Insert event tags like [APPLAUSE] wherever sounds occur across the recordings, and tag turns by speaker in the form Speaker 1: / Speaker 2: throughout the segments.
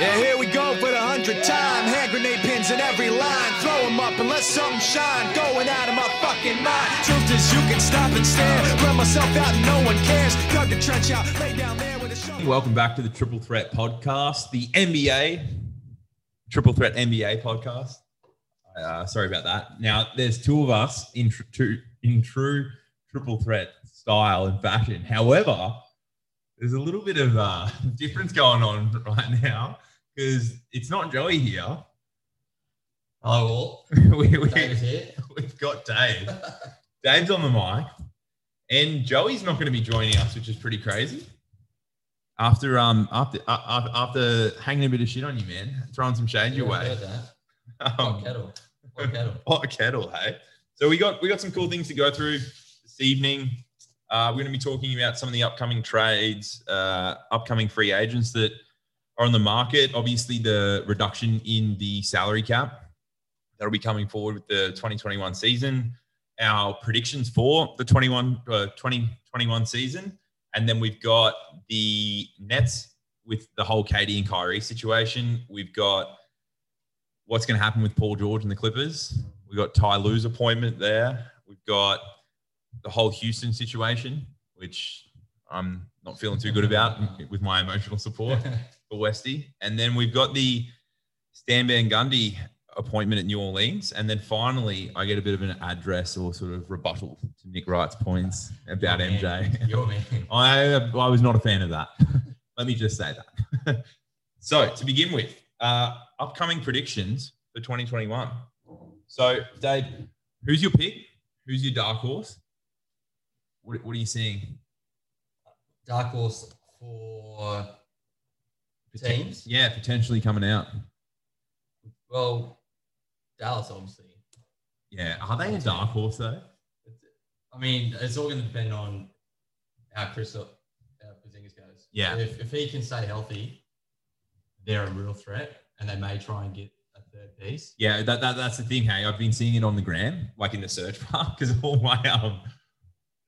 Speaker 1: Yeah, here we go for the hundredth time. Hand grenade pins in every line. Throw 'em up and let something shine. Going out of my fucking mind. Truth is, you can stop and stare. Run myself out and no one cares. Dug the trench out, lay down there with a shovel.
Speaker 2: Welcome back to the Triple Threat Podcast, the NBA Triple Threat NBA Podcast. Uh, sorry about that. Now, there's two of us in, tr- two, in true Triple Threat style and fashion. However, there's a little bit of uh, [LAUGHS] difference going on right now because it's not Joey here. [LAUGHS]
Speaker 3: Hello, all.
Speaker 2: we, we,
Speaker 3: Dave is here.
Speaker 2: We've got Dave. Dave's on the mic, and Joey's not going to be joining us, which is pretty crazy. After um after uh, after- after hanging a bit of shit on you, man, throwing some shade your
Speaker 3: Yeah, I
Speaker 2: way.
Speaker 3: heard that. Hot
Speaker 2: [LAUGHS] Um,
Speaker 3: kettle. Hot kettle.
Speaker 2: hot kettle, hey. So we got we got some cool things to go through this evening. Uh, we're going to be talking about some of the upcoming trades, uh, upcoming free agents that are on the market. Obviously, the reduction in the salary cap that'll be coming forward with the 2021 season. Our predictions for the 21 uh, 2021 season, and then we've got the Nets with the whole Katie and Kyrie situation. We've got what's going to happen with Paul George and the Clippers. We've got Ty Lue's appointment there. We've got the whole Houston situation, which I'm not feeling too good about with my emotional support
Speaker 3: [LAUGHS]
Speaker 2: for Westy. And then we've got the Stan Van Gundy appointment at New Orleans. And then finally, I get a bit of an address or sort of rebuttal to Nick Wright's points about
Speaker 3: Your
Speaker 2: MJ.
Speaker 3: man. Your man.
Speaker 2: [LAUGHS] I I was not a fan of that. [LAUGHS] Let me just say that. [LAUGHS] so to begin with, uh, upcoming predictions for 2021. So Dave, who's your pick? Who's your dark horse? What, what are you seeing?
Speaker 3: Dark horse for teams.
Speaker 2: Yeah, potentially coming out.
Speaker 3: Well, Dallas, obviously.
Speaker 2: Yeah, are they a dark horse though?
Speaker 3: I mean, it's all going to depend on how Chris uh, Porzingis goes.
Speaker 2: Yeah.
Speaker 3: If, if he can stay healthy, they're a real threat, and they may try and get a third piece.
Speaker 2: Yeah, that, that that's the thing. Hey, I've been seeing it on the gram, like in the search [LAUGHS] bar, because all my um,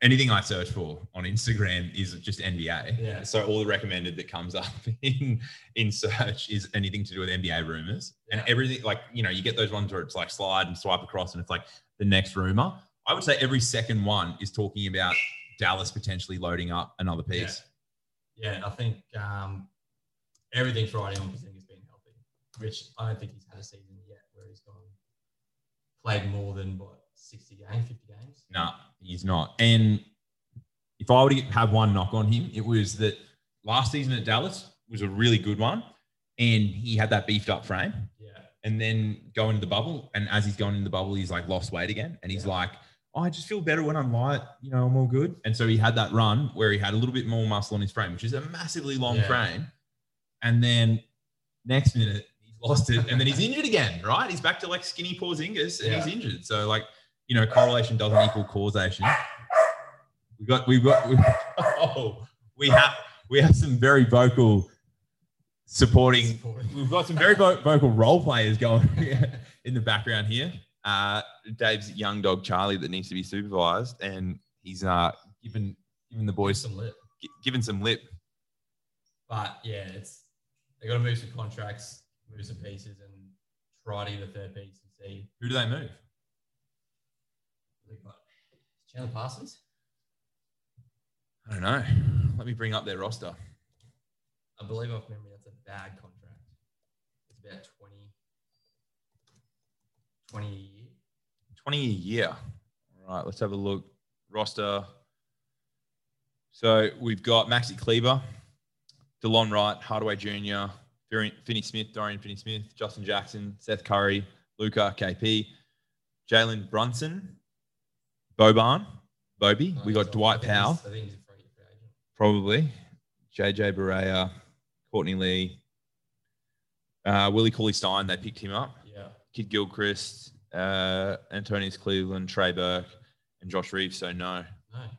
Speaker 2: anything I search for on Instagram is just NBA.
Speaker 3: Yeah.
Speaker 2: So all the recommended that comes [LAUGHS] up in in search is anything to do with NBA rumors, and
Speaker 3: Yeah.
Speaker 2: everything like you know you get those ones where it's like slide and swipe across, and it's like the next rumor. I would say every second one is talking about Dallas potentially loading up another piece.
Speaker 3: Yeah, and I think um, everything's Friday on Porzingis being healthy, which I don't think he's had a season yet where he's gone played more than what 60 games, 50 games.
Speaker 2: No, he's not. And if I were to have one knock on him, it was that last season at Dallas was a really good one. And he had that beefed up frame.
Speaker 3: Yeah,
Speaker 2: And then go into the bubble. And as he's gone in the bubble, he's like lost weight again. And he's
Speaker 3: Yeah.
Speaker 2: like, oh, I just feel better when I'm light. You know, I'm all good. And so he had that run where he had a little bit more muscle on his frame, which is a massively long
Speaker 3: Yeah.
Speaker 2: frame. And then next minute, he's lost it. And then he's injured again, right? He's back to like skinny Porzingis and
Speaker 3: Yeah.
Speaker 2: he's injured. So, like, you know, correlation doesn't equal causation. We got, we've got, we [LAUGHS] oh, we have, we have some very vocal supporting.
Speaker 3: Supporting.
Speaker 2: We've got some
Speaker 3: [LAUGHS]
Speaker 2: very vo- vocal role players going [LAUGHS] in the background here. Uh, Dave's young dog Charlie that needs to be supervised, and he's uh given given the boys
Speaker 3: some lip.
Speaker 2: gi- given some lip.
Speaker 3: But yeah, it's they got to move some contracts, move some pieces, and try to get a third piece and see.
Speaker 2: Who do they move?
Speaker 3: They got Chandler Parsons.
Speaker 2: I don't know. Let me bring up their roster.
Speaker 3: I believe off memory that's a bad contract. It's about 20, 20 a year.
Speaker 2: Twenty a year. All right, let's have a look roster. So we've got Maxi Kleber, DeLon Wright, Hardaway Jr., Finney- Finney Smith, Dorian Finney Smith, Justin Jackson, Seth Curry, Luca KP, Jalen Brunson, Boban, Bobby. We got
Speaker 3: So I
Speaker 2: Dwight
Speaker 3: think he's-
Speaker 2: Powell,
Speaker 3: I think he's a free free agent.
Speaker 2: probably. JJ Barea, Courtney Lee, uh, Willie Cauley Stein. They picked him up.
Speaker 3: Yeah.
Speaker 2: Kid Gilchrist, uh, Antonius Cleveland, Trey Burke, and Josh Reeves. So no,
Speaker 3: No.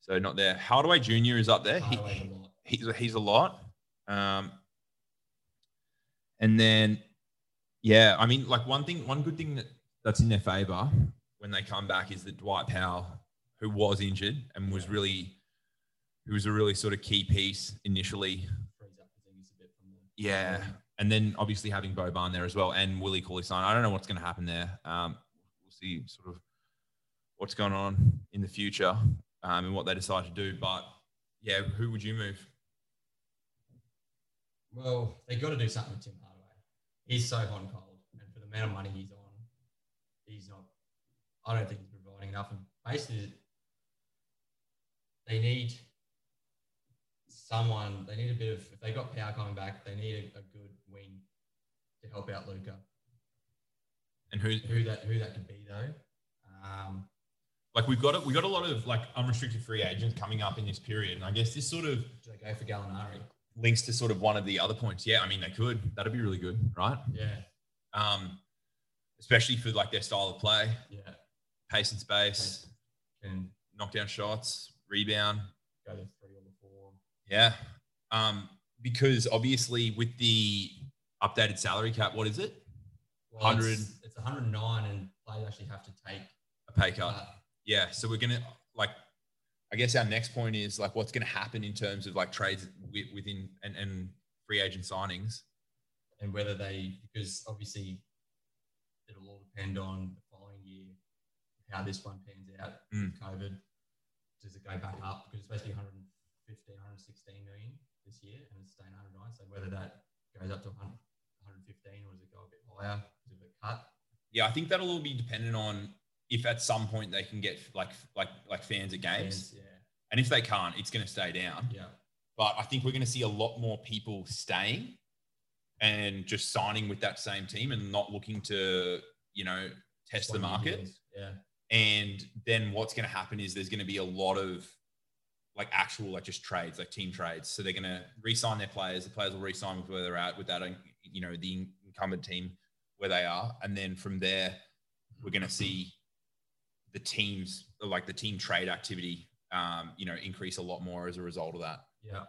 Speaker 2: so not there. Hardaway Jr. is up there. He,
Speaker 3: Highway a lot.
Speaker 2: he's he's a lot. Um, and then, yeah, I mean, like one thing, one good thing that, that's in their favor when they come back is that Dwight Powell, who was injured and was really, who was a really sort of key piece initially
Speaker 3: Frees up Porzingis a bit from the
Speaker 2: Yeah. Um, And then obviously having Boban there as well and Willie Cauley sign. I don't know what's going to happen there. Um, we'll see sort of what's going on in the future um, and what they decide to do. But yeah, who would you move?
Speaker 3: Well, they got to do something with Tim Hardaway. He's so hot and cold, and for the amount of money he's on, he's not. I don't think he's providing enough. And basically, they need someone. They need a bit of. If they got power coming back, they need a, a good wing to help out Luca.
Speaker 2: And who's
Speaker 3: Who that who that could be though? Um,
Speaker 2: like we've got it. We got a lot of like unrestricted free agents coming up in this period, and I guess this sort of
Speaker 3: do they go for Gallinari?
Speaker 2: links to sort of one of the other points. Yeah, I mean they could. That'd be really good, right?
Speaker 3: Yeah,
Speaker 2: Um, especially for like their style of play,
Speaker 3: yeah.
Speaker 2: pace and space,
Speaker 3: Can
Speaker 2: knockdown shots, rebound.
Speaker 3: go to three or the four.
Speaker 2: Yeah. Um, because obviously with the updated salary cap, what is it?
Speaker 3: Well,
Speaker 2: 100.
Speaker 3: It's, it's 109, and players actually have to take.
Speaker 2: A pay cut.
Speaker 3: Uh,
Speaker 2: yeah so we're gonna like i guess our next point is like what's gonna happen in terms of like trades wi- within and, and free agent signings
Speaker 3: and whether they because obviously it'll all depend on the following year how this one pans out
Speaker 2: Mm.
Speaker 3: with COVID. Does it go back up? Because it's basically 115, 116 million this year and it's staying 109. So whether that goes up to 100, 115 or does it go a bit higher? Does it cut?
Speaker 2: yeah i think that'll all be dependent on if at some point they can get like like like fans at games
Speaker 3: Yeah.
Speaker 2: and if they can't it's gonna stay down
Speaker 3: Yeah.
Speaker 2: but i think we're gonna see a lot more people staying and just signing with that same team and not looking to you know test the
Speaker 3: One-year
Speaker 2: market
Speaker 3: deals, Yeah.
Speaker 2: And then what's going to happen is there's going to be a lot of like actual like just trades, like team trades. So they're going to re-sign their players. The players will re-sign with where they're at with that, uh, you know, the incumbent team where they are. And then from there, we're going to see the teams like the team trade activity, um, you know, increase a lot more as a result of that.
Speaker 3: Yeah.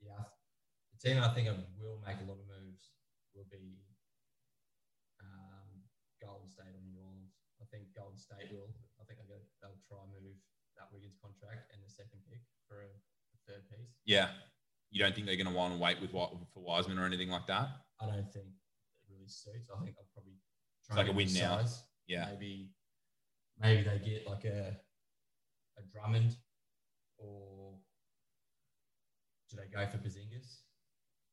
Speaker 3: Yeah. The team I think I will make a lot of moves will be um, Golden State or New Orleans. I think Golden State will. I think they'll, they'll try and move that Wiggins contract and the second pick for a, a third piece.
Speaker 2: Yeah. You don't think they're going to want to wait with Wi- for Wiseman or anything like that?
Speaker 3: I don't think it really suits. I think I'll probably
Speaker 2: It's
Speaker 3: try
Speaker 2: like
Speaker 3: and
Speaker 2: a win now.
Speaker 3: size.
Speaker 2: Yeah.
Speaker 3: Maybe maybe they get like a a Drummond or do they go for Bazingas?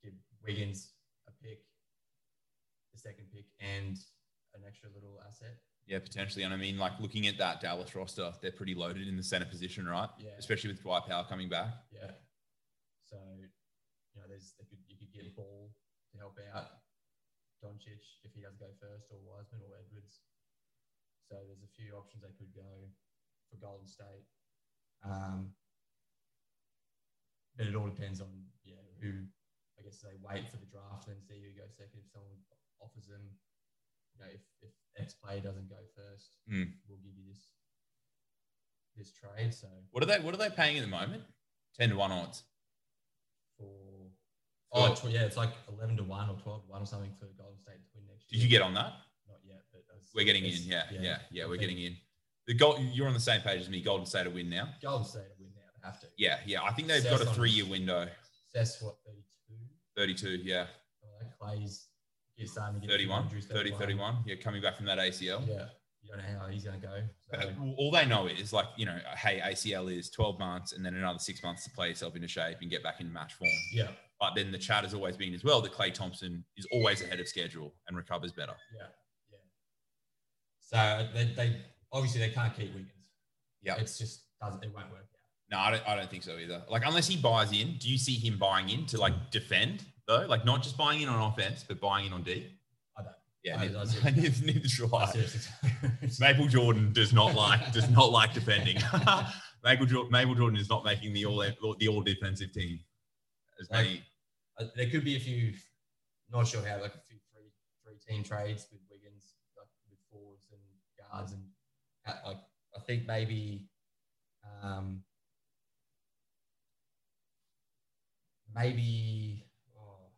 Speaker 3: Give Wiggins a pick, the second pick, and an extra little asset.
Speaker 2: Yeah, potentially. And I mean, like looking at that Dallas roster, they're pretty loaded in the center position, right?
Speaker 3: Yeah.
Speaker 2: Especially with Dwight Powell coming back.
Speaker 3: Yeah. So you know, there's they could, you could get Ball to help out Doncic if he does go first, or Wiseman or Edwards. So there's a few options they could go for Golden State. Um, but it all depends on yeah who. I guess they wait for the draft and see who goes second. If someone offers them, you know, if, if X player doesn't go first,
Speaker 2: Mm.
Speaker 3: we'll give you this this trade. So
Speaker 2: What are they? What are they paying at the moment? Ten to one odds.
Speaker 3: for
Speaker 2: For-
Speaker 3: oh tw- yeah, it's like eleven to one or twelve to one or something for Golden State to win next
Speaker 2: Did
Speaker 3: year.
Speaker 2: you get on that?
Speaker 3: Not yet, but that's-
Speaker 2: We're getting in.
Speaker 3: that's-
Speaker 2: Yeah, yeah, yeah.
Speaker 3: I
Speaker 2: we're
Speaker 3: think
Speaker 2: getting in. The goal. You're on the same page as me. Golden State to win now.
Speaker 3: Golden State will win now. They have to.
Speaker 2: Yeah, yeah. I think they've got a
Speaker 3: Seth on-
Speaker 2: three-year window.
Speaker 3: That's what thirty two.
Speaker 2: Thirty-two. Yeah,
Speaker 3: Clay's he's starting to get
Speaker 2: 31,
Speaker 3: Drew's
Speaker 2: 30, 31. Yeah, coming back from that ACL.
Speaker 3: Yeah, you don't know how he's going to go. So,
Speaker 2: Uh, well, all they know is like you know, hey, ACL is twelve months, and then another six months to play yourself into shape and get back in match form.
Speaker 3: yeah,
Speaker 2: But then the chat has always been as well that Clay Thompson is always ahead of schedule and recovers better.
Speaker 3: so they, they obviously they can't keep Wiggins.
Speaker 2: Yeah.
Speaker 3: it's just doesn't it won't work out.
Speaker 2: No, I don't, I don't think so either. Like, unless he buys in, do you see him buying in to like defend though? Like, not just buying in on offense, but buying in on D?
Speaker 3: I don't.
Speaker 2: Yeah,
Speaker 3: I-
Speaker 2: neither,
Speaker 3: I
Speaker 2: [LAUGHS]
Speaker 3: see-
Speaker 2: neither, neither do
Speaker 3: I
Speaker 2: I.
Speaker 3: seriously don't. [LAUGHS]
Speaker 2: Maple Jordan does not like does not like defending. [LAUGHS] Maple, Jor- Maple Jordan is not making the all the all defensive team. As
Speaker 3: Like-
Speaker 2: many,
Speaker 3: Uh, there could be a few, not sure how, like a few three three team trades with Wiggins, like with forwards and guards, and uh, like I think maybe, um, maybe oh,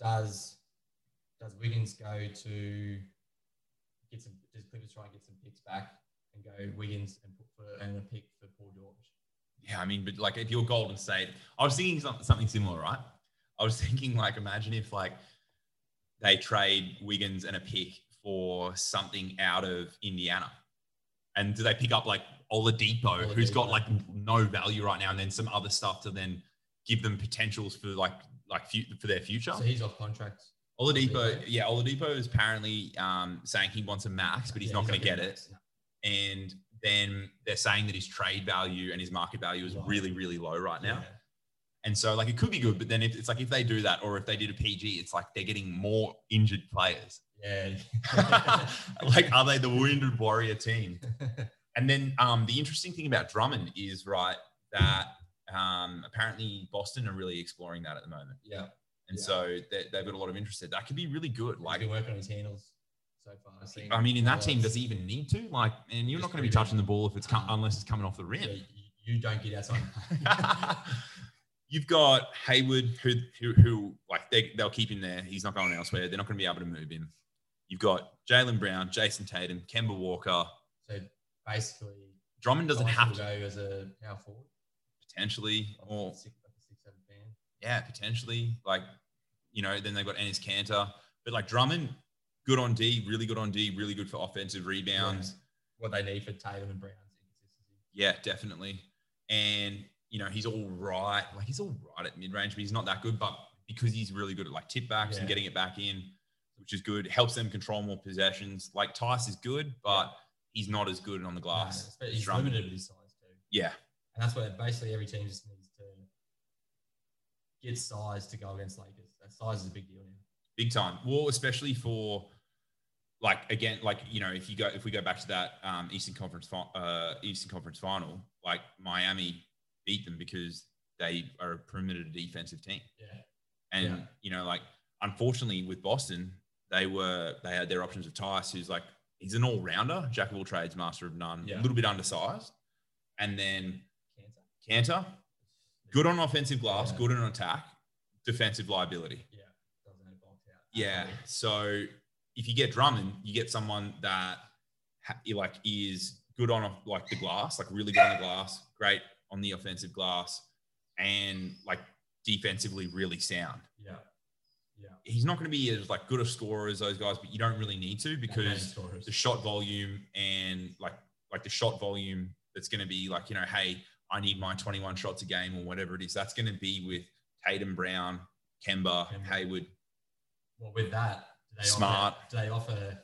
Speaker 3: does does Wiggins go to get some? Does Clippers try and get some picks back and go Wiggins and put for and a pick for Paul George?
Speaker 2: yeah, I mean, but like if you're Golden State, I was thinking some- something similar, right? I was [LAUGHS] thinking, like, imagine if like they trade Wiggins and a pick for something out of Indiana, and do they pick up like Oladipo,
Speaker 3: Oladipo.
Speaker 2: who's got like no value right now, and then some other stuff to then give them potentials for like like fu- for their future.
Speaker 3: So he's off contract.
Speaker 2: Oladipo,
Speaker 3: Oladipo.
Speaker 2: yeah, Oladipo is apparently um, saying he wants a max, but he's
Speaker 3: Yeah,
Speaker 2: not going to get
Speaker 3: getting
Speaker 2: it.
Speaker 3: max. No.
Speaker 2: And then they're saying that his trade value and his market value is
Speaker 3: Low.
Speaker 2: really, really low right now.
Speaker 3: Yeah.
Speaker 2: And so, like, it could be good, but then if it's like if they do that, or if they did a PG, it's like they're getting more injured
Speaker 3: [LAUGHS]
Speaker 2: players.
Speaker 3: Yeah.
Speaker 2: like, are they the wounded warrior team? And then um, the interesting thing about Drummond is right that um, apparently Boston are really exploring that at the moment,
Speaker 3: yeah.
Speaker 2: and
Speaker 3: Yeah.
Speaker 2: so they, they've got a lot of interest there. That could be really good. Like,
Speaker 3: Like, he's been working on his handles so far. I've seen
Speaker 2: I mean, in that
Speaker 3: highlights.
Speaker 2: team, does he even need to? Like, and you're not
Speaker 3: Just
Speaker 2: going to be
Speaker 3: pretty
Speaker 2: touching the ball if it's com- unless it's coming off the
Speaker 3: Yeah,
Speaker 2: rim.
Speaker 3: you, you don't get
Speaker 2: [LAUGHS]
Speaker 3: outside. [LAUGHS]
Speaker 2: You've got Hayward, who, who, who like they, they'll keep him there. He's not going elsewhere. They're not going to be able to move him. You've got Jalen Brown, Jason Tatum, Kemba Walker.
Speaker 3: so basically,
Speaker 2: Drummond doesn't
Speaker 3: Bryce
Speaker 2: have
Speaker 3: will
Speaker 2: to
Speaker 3: go as a power forward.
Speaker 2: potentially,
Speaker 3: Like a
Speaker 2: or
Speaker 3: six, like a six, seven fan.
Speaker 2: yeah, potentially. Like, you know, then they've got Ennis Cantor, but like Drummond, good on D, really good on D, really good for offensive rebounds.
Speaker 3: What they need for Tatum and Brown's inconsistency.
Speaker 2: Yeah, definitely. And you know, he's all right. Like he's all right at mid range, but he's not that good. But because he's really good at like tip backs and
Speaker 3: Yeah.
Speaker 2: getting it back in, which is good, helps them control more possessions. Like Tice is good, but he's not as good on the glass.
Speaker 3: No,
Speaker 2: as
Speaker 3: he's
Speaker 2: Drummond.
Speaker 3: limited with his size too.
Speaker 2: Yeah,
Speaker 3: And that's where basically every team just needs to get size to go against Lakers. That size is a big deal now.
Speaker 2: big time. Well, especially for like again, like you know, if you go if we go back to that um, Eastern Conference fi- uh, Eastern Conference final, like Miami beat them because they are a perimeter defensive team.
Speaker 3: Yeah.
Speaker 2: And
Speaker 3: Yeah.
Speaker 2: you know, like unfortunately with Boston, they were they had their options of Tice, who's like he's an all rounder, jack of all trades, master of none,
Speaker 3: Yeah.
Speaker 2: a little bit undersized, and then
Speaker 3: Cancer.
Speaker 2: Cantor, good on offensive glass,
Speaker 3: Yeah.
Speaker 2: good on attack, defensive liability.
Speaker 3: Yeah. Doesn't have box out.
Speaker 2: Yeah. So if you get Drummond, you get someone that ha- you like is good on like the glass, like really good on the glass, great on the offensive glass, and like defensively really sound
Speaker 3: Yeah. Yeah.
Speaker 2: he's not going to be as like good a scorer as those guys, but you don't really need to because
Speaker 3: scorers.
Speaker 2: the shot volume and like like the shot volume that's going to be like you know, hey, I need my 21 shots a game or whatever it is. That's going to be with Tatum Brown, Kemba,
Speaker 3: Kemba.
Speaker 2: Hayward.
Speaker 3: well, with that, do they
Speaker 2: Smart.
Speaker 3: Offer, do they offer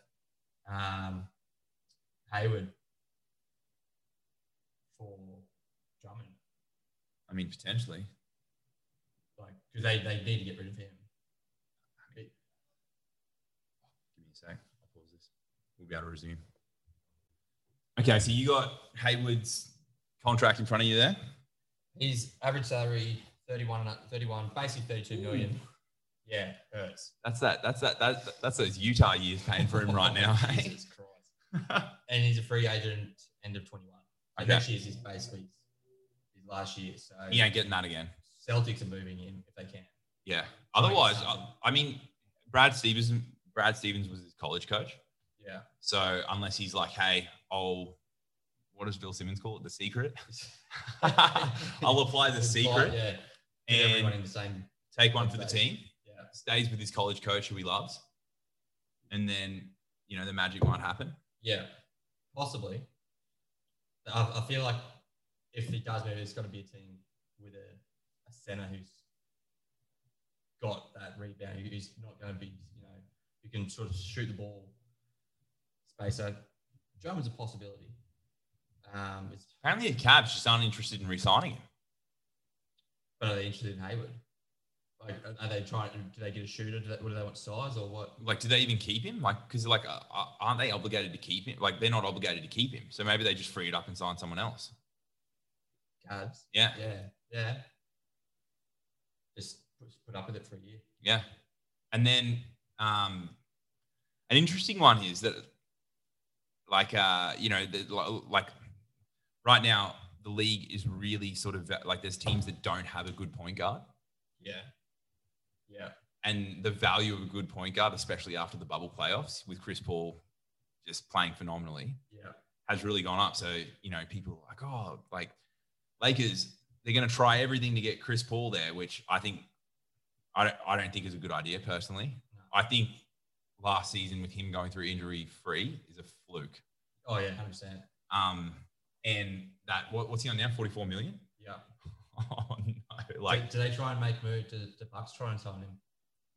Speaker 3: um, Hayward for Drummond?
Speaker 2: I mean, potentially.
Speaker 3: Like, because they, they need to get rid of him.
Speaker 2: Give me a sec. I'll pause this. We'll be able to resume. Okay, so you got Hayward's contract in front of you there.
Speaker 3: His average salary 31, 31 basically 32 million.
Speaker 2: Ooh.
Speaker 3: Yeah, hurts.
Speaker 2: That's that. That's that. That's that's those Utah years paying for him right now.
Speaker 3: [LAUGHS]
Speaker 2: eh? hey?
Speaker 3: Jesus Christ. and he's a free agent end of 21. And
Speaker 2: Okay.
Speaker 3: next year's is basically his last year. So
Speaker 2: [LAUGHS] He ain't getting that again.
Speaker 3: Celtics are moving him if they can.
Speaker 2: Yeah.
Speaker 3: Try and get
Speaker 2: Otherwise, I,
Speaker 3: something.
Speaker 2: I mean, Brad Stevens. Brad Stevens was his college coach.
Speaker 3: Yeah.
Speaker 2: So unless he's like, hey, I'll, what does Bill Simmons call it? The secret. [LAUGHS] I'll apply the
Speaker 3: It's like,
Speaker 2: secret
Speaker 3: Yeah. Get everyone in
Speaker 2: and
Speaker 3: the same.
Speaker 2: take one for the team.
Speaker 3: Yeah.
Speaker 2: Stays with his college coach who he loves, and then you know the magic might happen.
Speaker 3: Yeah, possibly. I, I feel like if he does move, it's got to be a team with a, a center who's got that rebound, who- who's not going to be, you know, who can sort of shoot the ball. Space. So Drummond's a possibility. Um, it's,
Speaker 2: Apparently, the Cavs just aren't interested in re-signing him.
Speaker 3: but are they interested in Hayward? Like, are- are they trying? Do they get a shooter? Do they, what do they want size or what?
Speaker 2: Like, do they even keep him? Like, because like, uh, uh, aren't they obligated to keep him? Like, they're not obligated to keep him. So maybe they just free it up and sign someone else.
Speaker 3: Cavs.
Speaker 2: Yeah.
Speaker 3: Yeah, yeah. Just put, put up with it for a year.
Speaker 2: Yeah. And then um, an interesting one is that, like, uh, you know, the, li- like right now, the league is really sort of like there's teams that don't have a good point guard.
Speaker 3: Yeah. Yeah.
Speaker 2: And the value of a good point guard, especially after the bubble playoffs with Chris Paul just playing phenomenally,
Speaker 3: Yeah.
Speaker 2: has really gone up. So, you know, people are like, oh, like Lakers, they're going to try everything to get Chris Paul there, which I think I don't, I don't think is a good idea personally.
Speaker 3: No.
Speaker 2: I think last season with him going through injury free is a fluke.
Speaker 3: Oh yeah, hundred percent.
Speaker 2: Um, and that what, what's he on now? Forty four million. [LAUGHS]
Speaker 3: Yeah.
Speaker 2: Oh no!
Speaker 3: Like,
Speaker 2: Like
Speaker 3: do, do they try and make move to the Bucks? Try and sign him.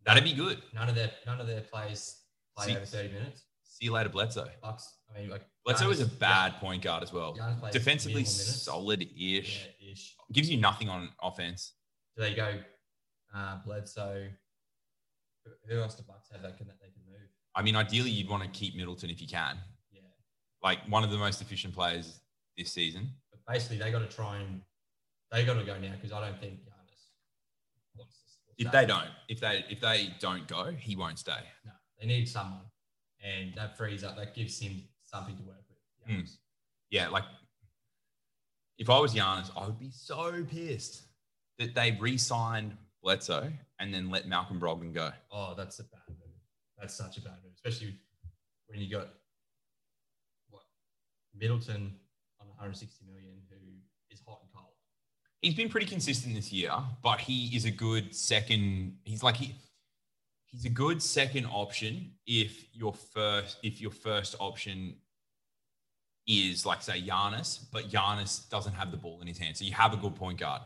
Speaker 2: that'd be good.
Speaker 3: None of their none of their plays play
Speaker 2: See-
Speaker 3: over thirty minutes.
Speaker 2: See you later, Bledsoe.
Speaker 3: Bucks. I mean, like
Speaker 2: Bledsoe is a
Speaker 3: Giannis-
Speaker 2: bad point guard as well.
Speaker 3: Giannis plays
Speaker 2: Defensively
Speaker 3: minimal minutes.
Speaker 2: solid-ish.
Speaker 3: Yeah, ish.
Speaker 2: Gives you nothing on offense.
Speaker 3: Do they go uh, Bledsoe? Who- Who else do Bucks have that can that they can move?
Speaker 2: I mean, ideally, you'd want to keep Middleton if you can.
Speaker 3: Yeah,
Speaker 2: Like one of the most efficient players this season.
Speaker 3: but basically they got to try and they got to go now because I don't think Giannis wants this.
Speaker 2: If they don't, if they if they don't go, he won't stay.
Speaker 3: no, they need someone, and that frees up. That gives him something to work with.
Speaker 2: Mm. yeah, like if I was Giannis, I would be so pissed that they re-signed Bledsoe and then let Malcolm Brogdon go.
Speaker 3: Oh, that's a bad move. That's such a bad move, especially when you got what Middleton on 160 million, who is hot and cold.
Speaker 2: He's been pretty consistent this year, but he is a good second. He's like he, he's a good second option if your first if your first option is like say Giannis, but Giannis doesn't have the ball in his hand, so you have a good point guard.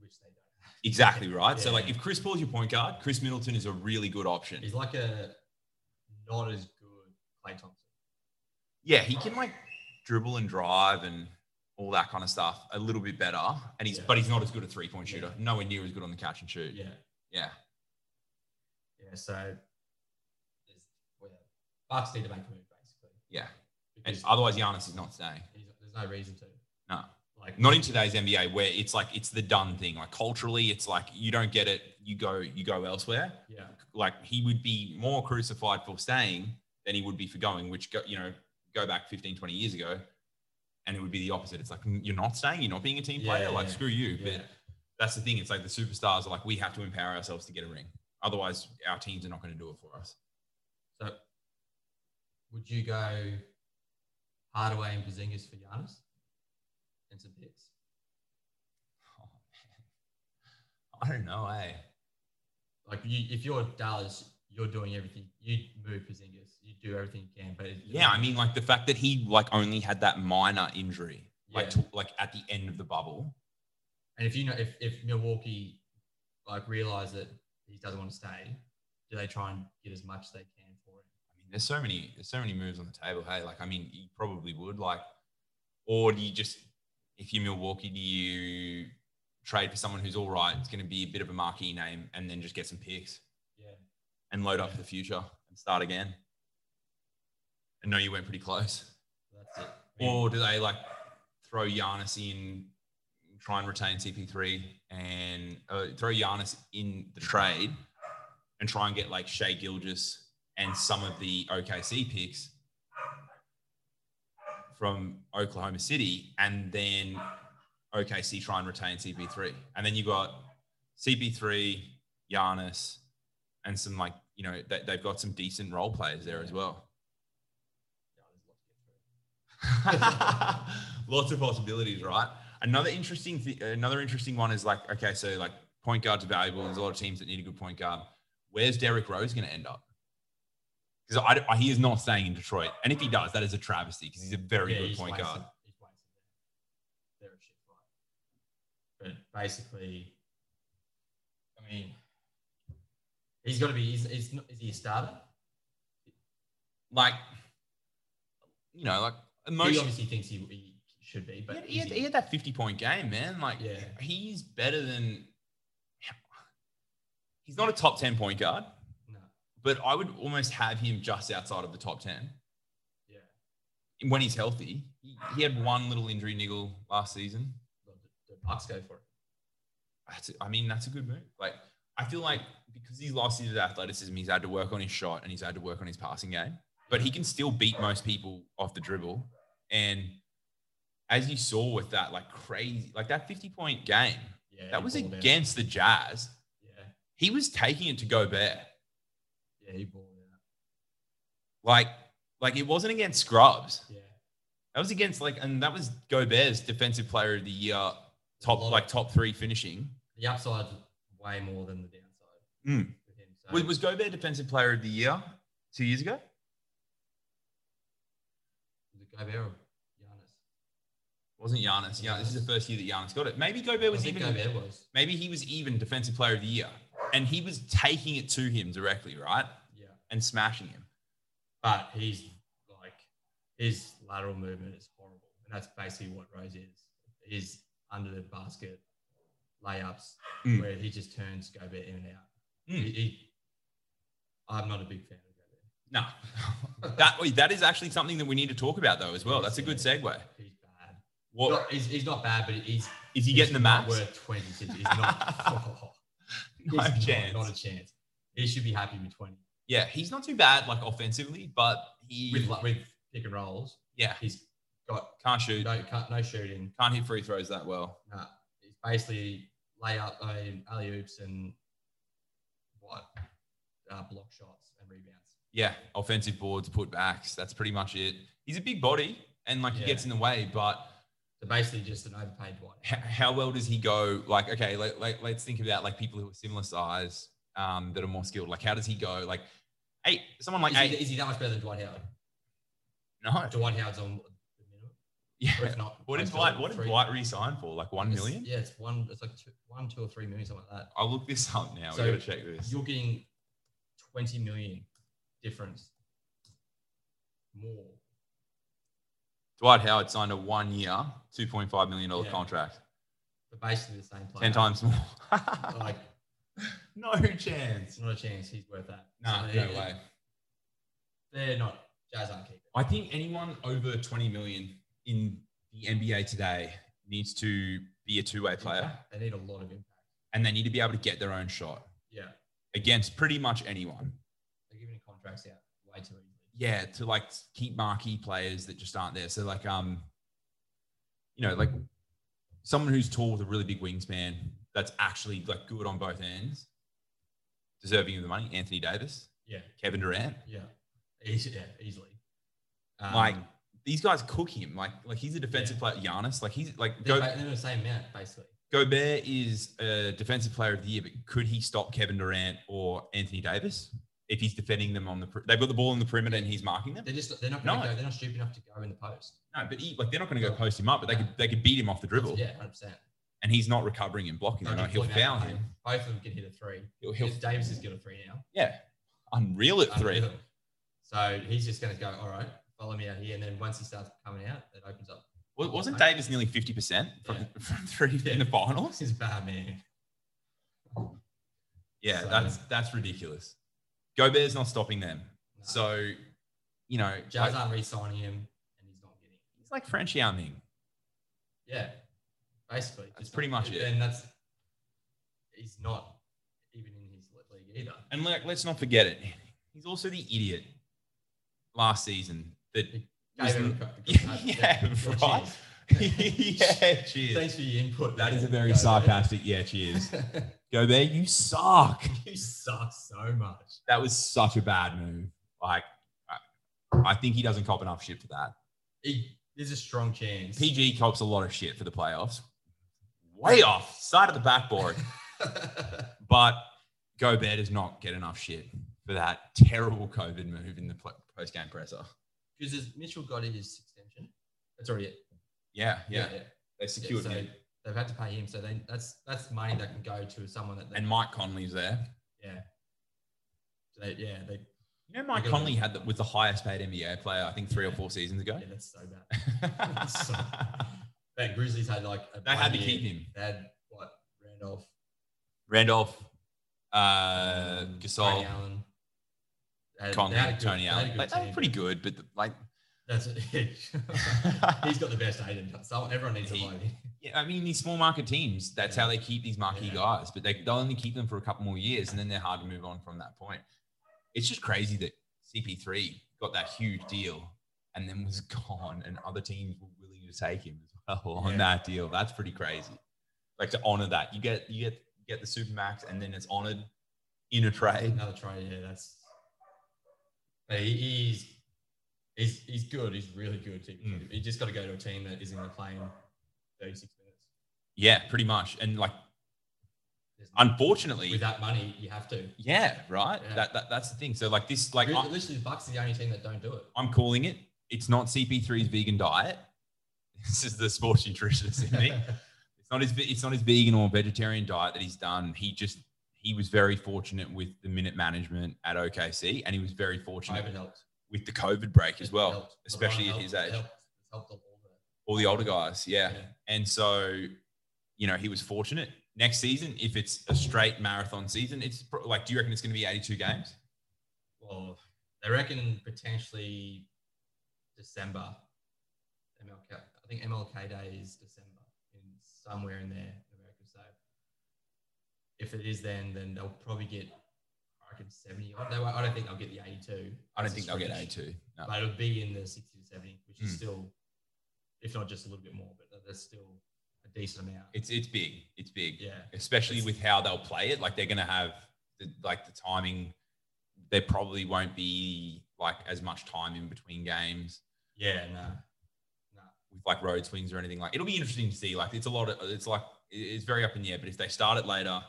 Speaker 3: which they don't have.
Speaker 2: Exactly right. So
Speaker 3: Yeah.
Speaker 2: like if Chris Paul's your point guard, Chris Middleton is a really good option.
Speaker 3: He's like a not as good Clay Thompson.
Speaker 2: Yeah, he can like dribble and drive and all that kind of stuff a little bit better. And he's
Speaker 3: Yeah.
Speaker 2: but he's not as good a three point shooter.
Speaker 3: Yeah.
Speaker 2: Nowhere near as good on the catch and shoot. Yeah.
Speaker 3: Yeah, yeah. So there's well, Bucks need to make a move basically.
Speaker 2: Yeah. And
Speaker 3: because
Speaker 2: otherwise Giannis is not staying.
Speaker 3: he's- there's no reason to.
Speaker 2: No.
Speaker 3: Like
Speaker 2: Not in today's NBA where it's like it's the done thing. Like culturally, it's like you don't get it, you go, you go elsewhere.
Speaker 3: yeah,
Speaker 2: Like he would be more crucified for staying than he would be for going, which go, you know, go back 15, 20 years ago. And it would be the opposite. It's like you're not staying, you're not being a team
Speaker 3: Yeah,
Speaker 2: player. like
Speaker 3: yeah,
Speaker 2: screw you. But
Speaker 3: yeah.
Speaker 2: that's the thing. It's like the superstars are like, we have to empower ourselves to get a ring. Otherwise, our teams are not going to do it for us. [LAUGHS]
Speaker 3: So would you go Hardaway and Porzingis for Giannis and some picks?
Speaker 2: I don't know, eh?
Speaker 3: Like you, if you're Dallas, you're doing everything. You move Porzingis. You do everything you can. But it-
Speaker 2: Yeah, I mean, like the fact that he like only had that minor injury, like
Speaker 3: Yeah.
Speaker 2: to, like at the end of the bubble.
Speaker 3: And if you know, if, if Milwaukee like realize that he doesn't want to stay, do they try and get as much as they can for him?
Speaker 2: I mean, there's so many, there's so many moves on the table. Hey, like I mean, you probably would like, or do you just, if you're Milwaukee, do you trade for someone who's all right? It's going to be a bit of a marquee name, and then just get some picks.
Speaker 3: Yeah,
Speaker 2: and load up for the future and start again. And know you went pretty close.
Speaker 3: that's it. I mean,
Speaker 2: Or do they like throw Giannis in, try and retain CP3 and uh, throw Giannis in the trade and try and get like Shea Gilgis and some of the OKC picks from Oklahoma City and then OKC try and retain CP3. And then you got CP3, Giannis, and some like, you know, they, they've got some decent role players there as well.
Speaker 3: yeah, there's a lot to get through.
Speaker 2: [LAUGHS] Lots of possibilities, right? Another interesting, th- another interesting one is like, okay, so like point guards are valuable. There's a lot of teams that need a good point guard. Where's Derrick Rose going to end up? Because I, I- he is not staying in Detroit, and if he does, that is a travesty because he's a very
Speaker 3: Yeah,
Speaker 2: good
Speaker 3: he's
Speaker 2: point
Speaker 3: wasted-
Speaker 2: guard.
Speaker 3: He's wasted there. They're a shit fight. But basically, I mean, he's got to be. He's, he's not, is he a starter?
Speaker 2: Like, you know, like
Speaker 3: He
Speaker 2: emotion.
Speaker 3: obviously thinks he, he should be, but
Speaker 2: But he had,
Speaker 3: is
Speaker 2: he had that 50 point game, man. Like,
Speaker 3: Yeah.
Speaker 2: he's better than. He's not a top 10 point guard,
Speaker 3: no,
Speaker 2: but I would almost have him just outside of the top 10.
Speaker 3: yeah.
Speaker 2: when he's healthy, he, he had one little injury niggle last season.
Speaker 3: The, the Bucks go for it.
Speaker 2: That's, I mean, that's a good move. Like, I feel like because he's lost his athleticism, he's had to work on his shot and he's had to work on his passing game, but he can still beat most people off the dribble. And as you saw with that, like crazy, like that 50 point game,
Speaker 3: Yeah,
Speaker 2: that
Speaker 3: he
Speaker 2: was
Speaker 3: balled out.
Speaker 2: against the Jazz.
Speaker 3: Yeah,
Speaker 2: He was taking it to Gobert.
Speaker 3: yeah, he balled out.
Speaker 2: Like, like it wasn't against Scrubs.
Speaker 3: Yeah,
Speaker 2: That was against like, and that was Gobert's defensive player of the year,
Speaker 3: A lot
Speaker 2: top
Speaker 3: of-
Speaker 2: like top three finishing.
Speaker 3: the upside's way more than the downside.
Speaker 2: Mm.
Speaker 3: with him. So
Speaker 2: Was, was Gobert Defensive Player of the Year two years ago?
Speaker 3: was it Gobert or Giannis?
Speaker 2: Wasn't Giannis? Yeah, this is the first year that Giannis got it. Maybe Gobert
Speaker 3: I
Speaker 2: was
Speaker 3: think
Speaker 2: even.
Speaker 3: Gobert was.
Speaker 2: Maybe he was even Defensive Player of the Year, and he was taking it to him directly, right,
Speaker 3: Yeah,
Speaker 2: and smashing him.
Speaker 3: but he's like his lateral movement is horrible, and that's basically what Rose is. He's under the basket layups
Speaker 2: Mm.
Speaker 3: where he just turns Gobert in and out.
Speaker 2: Mm.
Speaker 3: He, he- I'm not a big fan of
Speaker 2: No, [LAUGHS]
Speaker 3: Gobert.
Speaker 2: that wait, that is actually something that we need to talk about though as well. That's a good segue.
Speaker 3: he's bad.
Speaker 2: What
Speaker 3: Not- he's, he's not bad, but he's
Speaker 2: is he
Speaker 3: he's
Speaker 2: getting the
Speaker 3: not
Speaker 2: max?
Speaker 3: Worth twenty.
Speaker 2: [LAUGHS]
Speaker 3: He's not. [LAUGHS]
Speaker 2: No
Speaker 3: He's not-
Speaker 2: chance.
Speaker 3: Not, a chance. He should be happy with 20.
Speaker 2: Yeah, he's not too bad like offensively, but he
Speaker 3: With, with pick and rolls,
Speaker 2: yeah
Speaker 3: he's got
Speaker 2: can't shoot,
Speaker 3: no cut, no shooting.
Speaker 2: can't hit free throws that well.
Speaker 3: Nah, he's uh, basically layup, I mean, alley oops, and what uh, block shots and rebounds.
Speaker 2: Yeah, offensive boards, putbacks. That's pretty much it. He's a big body and like he
Speaker 3: Yeah.
Speaker 2: gets in the way, but
Speaker 3: So basically, just an overpaid white.
Speaker 2: h- how well does he go? Like, okay, let, let, us think about like people who are similar size um, that are more skilled. Like, how does he go? Like, eight, someone like
Speaker 3: Is he,
Speaker 2: eight.
Speaker 3: is he that much better than Dwight Howard?
Speaker 2: No.
Speaker 3: Dwight Howard's on the minimum, or
Speaker 2: [LAUGHS] Yeah.
Speaker 3: if not,
Speaker 2: What did
Speaker 3: close to
Speaker 2: Blight,
Speaker 3: it,
Speaker 2: what did
Speaker 3: three.
Speaker 2: Blight resign for? Like one
Speaker 3: It's-
Speaker 2: million?
Speaker 3: Yeah, it's one. It's like two, one, two or three million, something like that.
Speaker 2: I'll look this up now.
Speaker 3: So
Speaker 2: we gotta check this.
Speaker 3: You're getting twenty million difference more.
Speaker 2: Dwight Howard signed a one year, $2.5 million
Speaker 3: Yeah.
Speaker 2: contract,
Speaker 3: But basically the same player.
Speaker 2: 10 times more. [LAUGHS]
Speaker 3: [LAUGHS] Like
Speaker 2: no
Speaker 3: it's
Speaker 2: chance.
Speaker 3: not a chance. He's worth that.
Speaker 2: Nah,
Speaker 3: So
Speaker 2: no
Speaker 3: it- it-
Speaker 2: way.
Speaker 3: They're not. Jazz aren't keeping.
Speaker 2: I think anyone over 20 million in the NBA today needs to be a two way player
Speaker 3: They need a lot of impact.
Speaker 2: and they need to be able to get their own shot
Speaker 3: Yeah,
Speaker 2: against pretty much anyone.
Speaker 3: they're giving contracts out way too easily.
Speaker 2: yeah, to like keep marquee players that just aren't there. So like um, you know, like someone who's tall with a really big wingspan that's actually like good on both ends, deserving of the money. Anthony Davis,
Speaker 3: Yeah,
Speaker 2: Kevin Durant,
Speaker 3: yeah, Easy, yeah, easily. Um,
Speaker 2: Like, these guys cook him. Like like he's a defensive player. Giannis, like he's like
Speaker 3: they're,
Speaker 2: Go,
Speaker 3: ba- they're the same amount basically.
Speaker 2: Gobert is a defensive player of the year, but could he stop Kevin Durant or Anthony Davis if he's defending them on the? per- They've got the ball on the perimeter and he's marking them.
Speaker 3: They're just they're not going to
Speaker 2: No.
Speaker 3: go. They're not stupid enough to go in the post.
Speaker 2: No, but he, like they're not going to go post him up, but they could they could beat him off the dribble.
Speaker 3: Yeah, hundred percent.
Speaker 2: and he's not recovering and blocking them.
Speaker 3: Don't
Speaker 2: Like, He'll
Speaker 3: just pull him
Speaker 2: foul
Speaker 3: out.
Speaker 2: him.
Speaker 3: Both of them can hit a three.
Speaker 2: He'll, he'll
Speaker 3: Davis is going to three now.
Speaker 2: yeah, unreal at three.
Speaker 3: Unreal. So he's just going to go. All right, follow me out here, and then once he starts coming out, it opens up.
Speaker 2: Wa- Wasn't Davis nearly fifty percent from, [LAUGHS] from three in the finals?
Speaker 3: This is bad, man.
Speaker 2: Yeah,
Speaker 3: So-
Speaker 2: that's that's ridiculous. Gobert's not stopping them.
Speaker 3: No.
Speaker 2: So, you know,
Speaker 3: Jazz
Speaker 2: like,
Speaker 3: aren't re-signing him, and he's not getting.
Speaker 2: it's like French Yaming.
Speaker 3: Yeah, basically,
Speaker 2: That's pretty much it.
Speaker 3: And that's he's not even in his league either.
Speaker 2: And like, let's not forget it. He's also the idiot last season [LAUGHS] that.
Speaker 3: Gave
Speaker 2: Listen-
Speaker 3: him
Speaker 2: [LAUGHS]
Speaker 3: a cup-
Speaker 2: Yeah,
Speaker 3: cup-
Speaker 2: right.
Speaker 3: cheers.
Speaker 2: [LAUGHS] yeah, cheers.
Speaker 3: [LAUGHS] Thanks for your input.
Speaker 2: That
Speaker 3: man.
Speaker 2: is a very
Speaker 3: Go,
Speaker 2: sarcastic. Yeah, cheers.
Speaker 3: man.
Speaker 2: Gobert, you suck.
Speaker 3: [LAUGHS] you suck so much.
Speaker 2: that was such a bad move. Like, I- I think he doesn't cop enough shit for that.
Speaker 3: He, there's a strong chance. [LAUGHS]
Speaker 2: PG cops a lot of shit for the playoffs. Way off, side of the backboard. [LAUGHS] but Gobert does not get enough shit for that terrible COVID move in the post game presser.
Speaker 3: Because Mitchell got his extension. That's already it.
Speaker 2: Yeah, yeah,
Speaker 3: yeah.
Speaker 2: they secured
Speaker 3: so
Speaker 2: him.
Speaker 3: they've had to pay him. So they, that's that's money that can go to someone that they,
Speaker 2: And Mike Conley's there.
Speaker 3: yeah. So they, yeah, they,
Speaker 2: You know, Mike
Speaker 3: Okay.
Speaker 2: Conley had the, was the highest paid NBA player, I think, three or four seasons ago. [LAUGHS]
Speaker 3: [LAUGHS] yeah, that's so bad. So- But Grizzlies had like a
Speaker 2: they had to
Speaker 3: one
Speaker 2: keep
Speaker 3: year-
Speaker 2: him.
Speaker 3: They had what Randolph,
Speaker 2: Randolph, uh,
Speaker 3: um,
Speaker 2: Gasol,
Speaker 3: Tony Allen, They had- they
Speaker 2: Conley,
Speaker 3: had a good-
Speaker 2: Tony
Speaker 3: they had a
Speaker 2: Allen.
Speaker 3: good
Speaker 2: Like, they were
Speaker 3: team.
Speaker 2: pretty good, but
Speaker 3: [LAUGHS]
Speaker 2: like,
Speaker 3: That's
Speaker 2: [LAUGHS]
Speaker 3: he's got the best agent. So everyone needs a
Speaker 2: He-
Speaker 3: home.
Speaker 2: yeah, I mean, these small market teams, that's how they keep these marquee
Speaker 3: Yeah.
Speaker 2: guys, but they, they'll only keep them for a couple more years and then they're hard to move on from that point. It's just crazy that CP3 got that huge deal and then was [LAUGHS] gone, and other teams were willing to take him as well [LAUGHS] on
Speaker 3: Yeah.
Speaker 2: that deal. That's pretty crazy. Like to honor that, you get you get you get the supermax, and then it's honored in a trade.
Speaker 3: [LAUGHS] Another trade, yeah, that's. But he, he's, he's he's good. He's really good. He,
Speaker 2: Mm.
Speaker 3: he just got to go to a team that isn't going to play in 36 minutes.
Speaker 2: Yeah, pretty much. And like,
Speaker 3: There's-
Speaker 2: Unfortunately,
Speaker 3: with that money, you have to.
Speaker 2: yeah, right.
Speaker 3: Yeah.
Speaker 2: That, that that's the thing. So like this, like
Speaker 3: Really,
Speaker 2: I,
Speaker 3: literally, the Bucks are the only team that don't do it.
Speaker 2: I'm calling it. It's not CP3's vegan diet. [LAUGHS] This is the sports nutritionist
Speaker 3: [LAUGHS]
Speaker 2: in me. It's not his. It's not his vegan or vegetarian diet that he's done. He just he was very fortunate with the minute management at OKC, and he was very fortunate
Speaker 3: COVID helped
Speaker 2: with the COVID break as
Speaker 3: It
Speaker 2: well,
Speaker 3: helped.
Speaker 2: especially
Speaker 3: LeBron
Speaker 2: at
Speaker 3: helped.
Speaker 2: his
Speaker 3: It
Speaker 2: age.
Speaker 3: helped, It helped a lot.
Speaker 2: All the older guys, yeah.
Speaker 3: Yeah.
Speaker 2: And so, you know, he was fortunate. Next season, if it's a straight marathon season, it's pro- like, do you reckon it's going to be 82 games?
Speaker 3: Well, they reckon potentially December. MLK, I think MLK Day is December, in somewhere in there, in America. So if it is then, then they'll probably get, I reckon, 70. I don't, I don't think they'll get the 82.
Speaker 2: I don't
Speaker 3: That's a
Speaker 2: think they'll get
Speaker 3: stretch.
Speaker 2: 82. No.
Speaker 3: But it'll be in the 60 to 70, which is
Speaker 2: Mm.
Speaker 3: still, if not just a little bit more, but that's still a decent amount.
Speaker 2: It's it's big. It's big,
Speaker 3: yeah.
Speaker 2: especially
Speaker 3: It's-
Speaker 2: with how they'll play it. Like they're going to have the, like the timing. There probably won't be like as much time in between games
Speaker 3: Yeah, no.
Speaker 2: with like road swings or anything like. It'll be interesting to see. Like it's a lot of it's like it- it's very up in the air. But if they start it later,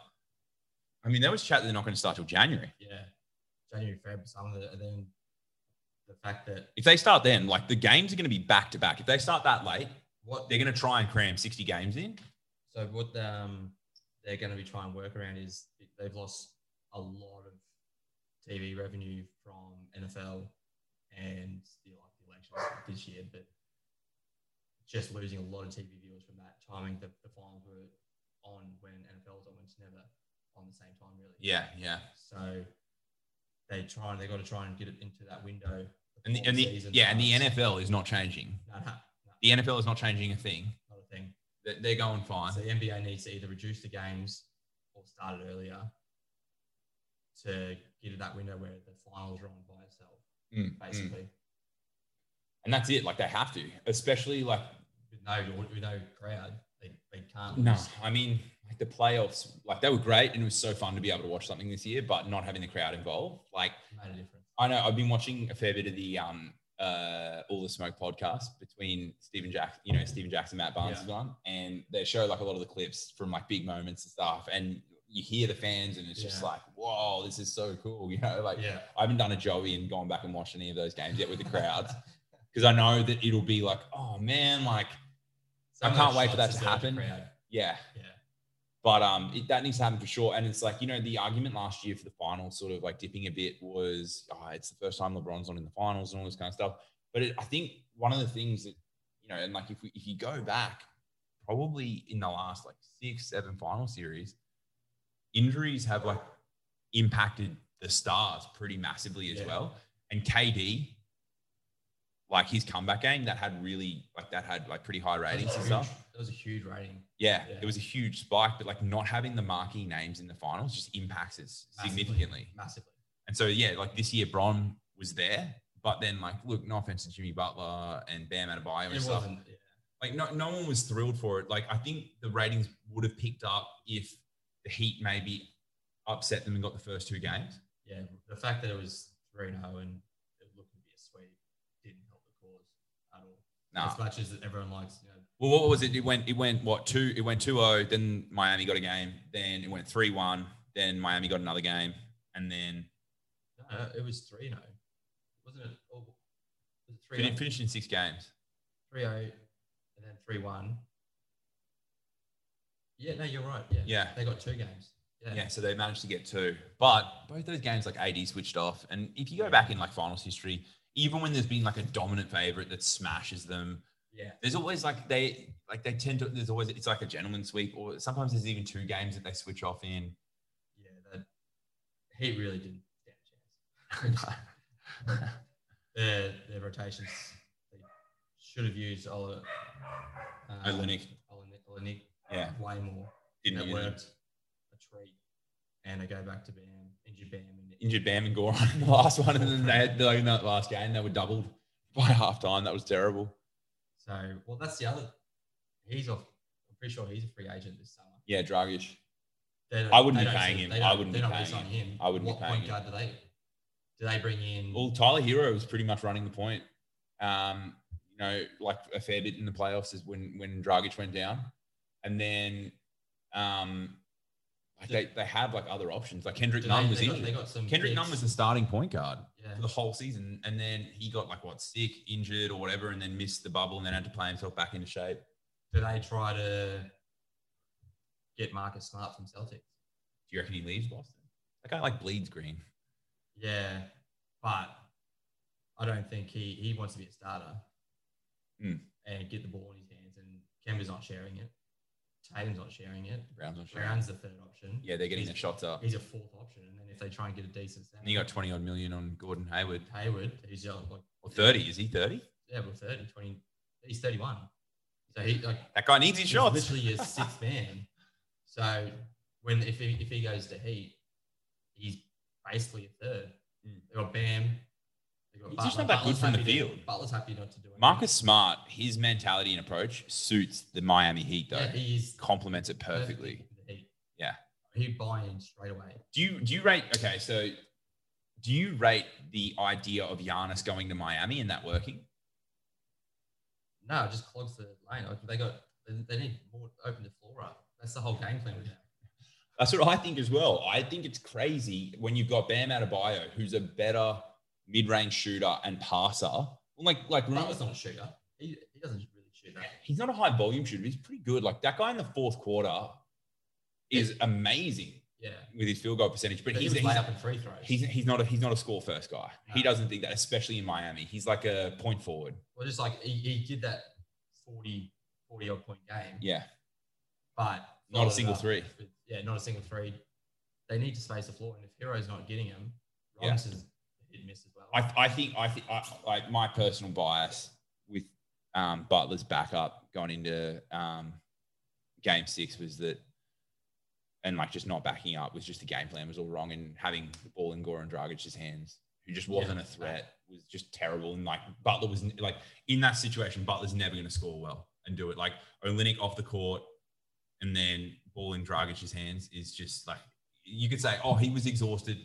Speaker 2: I mean, there was chat that they're not going to start till January.
Speaker 3: Yeah. January, Feb, some of the, and then the fact that
Speaker 2: If they start then, like the games are going to be back to back. If they start that late,
Speaker 3: what
Speaker 2: they're going to try and cram 60 games in.
Speaker 3: So what um, they're going to be trying to work around is they've lost a lot of TV revenue from NFL and the, like, the elections this year, but just losing a lot of TV viewers from that timing. The, the finals were on when NFL was on, when it's never on the same time really.
Speaker 2: Yeah, yeah.
Speaker 3: So they try and they got to try and get it into that window.
Speaker 2: And the,
Speaker 3: before
Speaker 2: and the
Speaker 3: season
Speaker 2: yeah, and the
Speaker 3: starts.
Speaker 2: NFL is not changing.
Speaker 3: No, no, no,
Speaker 2: The NFL is not changing a thing.
Speaker 3: not a thing.
Speaker 2: They- They're going fine.
Speaker 3: So the NBA needs to either reduce the games or start it earlier to get to that window where the finals are on by itself,
Speaker 2: Mm, mm.
Speaker 3: basically.
Speaker 2: And that's it. Like they have to, especially like
Speaker 3: With no with no crowd, they, they can't.
Speaker 2: no.
Speaker 3: lose.
Speaker 2: I mean, like the playoffs, like they were great, and it was so fun to be able to watch something this year. But not having the crowd involved, like
Speaker 3: It made a difference.
Speaker 2: I know I've been watching a fair bit of the um uh all the smoke podcast between Stephen Jack, you know Stephen Jackson, Matt Barnes'
Speaker 3: Yeah.
Speaker 2: one, and they show like a lot of the clips from like big moments and stuff, and you hear the fans, and it's just
Speaker 3: Yeah.
Speaker 2: like, whoa, this is so cool, [LAUGHS] you know, like.
Speaker 3: yeah.
Speaker 2: I haven't done a Joey and gone back and watched any of those games yet with the
Speaker 3: [LAUGHS]
Speaker 2: crowds because I know that it'll be like, oh man, like
Speaker 3: Some
Speaker 2: I
Speaker 3: of
Speaker 2: can't
Speaker 3: those
Speaker 2: wait for
Speaker 3: shots
Speaker 2: that to
Speaker 3: deserve the
Speaker 2: happen.
Speaker 3: crowd.
Speaker 2: yeah,
Speaker 3: Yeah.
Speaker 2: but um, it, that needs to happen for sure. And it's like you know the argument last year for the finals, sort of like dipping a bit, was oh, it's the first time LeBron's not in the finals and all this kind of stuff. But it, I think one of the things that you know, and like if we, if you go back, probably in the last like six, seven final series, injuries have like impacted the stars pretty massively as
Speaker 3: Yeah.
Speaker 2: well. And KD, like his comeback game, that had really like that had like pretty high
Speaker 3: That
Speaker 2: ratings
Speaker 3: was, a
Speaker 2: and
Speaker 3: huge,
Speaker 2: stuff.
Speaker 3: that was a huge rating.
Speaker 2: Yeah,
Speaker 3: Yeah.
Speaker 2: it was a huge spike, but like not having the marquee names in the finals just impacts it
Speaker 3: Massively.
Speaker 2: significantly.
Speaker 3: Massively.
Speaker 2: And so yeah, like this year Bron was there, but then like look, no offense to Jimmy Butler and Bam Adebayo and
Speaker 3: It
Speaker 2: stuff,
Speaker 3: wasn't. Yeah.
Speaker 2: like no, no one was thrilled for it. Like I think the ratings would have picked up if the Heat maybe upset them and got the first two games.
Speaker 3: yeah, the fact that it was 3 0 and it looked to be a sweep didn't help the cause at all.
Speaker 2: Nah.
Speaker 3: As much as everyone likes, you know,
Speaker 2: Well, what was it? It went it went what two? It went 2-0, then Miami got a game, then it went 3-1, then Miami got another game, and then
Speaker 3: No, it was 3 0. Wasn't it? Oh, was it 3
Speaker 2: fin- finished in six games.
Speaker 3: 3 0 oh, and then 3 1? Yeah, no, you're right. Yeah.
Speaker 2: Yeah.
Speaker 3: They got two games. Yeah.
Speaker 2: Yeah, so they managed to get two. But both those games, like AD switched off. And if you go back in like finals history, even when there's been like a dominant favorite that smashes them,
Speaker 3: Yeah.
Speaker 2: there's always like they like they tend to there's always it's like a gentleman sweep, or sometimes there's even two games that they switch off in.
Speaker 3: Yeah. That, he really didn't stand a chance. [LAUGHS] their, their rotations, they should have used Ola, um,
Speaker 2: Olenek.
Speaker 3: Olenek, Olenek
Speaker 2: Yeah.
Speaker 3: way more.
Speaker 2: Didn't
Speaker 3: it
Speaker 2: use them.
Speaker 3: worked a treat. And I go back to Bam, injured Bam. And
Speaker 2: Injured Bam and Goran in the last one, and then they had like in that last game, they were doubled by half time. That was terrible.
Speaker 3: So, well, that's the other. He's off. I'm pretty sure he's a free agent this summer.
Speaker 2: Yeah, Dragic.
Speaker 3: They don't-
Speaker 2: I wouldn't
Speaker 3: they
Speaker 2: be
Speaker 3: don't
Speaker 2: paying
Speaker 3: see-
Speaker 2: him.
Speaker 3: they
Speaker 2: I
Speaker 3: don't-
Speaker 2: wouldn't
Speaker 3: they
Speaker 2: be
Speaker 3: don't
Speaker 2: paying
Speaker 3: resigning him.
Speaker 2: I wouldn't be
Speaker 3: What
Speaker 2: paying
Speaker 3: point
Speaker 2: him.
Speaker 3: guard do they? Do they bring in?
Speaker 2: Well, Tyler Hero was pretty much running the point. Um, you know, like a fair bit in the playoffs is when when Dragic went down, and then um, Like they, they have like other options. Like Kendrick
Speaker 3: They-
Speaker 2: Nunn
Speaker 3: they
Speaker 2: was
Speaker 3: got- They
Speaker 2: injured.
Speaker 3: got some.
Speaker 4: Kendrick
Speaker 3: picks.
Speaker 4: Nunn was the starting point guard
Speaker 3: Yeah.
Speaker 4: for the whole season, and then he got like what sick, injured, or whatever, and then missed the bubble, and then had to play himself back into shape.
Speaker 3: Do they try to get Marcus Smart from Celtic?
Speaker 4: Do you reckon he leaves Boston? That guy like bleeds green.
Speaker 3: Yeah, but I don't think he he wants to be a starter
Speaker 2: Hmm.
Speaker 3: and get the ball in his hands. And Kemba's not sharing it. Tatum's not sharing it.
Speaker 2: Brown's not sure.
Speaker 3: Brown's the third option.
Speaker 2: Yeah, they're getting
Speaker 3: He's-
Speaker 2: their shots up.
Speaker 3: He's a fourth option, and then if they try and get a decent center,
Speaker 4: And you got twenty odd million on Gordon Hayward.
Speaker 3: Hayward, who's uh, like
Speaker 4: Or thirty? Is he thirty?
Speaker 3: yeah, well, 30, 20, he's thirty one. So he like
Speaker 4: That guy needs his
Speaker 3: he's
Speaker 4: shots.
Speaker 2: [LAUGHS]
Speaker 3: literally a sixth man. So when if he, if he goes to Heat, he's basically a third.
Speaker 2: Mm.
Speaker 3: They got Bam. They got
Speaker 2: He's just not that good
Speaker 3: Butler's
Speaker 2: from the
Speaker 3: happy to-
Speaker 2: field.
Speaker 3: Butler's happy not to do anything.
Speaker 2: Marcus Smart, his mentality and approach suits the Miami Heat though.
Speaker 3: yeah, he is
Speaker 2: Complements it
Speaker 3: perfectly
Speaker 2: perfectly.
Speaker 3: for the Heat.
Speaker 2: Yeah.
Speaker 3: he buy in straight away.
Speaker 2: Do you do you rate okay, so do you rate the idea of Giannis going to Miami and that working?
Speaker 3: No, it just clogs the lane. Like, They got they- they need more to open the floor up. That's the whole game plan with that.
Speaker 2: That's what I think as well. I think it's crazy when you've got Bam Adebayo, who's a better mid-range shooter and passer. Well, Like, like remember,
Speaker 3: Butler's not a shooter. He, he doesn't really shoot that.
Speaker 2: he's not a high volume shooter. He's pretty good. Like that guy in the fourth quarter is amazing
Speaker 3: Yeah,
Speaker 2: with his field goal percentage, but,
Speaker 3: but he
Speaker 2: he's,
Speaker 3: was
Speaker 2: he's,
Speaker 3: layup and free throws.
Speaker 2: he's he's not a he's not a score first guy. He
Speaker 3: No.
Speaker 2: doesn't think that, especially in Miami. He's like a point forward.
Speaker 3: well, just like he, he did that 40, 40 odd point game.
Speaker 2: Yeah,
Speaker 3: but
Speaker 2: Not a
Speaker 3: followed
Speaker 2: single
Speaker 3: up
Speaker 2: three.
Speaker 3: with- yeah, not a single three. They need to space the floor, and if Hero's not getting him,
Speaker 2: Yeah.
Speaker 3: Robinson's hit and miss as well.
Speaker 2: I I think I think I, like my personal bias with um, Butler's backup going into um, game six was that. And like just not backing up was just the game plan was all wrong, and having the ball in Goran Dragic's hands, who just wasn't
Speaker 3: Yeah.
Speaker 2: a threat, was just terrible. And like Butler was like in that situation, Butler's never going to score well and do it. Like Olenek off the court, and then ball in Dragic's hands is just like you could say, oh, he was exhausted.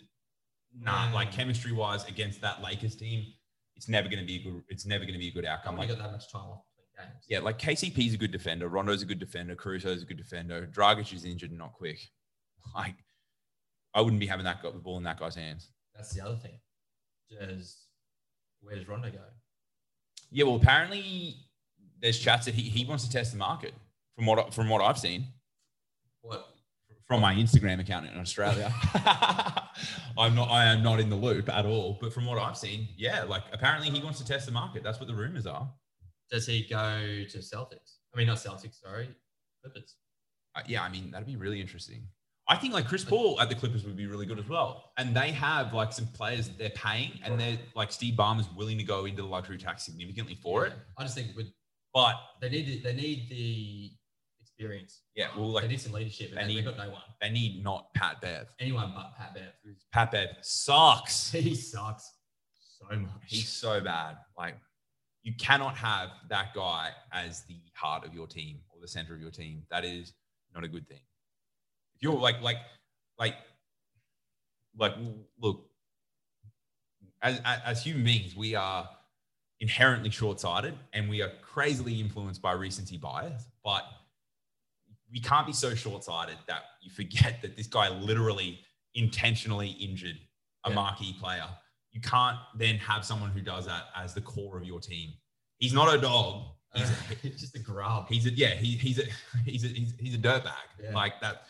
Speaker 2: Nah,
Speaker 3: Mm.
Speaker 2: like chemistry wise against that Lakers team, it's never going to be a good. It's never going to be a good
Speaker 3: I'm
Speaker 2: outcome.
Speaker 3: like,
Speaker 2: Like,
Speaker 3: got that much time off between games.
Speaker 2: yeah, like KCP's a good defender. Rondo's a good defender. Caruso's a good defender. Dragic is injured and not quick. [LAUGHS] Like, I wouldn't be having that guy, the ball in that guy's hands.
Speaker 3: that's the other thing. Does where does Rondo go?
Speaker 2: Yeah, well, apparently there's chats that he, he wants to test the market from what I- from what I've seen.
Speaker 3: What?
Speaker 2: from my Instagram account in Australia. [LAUGHS] I'm not. I am not in the loop at all. But from what I've seen, yeah, like apparently he wants to test the market. That's what the rumors are.
Speaker 3: Does he go to Celtics? I mean, not Celtics. Sorry, Clippers.
Speaker 2: Uh, yeah, I mean that'd be really interesting. I think like Chris Paul at the Clippers would be really good as well. And they have like some players that they're paying, and they're like Steve Ballmer's willing to go into the luxury tax significantly for it.
Speaker 3: Yeah. I just think with,
Speaker 2: But
Speaker 3: they need the, they need the experience.
Speaker 2: yeah, well,
Speaker 3: they
Speaker 2: like
Speaker 3: need some leadership, and
Speaker 2: they
Speaker 3: they
Speaker 2: need-
Speaker 3: have got no one.
Speaker 2: they need not Pat Bev.
Speaker 3: Anyone but Pat Bev. who's-
Speaker 2: Pat Bev sucks.
Speaker 3: He sucks so much.
Speaker 2: He's so bad. Like you cannot have that guy as the heart of your team or the center of your team. That is not a good thing. If you're like like like like look as as, as human beings, we are inherently short-sighted and we are crazily influenced by recency bias, but we can't be so short-sighted that you forget that this guy literally intentionally injured a
Speaker 3: Yeah.
Speaker 2: marquee player. You can't then have someone who does that as the core of your team. He's not a dog. He's a,
Speaker 3: [LAUGHS] He's just a grub.
Speaker 2: he's a yeah. He, he's a [LAUGHS] he's a he's, he's a dirtbag.
Speaker 3: Yeah.
Speaker 2: Like that.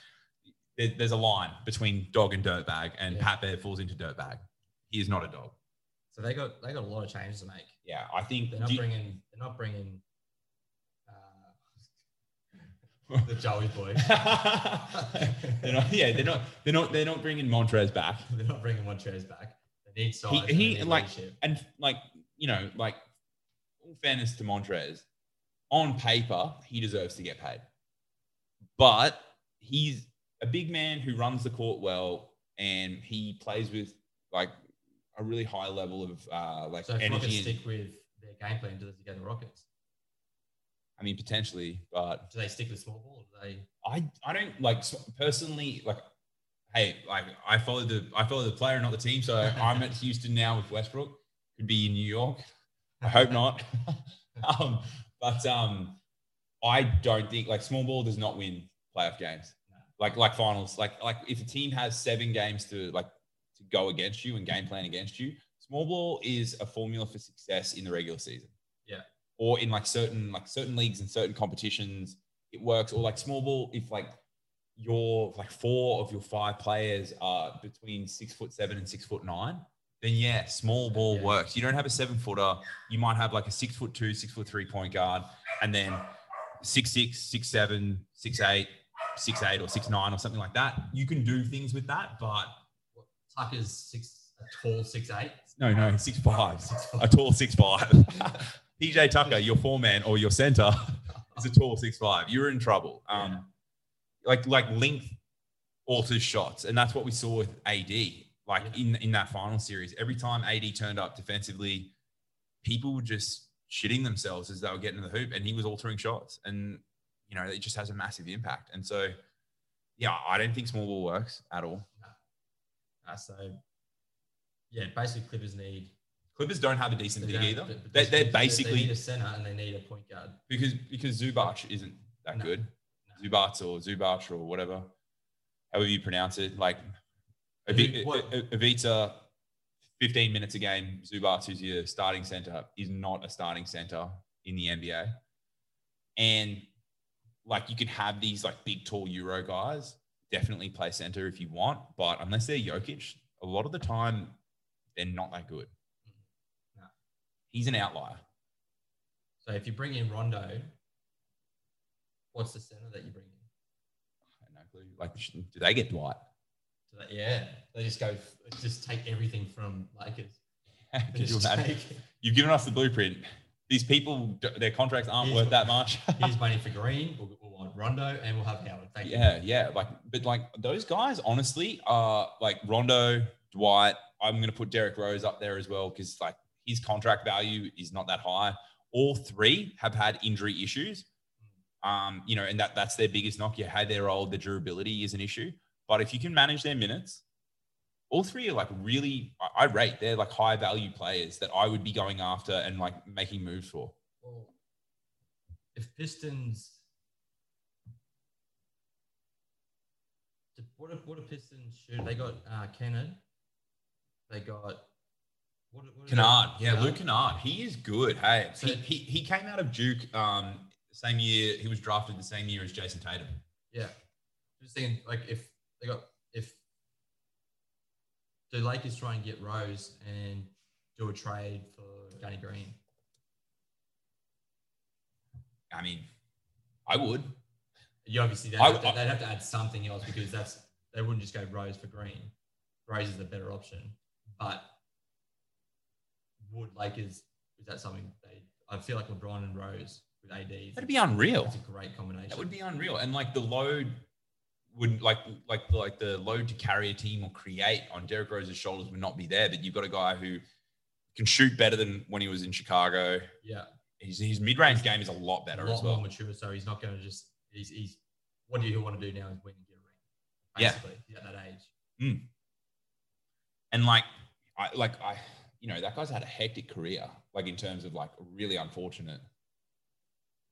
Speaker 2: There, there's a line between dog and dirtbag, and
Speaker 3: Yeah.
Speaker 2: Pat Bear falls into dirtbag. He is not a dog.
Speaker 3: So they got they got a lot of changes to make.
Speaker 2: Yeah, I think.
Speaker 3: They're not
Speaker 2: do you-
Speaker 3: bringing they're not bringing
Speaker 2: [LAUGHS]
Speaker 3: uh, the Joey boy.
Speaker 2: they're not, yeah, they're not. They're not. They're not bringing Montrez back.
Speaker 3: [LAUGHS] They're not bringing Montrez back. They need size.
Speaker 2: He-
Speaker 3: and they
Speaker 2: he,
Speaker 3: need
Speaker 2: like-
Speaker 3: leadership.
Speaker 2: and like you know, like all fairness to Montrez, on paper he deserves to get paid, but he's a big man who runs the court well and he plays with like a really high level of uh, like
Speaker 3: So if Rockets
Speaker 2: energy. And,
Speaker 3: stick with their game plan, do they go to Rockets?
Speaker 2: I mean, potentially, but
Speaker 3: Do they stick with small ball? Do they
Speaker 2: I I don't like so- personally like. Hey, like I follow the I follow the player, not the team. So I'm at Houston now with Westbrook. Could be in New York. I hope not. [LAUGHS] um, but um, I don't think like small ball does not win playoff games. like like finals. Like like if a team has seven games to like to go against you and game plan against you, small ball is a formula for success in the regular season.
Speaker 3: Yeah.
Speaker 2: Or in like certain like certain leagues and certain competitions, it works. Or like small ball, if like your like four of your five players are between six foot seven and six foot nine, then yeah, small ball
Speaker 3: Yeah.
Speaker 2: works. You don't have a seven footer. You might have like a six foot two, six foot three point guard, and then six six, six seven, six eight, six eight, or six nine, or something like that. You can do things with that, but
Speaker 3: What, Tucker's six, a tall six eight.
Speaker 2: no, no, six five,
Speaker 3: Six
Speaker 2: a
Speaker 3: five.
Speaker 2: tall six five. [LAUGHS] PJ Tucker, your four man or your center, [LAUGHS] is a tall six five. You're in trouble. Um, like like length alters shots, and that's what we saw with AD. Like in in that final series, every time AD turned up defensively, people were just shitting themselves as they were getting to the hoop, and he was altering shots, and you know it just has a massive impact. And so, yeah, I don't think small ball works at all.
Speaker 3: Uh, so, yeah, basically Clippers need.
Speaker 2: Clippers don't have a decent
Speaker 3: they
Speaker 2: big
Speaker 3: don't-
Speaker 2: either.
Speaker 3: but- but
Speaker 2: They,
Speaker 3: they-
Speaker 2: they're
Speaker 3: they
Speaker 2: basically
Speaker 3: need a center and they need a point guard.
Speaker 2: because because Zubac isn't that
Speaker 3: No.
Speaker 2: good.
Speaker 3: No.
Speaker 2: Zubac or Zubac or whatever, however you pronounce it. Like
Speaker 3: Who-
Speaker 2: Avi-
Speaker 3: what-
Speaker 2: A- A- Avita, fifteen minutes a game. Zubac, who's your starting center, is not a starting center in the NBA. And like you can have these like big tall Euro guys definitely play center if you want, but unless they're Jokic, a lot of the time they're not that good.
Speaker 3: No.
Speaker 2: He's an outlier.
Speaker 3: So if you bring in Rondo, what's the center that you bring in?
Speaker 2: I have no clue. Like, sh- do they get Dwight?
Speaker 3: So that, yeah, they just go, just take everything from Lakers.
Speaker 2: [LAUGHS]
Speaker 3: They
Speaker 2: Could you
Speaker 3: just
Speaker 2: imagine?
Speaker 3: take- [LAUGHS]
Speaker 2: You've given us the blueprint. These people, d- their contracts aren't
Speaker 3: Here's
Speaker 2: worth
Speaker 3: what-
Speaker 2: that [LAUGHS] much.
Speaker 3: Here's money for Green. We'll, we'll have Rondo and we'll have Howard. Thank you.
Speaker 2: yeah, yeah. Like, but like those guys, honestly, are like Rondo, Dwight. I'm gonna put Derek Rose up there as well because like his contract value is not that high. All three have had injury issues. Um, you know, and that that's their biggest knock. You had their old, their durability is an issue. But if you can manage their minutes, all three are like really I- I rate they're like high value players that I would be going after and like making moves for.
Speaker 3: Well, if Pistons, Did- what if what if Pistons shoot? They got uh, Kennard. They got what? what is it?
Speaker 2: Kennard, yeah, Luke Kennard, he is good. Hey,
Speaker 3: So-
Speaker 2: he, he, he came out of Duke um, same year. He was drafted the same year as Jason Tatum.
Speaker 3: Yeah, just thinking like if they got if the Lakers try and get Rose and do a trade for Danny Green.
Speaker 2: I mean, I would.
Speaker 3: You obviously they'd
Speaker 2: I-
Speaker 3: have, to,
Speaker 2: I-
Speaker 3: they'd have to add something else because that's they wouldn't just go Rose for Green. Rose is the better option, but would Lakers is that something they? I feel like LeBron and Rose with AD. is-
Speaker 2: That'd be unreal.
Speaker 3: That's a great combination.
Speaker 2: That would be unreal. And like the load would like like like the load to carry a team or create on Derrick Rose's shoulders would not be there. But you've got a guy who can shoot better than when he was in Chicago.
Speaker 3: yeah,
Speaker 2: His, his mid range game is a lot
Speaker 3: a
Speaker 2: better as
Speaker 3: lot more
Speaker 2: well.
Speaker 3: mature. So he's not going to just he's he's what do you want to do now is win and get a
Speaker 2: Yeah.
Speaker 3: ring. Basically, yeah, at that age.
Speaker 2: And like I like I you know that guy's had a hectic career. Like in terms of like really unfortunate.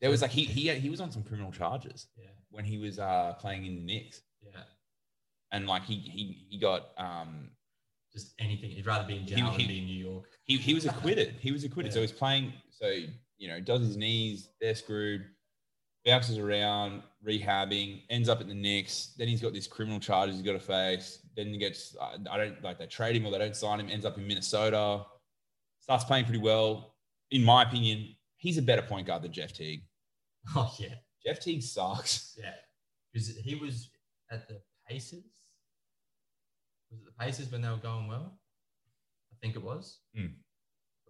Speaker 2: There was like he he he was on some criminal charges
Speaker 3: Yeah,
Speaker 2: when he was uh playing in the Knicks,
Speaker 3: yeah.
Speaker 2: and like he he he got um
Speaker 3: Just anything. He'd rather be in
Speaker 2: He-
Speaker 3: jail
Speaker 2: he-
Speaker 3: than be in New York. [LAUGHS]
Speaker 2: he, he [LAUGHS] was acquitted. He was acquitted. So
Speaker 3: Yeah.
Speaker 2: he's playing. So you know, does his knees? They're screwed. Bounces around, rehabbing, ends up at the Knicks. Then he's got these criminal charges he's got to face. Then he gets. I I don't like they trade him or they don't sign him. Ends up in Minnesota. Starts playing pretty well, in my opinion. He's a better point guard than Jeff Teague.
Speaker 3: Oh yeah,
Speaker 2: Jeff Teague sucks.
Speaker 3: yeah. Because he was at the Pacers. Was it the Pacers when they were going well? I think it was.
Speaker 2: Hmm.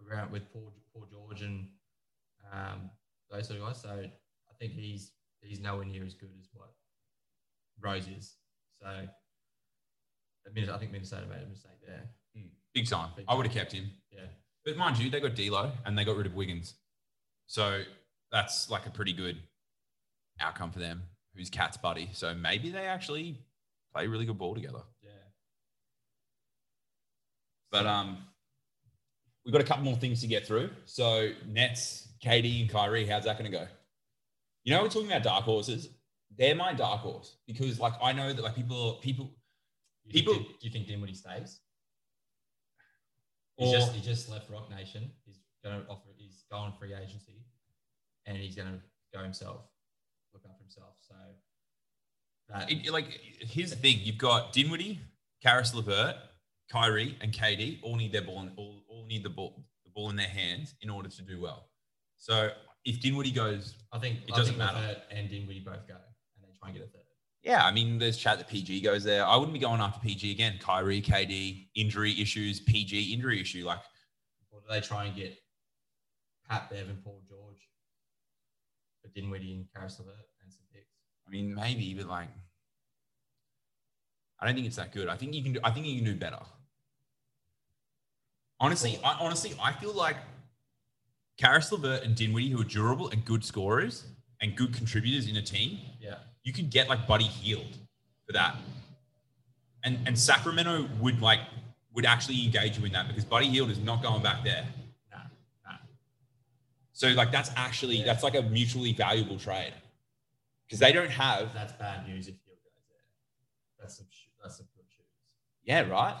Speaker 3: Around with Paul, Paul George and um, those sort of guys. So I think he's he's nowhere near as good as what Rose is. So I mean, I think Minnesota made a mistake there.
Speaker 2: Big time.
Speaker 3: Big
Speaker 2: I would have
Speaker 3: time.
Speaker 2: kept him.
Speaker 3: Yeah.
Speaker 2: But mind you, they got D'Lo and they got rid of Wiggins, so that's like a pretty good outcome for them. Who's Cat's buddy? So maybe they actually play really good ball together.
Speaker 3: Yeah.
Speaker 2: But um, we've got a couple more things to get through. So Nets, Katie, and Kyrie. How's that going to go? You know, we're talking about dark horses. they're my dark horse because like I know that like people people
Speaker 3: You think
Speaker 2: People-
Speaker 3: Dim- do you think Dinwiddie stays? He's
Speaker 2: or
Speaker 3: just he just left Rock Nation. He's going to offer. He's going free agency, and he's going to go himself, look after himself. So uh, that
Speaker 2: it- like here's the thing: you've got Dinwiddie, Karis Levert, Kyrie, and KD all need their ball in, all, all need the ball the ball in their hands in order to do well. So if Dinwiddie goes,
Speaker 3: I think
Speaker 2: It
Speaker 3: I
Speaker 2: doesn't
Speaker 3: think
Speaker 2: matter.
Speaker 3: Levert and Dinwiddie both go, and they try and get a third.
Speaker 2: yeah, I mean, there's chat that PG goes there. I wouldn't be going after PG again. Kyrie, KD, injury issues, PG injury issue. Like
Speaker 3: Or do they try and get Pat Bev and Paul George for Dinwiddie and Karis Levert and some picks?
Speaker 2: I mean, maybe, but like, I don't think it's that good. I think you can do. I think you can do better. Honestly, I, honestly, I feel like Karis Levert and Dinwiddie, who are durable and good scorers and good contributors in a team,
Speaker 3: Yeah,
Speaker 2: you could get like Buddy Healed for that. And and Sacramento would like would actually engage you in that because Buddy Healed is not going back there.
Speaker 3: no, no.
Speaker 2: So like that's actually
Speaker 3: Yeah.
Speaker 2: that's like a mutually valuable trade because they don't have
Speaker 3: That's bad news if Hill goes there. That's some sh- that's some good shoes.
Speaker 2: Yeah, right.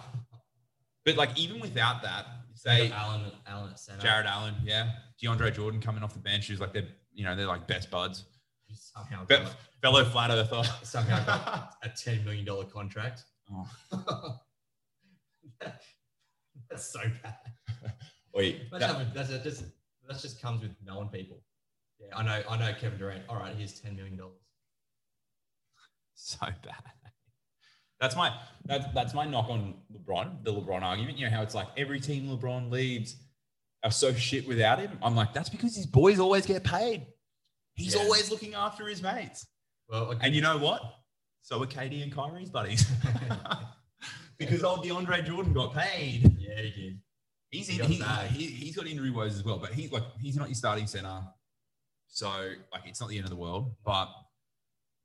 Speaker 2: But like even without that,
Speaker 3: They
Speaker 2: say
Speaker 3: got Allen Allen at center.
Speaker 2: Jared Allen, yeah, DeAndre Jordan coming off the bench who's like they're you know they're like best buds,
Speaker 3: who somehow
Speaker 2: Be-
Speaker 3: got,
Speaker 2: fellow flat earther. [LAUGHS]
Speaker 3: somehow got a ten million dollar contract.
Speaker 2: Oh.
Speaker 3: [LAUGHS] that's so bad.
Speaker 2: Wait,
Speaker 3: That's,
Speaker 2: that-
Speaker 3: that's, that's just that just comes with knowing people. Yeah, I know. I know Kevin Durant. All right, here's ten million dollars.
Speaker 2: [LAUGHS] so bad. That's my that's that's my knock on LeBron, the LeBron argument. You know how it's like every team LeBron leaves are so shit without him. I'm like that's because his boys always get paid. He's
Speaker 3: Yeah.
Speaker 2: always looking after his mates.
Speaker 3: Well, okay.
Speaker 2: And you know what? So are KD and Kyrie's buddies. [LAUGHS] because old DeAndre Jordan got paid.
Speaker 3: yeah, he did.
Speaker 2: He's
Speaker 3: He
Speaker 2: in,
Speaker 3: got
Speaker 2: he's,
Speaker 3: bagged.
Speaker 2: he, he's got injury woes as well, but he's like he's not your starting center. So like it's not the end of the world. But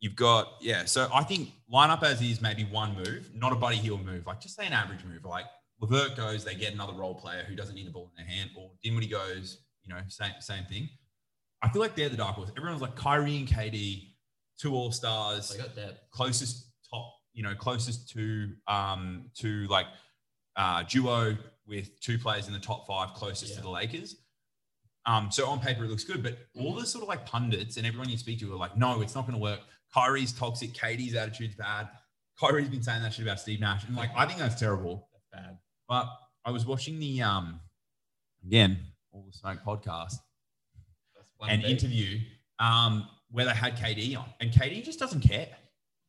Speaker 2: you've got, yeah. So I think lineup as is maybe one move, not a buddy heel move. Like just say an average move. Like Levert goes, they get another role player who doesn't need the ball in their hand, or Dinwiddie goes, you know, same same thing. I feel like they're the dark horse. Everyone's like Kyrie and KD, two all stars
Speaker 3: They got that.
Speaker 2: closest top, you know, closest to um to like uh duo with two players in the top five closest to
Speaker 3: Yeah.
Speaker 2: the Lakers. Um, so on paper it looks good, but all the sort of like pundits and everyone you speak to are like, no, it's not gonna work. Kyrie's toxic, Katie's attitude's bad. Kyrie's been saying that shit about Steve Nash. And like I think that's terrible.
Speaker 3: That's bad.
Speaker 2: But I was watching the um again, all the smoke podcast
Speaker 3: That's one
Speaker 2: and
Speaker 3: thing.
Speaker 2: interview um where they had KD on and KD just doesn't care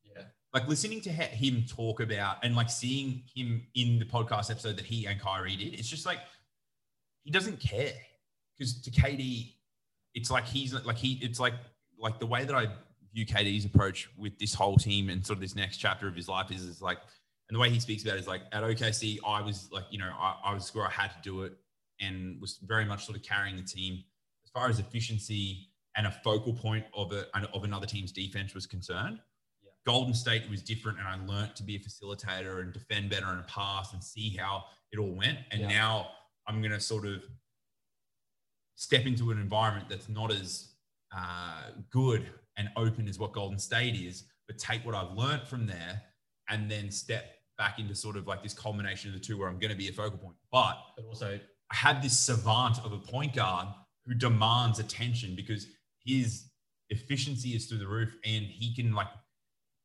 Speaker 3: yeah.
Speaker 2: like listening to he- him talk about and like seeing him in the podcast episode that he and Kyrie did, it's just like he doesn't care because to KD, it's like he's like he it's like like the way that I view KD's approach with this whole team and sort of this next chapter of his life is is like and the way he speaks about it is like at OKC I was like you know I, I was a scorer I had to do it and was very much sort of carrying the team as far as efficiency and a focal point of a of another team's defense was concerned. Golden State was different, and I learnt to be a facilitator and defend better and pass and see how it all went. And
Speaker 3: Yeah.
Speaker 2: now I'm going to sort of step into an environment that's not as uh, good and open as what Golden State is, but take what I've learnt from there and then step back into sort of like this culmination of the two where I'm going to be a focal point. But
Speaker 3: But also,
Speaker 2: I had this savant of a point guard who demands attention because his efficiency is through the roof and he can like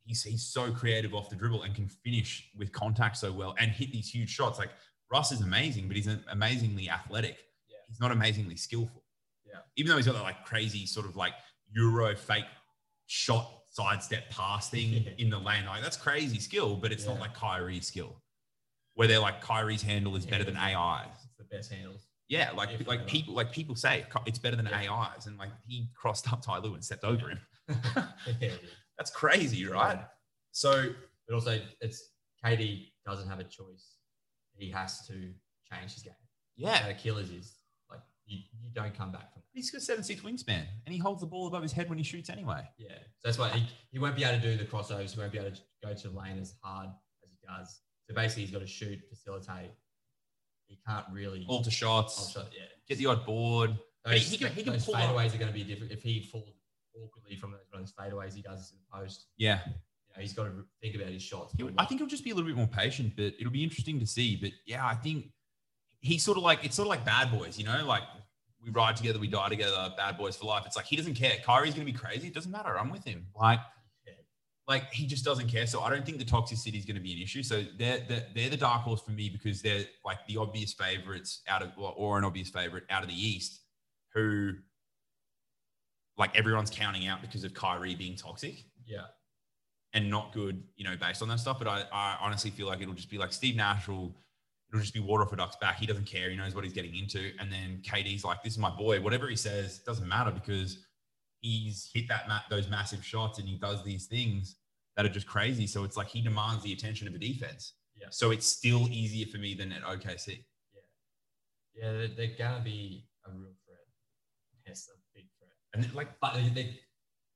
Speaker 2: he's he's so creative off the dribble and can finish with contact so well and hit these huge shots. Like Russ is amazing, but he's amazingly athletic.
Speaker 3: Yeah.
Speaker 2: He's not amazingly skillful.
Speaker 3: Yeah.
Speaker 2: Even though he's got that like crazy sort of like Euro fake shot sidestep pass thing
Speaker 3: [LAUGHS] Yeah.
Speaker 2: in the lane. Like that's crazy skill, but it's not
Speaker 3: Yeah.
Speaker 2: like Kyrie's skill. Where they're like Kyrie's handle is better than AI's
Speaker 3: it's the
Speaker 2: [LAUGHS]
Speaker 3: best handles.
Speaker 2: yeah, like
Speaker 3: If
Speaker 2: like
Speaker 3: ever.
Speaker 2: people like people say co- it's better than
Speaker 3: Yeah.
Speaker 2: AIs, and like he crossed up Ty Lue and stepped over him.
Speaker 3: Yeah.
Speaker 2: That's crazy, right? So
Speaker 3: But also, it's KD doesn't have a choice. He has to change his game.
Speaker 2: yeah,
Speaker 3: The Achilles is like you, you don't come back from that.
Speaker 2: he's got seven six wingspan, and he holds the ball above his head when he shoots anyway.
Speaker 3: Yeah. So that's why he, he won't be able to do the crossovers. He won't be able to go to the lane as hard as he does. So basically, he's got to shoot, facilitate. He can't really.
Speaker 2: Alter shots,
Speaker 3: I'll shut- yeah.
Speaker 2: get the odd board. But he-
Speaker 3: Those,
Speaker 2: he can- he can
Speaker 3: those
Speaker 2: pull up-
Speaker 3: fadeaways are going to be different if he falls awkwardly from those runs fadeaways he does in the post.
Speaker 2: Yeah.
Speaker 3: You know, he's got to think about his shots.
Speaker 2: He'll- I think he'll just be a little bit more patient, but it'll be interesting to see. But yeah, I think he's sort of like it's sort of like bad boys, you know, like we ride together, we die together, bad boys for life. It's like he doesn't care. Kyrie's gonna be crazy. It doesn't matter. I'm with him. Like, like he just doesn't care. So I don't think the toxicity is gonna be an issue. So they're, they're they're the dark horse for me because they're like the obvious favorites out of well, or an obvious favorite out of the East, who like everyone's counting out because of Kyrie being toxic
Speaker 3: yeah,
Speaker 2: and not good, you know, based on that stuff. But I, I honestly feel like it'll just be like Steve Nash will, it'll just be water off a duck's back. He doesn't care. He knows what he's getting into. And then KD's like, this is my boy. Whatever he says doesn't matter because he's hit that ma- those massive shots and he does these things that are just crazy. So it's like he demands the attention of a defense.
Speaker 3: Yeah.
Speaker 2: So it's still easier for me than at OKC.
Speaker 3: yeah, they're, they're gonna be a real threat. Yes, a big threat.
Speaker 2: And like,
Speaker 3: But they, they,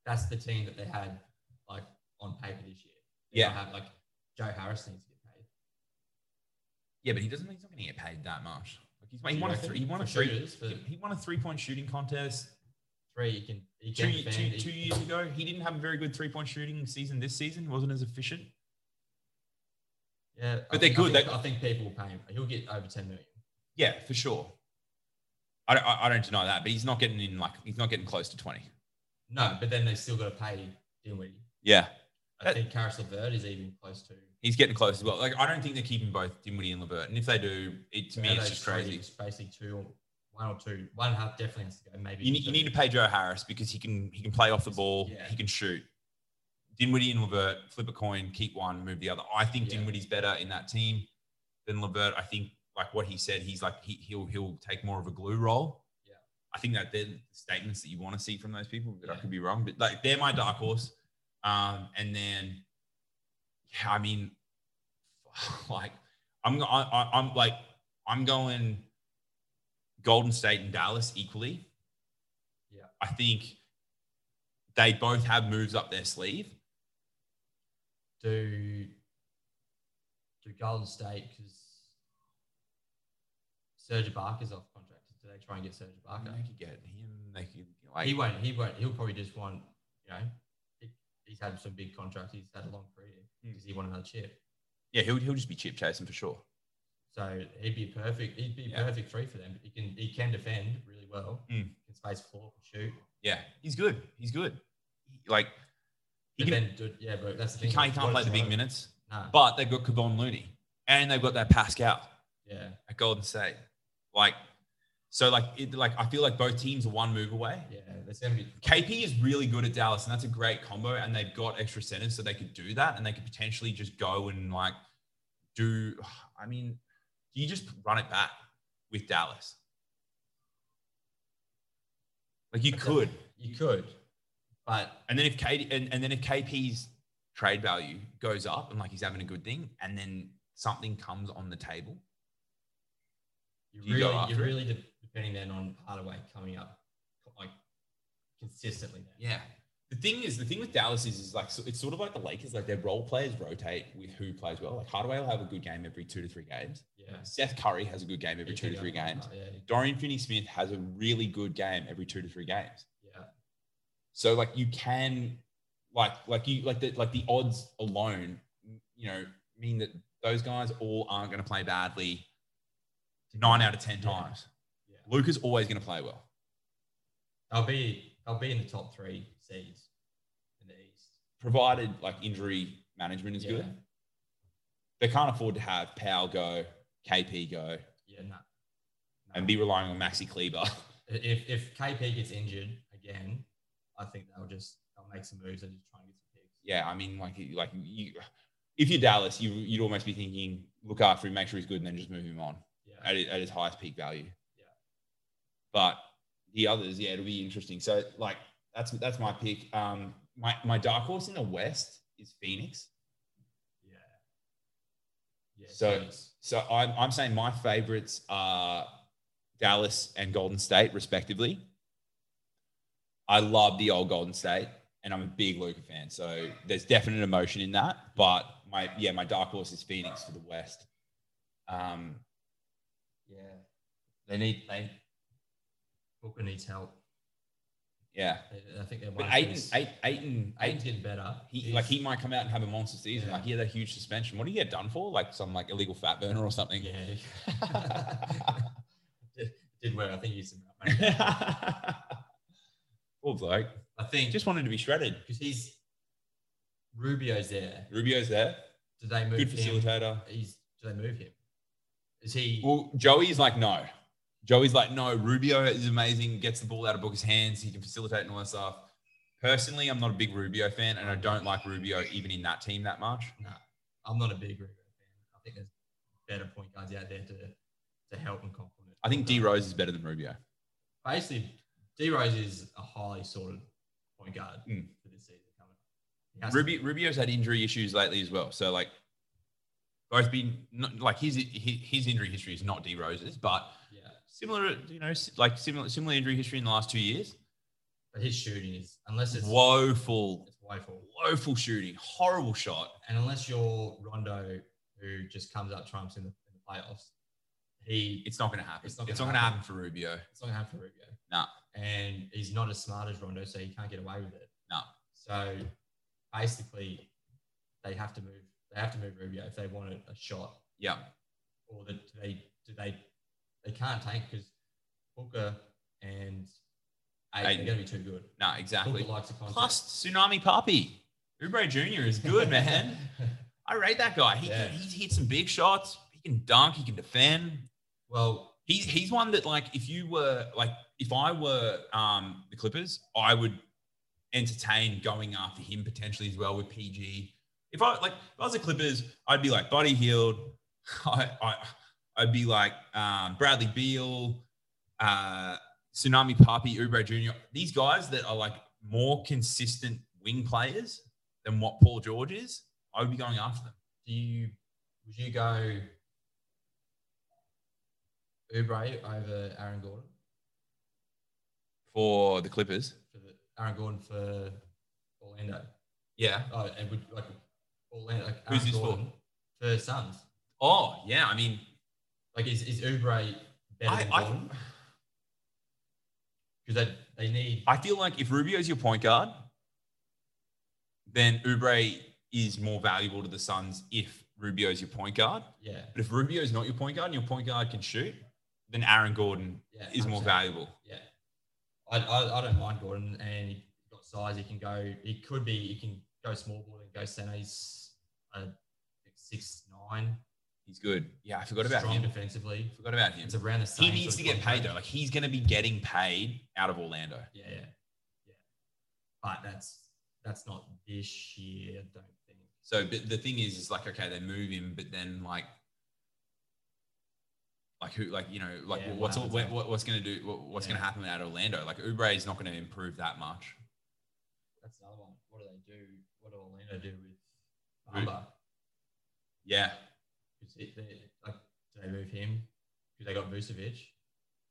Speaker 3: that's the team that they had like on paper this year. They
Speaker 2: Yeah.
Speaker 3: have like Joe Harris needs to get paid.
Speaker 2: yeah, but he doesn't. He's not going to get paid that much. Like he's,
Speaker 3: Do
Speaker 2: he
Speaker 3: you
Speaker 2: won a
Speaker 3: reckon?
Speaker 2: three. He won a
Speaker 3: For
Speaker 2: three.
Speaker 3: shooters, for
Speaker 2: He won a three-point shooting contest.
Speaker 3: three, you can you
Speaker 2: two,
Speaker 3: can
Speaker 2: ye-
Speaker 3: defend,
Speaker 2: two-
Speaker 3: you-
Speaker 2: two years ago, he didn't have a very good three point shooting season this season, wasn't as efficient.
Speaker 3: Yeah,
Speaker 2: But
Speaker 3: I
Speaker 2: they're
Speaker 3: think-
Speaker 2: good,
Speaker 3: I think,
Speaker 2: they-
Speaker 3: I think people will pay him. He'll get over ten million.
Speaker 2: Yeah, for sure. I don't, I I don't deny that, but he's not getting in like he's not getting close to twenty.
Speaker 3: No, but then they still got to pay Dinwiddie.
Speaker 2: Yeah,
Speaker 3: I
Speaker 2: That-
Speaker 3: think Karis LeVert is even close to.
Speaker 2: he's getting close as well. Like I don't think they're keeping both Dinwiddie and Levert, and if they do, it to me
Speaker 3: Now
Speaker 2: it's
Speaker 3: they've
Speaker 2: just
Speaker 3: traded
Speaker 2: crazy.
Speaker 3: Basically, two, or one or two, one half definitely has to go. Maybe
Speaker 2: You, ne- you need to pay Joe Harris because he can he can play off the ball,
Speaker 3: Yeah.
Speaker 2: he can shoot. Dinwiddie and Levert, flip a coin, keep one, move the other. I think
Speaker 3: Yeah.
Speaker 2: Dinwiddie's better in that team than Levert. I think like what he said, he's like he, he'll he'll take more of a glue role.
Speaker 3: Yeah.
Speaker 2: I think that they're the statements that you want to see from those people. But I
Speaker 3: Yeah.
Speaker 2: could be wrong, but like they're my dark horse. Um, and then yeah, I mean, [LAUGHS] like I'm I, I, I'm like I'm going Golden State and Dallas equally.
Speaker 3: Yeah.
Speaker 2: I think they both have moves up their sleeve.
Speaker 3: do do Golden State because Serge Barker's off contract. Do they try and get Serge Barker?
Speaker 2: They could get him. They could like
Speaker 3: He won't. He won't. He'll probably just want. You know, he, he's had some big contracts. He's had a long career because
Speaker 2: Hmm.
Speaker 3: he won another chip.
Speaker 2: yeah, he'll he'll just be chip chasing for sure.
Speaker 3: So he'd be a perfect. He'd be a
Speaker 2: Yeah.
Speaker 3: perfect three for them. He can. He can defend really well.
Speaker 2: Mm.
Speaker 3: Can space floor, can shoot.
Speaker 2: Yeah, he's good. He's good. He- like he,
Speaker 3: But
Speaker 2: can,
Speaker 3: then, do- yeah, but that's the
Speaker 2: he
Speaker 3: thing.
Speaker 2: can't, he
Speaker 3: like,
Speaker 2: can't
Speaker 3: what
Speaker 2: play
Speaker 3: a
Speaker 2: the big
Speaker 3: drive-
Speaker 2: minutes,
Speaker 3: No.
Speaker 2: but they've got Kevon Looney and they've got that Pascal.
Speaker 3: yeah.
Speaker 2: at Golden State. Like, so like it, like I feel like both teams are one move away.
Speaker 3: Yeah. That's gonna be.
Speaker 2: KP is really good at Dallas, and that's a great combo. And they've got extra centers, so they could do that, and they could potentially just go and like do. I mean, you just run it back with Dallas. Like you
Speaker 3: Okay.
Speaker 2: could,
Speaker 3: You could, but
Speaker 2: and then if KD, and, and then if KP's trade value goes up, and like he's having a good thing, and then something comes on the table.
Speaker 3: you
Speaker 2: Do you go
Speaker 3: really,
Speaker 2: after
Speaker 3: you're
Speaker 2: it?
Speaker 3: really de- depending then on Hardaway coming up like consistently. Then.
Speaker 2: Yeah. The thing is, the thing with Dallas is, is like so it's sort of like the Lakers. Like their role players rotate with who plays well. Like Hardaway will have a good game every two to three games.
Speaker 3: Yeah.
Speaker 2: Seth Curry has a good game every
Speaker 3: You
Speaker 2: two to
Speaker 3: can go
Speaker 2: three
Speaker 3: for that,
Speaker 2: games.
Speaker 3: Yeah.
Speaker 2: Dorian Finney-Smith has a really good game every two to three games.
Speaker 3: Yeah.
Speaker 2: So like you can, like like you like the like the odds alone, you know, mean that those guys all aren't going to play badly nine out of ten
Speaker 3: Yeah.
Speaker 2: times.
Speaker 3: Yeah.
Speaker 2: Luca's always going to play well.
Speaker 3: They'll be they'll be in the top three seeds in the East.
Speaker 2: provided like injury management is
Speaker 3: Yeah.
Speaker 2: good. They can't afford to have Powell go, KP go,
Speaker 3: Yeah. No.
Speaker 2: and be relying on Maxi Kleber.
Speaker 3: if if KP gets injured again, I think they'll just they'll make some moves and just try and get some picks.
Speaker 2: yeah, I mean, like, like you, if you're Dallas, you you'd almost be thinking, look after him, make sure he's good, and then just move him on
Speaker 3: Yeah.
Speaker 2: at, his- at his highest peak value.
Speaker 3: Yeah.
Speaker 2: But the others, yeah, it'll be interesting. So like that's that's my pick. Um, my my dark horse in the West is Phoenix.
Speaker 3: Yeah. Yeah.
Speaker 2: So-
Speaker 3: Phoenix.
Speaker 2: So I'm, I'm saying my favorites are Dallas and Golden State, respectively. I love the old Golden State, and I'm a big Luca fan, so there's definite emotion in that. But my yeah, my dark horse is Phoenix for the West. Um,
Speaker 3: yeah. They need they Booker needs help.
Speaker 2: Yeah.
Speaker 3: I- I think they're
Speaker 2: But
Speaker 3: one.
Speaker 2: Aiton, Aiton, Aiton,
Speaker 3: Aiton
Speaker 2: Aiton,
Speaker 3: did better.
Speaker 2: he,
Speaker 3: He's-
Speaker 2: like he might come out and have a monster season.
Speaker 3: Yeah.
Speaker 2: Like he had a huge suspension. What did he get done for? Like some like illegal fat burner or something.
Speaker 3: Yeah.
Speaker 2: [LAUGHS]
Speaker 3: [LAUGHS] did, did well. I think he used some money.
Speaker 2: [LAUGHS] Poor bloke.
Speaker 3: I think
Speaker 2: Just wanted to be shredded.
Speaker 3: because he's Rubio's there.
Speaker 2: Rubio's there.
Speaker 3: Do they move
Speaker 2: Good
Speaker 3: him?
Speaker 2: facilitator.
Speaker 3: He's do they move him? Is he?
Speaker 2: Well, Joey's like, no. Joey's like, no, Rubio is amazing, gets the ball out of Booker's hands, he can facilitate and all that stuff. Personally, I'm not a big Rubio fan, and I don't like Rubio even in that team that much.
Speaker 3: I'm not a big Rubio fan. I think there's better point guards out there to to help and complement.
Speaker 2: I think D Rose is better than Rubio.
Speaker 3: basically D Rose is a highly sorted point guard
Speaker 2: Mm.
Speaker 3: for this season coming. He has to
Speaker 2: Rubio, Rubio's had injury issues lately as well. So like, both been not, like his, his his injury history is not D Rose's, but
Speaker 3: be- yeah,
Speaker 2: similar, you know, s- like similar similar injury history in the last two years.
Speaker 3: but his shooting is unless it's
Speaker 2: Woeful,
Speaker 3: it's woeful,
Speaker 2: woeful shooting, horrible shot.
Speaker 3: and unless you're Rondo who just comes up trumps in the, in the playoffs, he
Speaker 2: It's not going to happen. It's not going to happen for Rubio.
Speaker 3: it's not gonna happen for Rubio.
Speaker 2: Nah.
Speaker 3: and he's not as smart as Rondo, so he can't get away with it.
Speaker 2: No.
Speaker 3: so basically, they have to move. They have to move Rubio if they want a, a shot
Speaker 2: Yeah.
Speaker 3: or that they do they they can't tank because Booker and Aiden are
Speaker 2: Ayton.
Speaker 3: going to be too good.
Speaker 2: No, exactly.
Speaker 3: Booker likes the contact.
Speaker 2: Plus, Tsunami Papi. Ubre Jr. is [LAUGHS] good, man. I rate that guy. He,
Speaker 3: Yeah.
Speaker 2: can he hits some big shots. He can dunk. He can defend.
Speaker 3: [LAUGHS] well,
Speaker 2: He's, he's one that, like, if you were, like, if I were um, the Clippers, I would entertain going after him potentially as well with PG. If I, like, if I was the Clippers, I'd be like Buddy Hield. [LAUGHS] I, I, I'd be like um, Bradley Beal. Uh, Tsunami Papi, Ubre Jr., these guys that are like more consistent wing players than what Paul George is, I would be going after them.
Speaker 3: do you would you go Ubre over Aaron Gordon
Speaker 2: For the Clippers.
Speaker 3: for the, Aaron Gordon for Orlando?
Speaker 2: Yeah.
Speaker 3: Oh, and would like Orlando like
Speaker 2: Who's
Speaker 3: Aaron
Speaker 2: this for?
Speaker 3: Gordon for? Suns.
Speaker 2: Oh, yeah. I mean,
Speaker 3: Like is is Ubre better
Speaker 2: I,
Speaker 3: than
Speaker 2: I,
Speaker 3: Gordon? Because they they need
Speaker 2: I feel like if Rubio's your point guard, then Ubre is more valuable to the Suns if Rubio's your point guard.
Speaker 3: yeah
Speaker 2: But if Rubio's not your point guard and your point guard can shoot, then Aaron Gordon
Speaker 3: yeah
Speaker 2: is more
Speaker 3: 100%.
Speaker 2: valuable.
Speaker 3: Yeah, I, I, I don't mind Gordon, and he got size. He can go. He could be. He can go small ball and go center. He's uh, six nine.
Speaker 2: He's good. Yeah, I forgot about
Speaker 3: strong
Speaker 2: him.
Speaker 3: defensively.
Speaker 2: Forgot about him.
Speaker 3: It's around the same.
Speaker 2: He needs
Speaker 3: sort
Speaker 2: to
Speaker 3: of
Speaker 2: get paid though. Like
Speaker 3: contract.
Speaker 2: he's going to be getting paid out of Orlando.
Speaker 3: yeah, yeah, yeah. But that's that's not this year. I don't think.
Speaker 2: So, but the thing is, is like okay, they move him, but then like, like who, like you know, like
Speaker 3: Yeah, what
Speaker 2: what's all,
Speaker 3: happens
Speaker 2: what,
Speaker 3: then?
Speaker 2: what- what's going to do? What, what's going
Speaker 3: Yeah.
Speaker 2: to happen out of Orlando? Like Ubre is not going to improve that much.
Speaker 3: That's another one. What do they do? What do Orlando do with
Speaker 2: Who?
Speaker 3: Bamba?
Speaker 2: Yeah,
Speaker 3: Is it- they- Like, do they move him? Because they got Vucevic.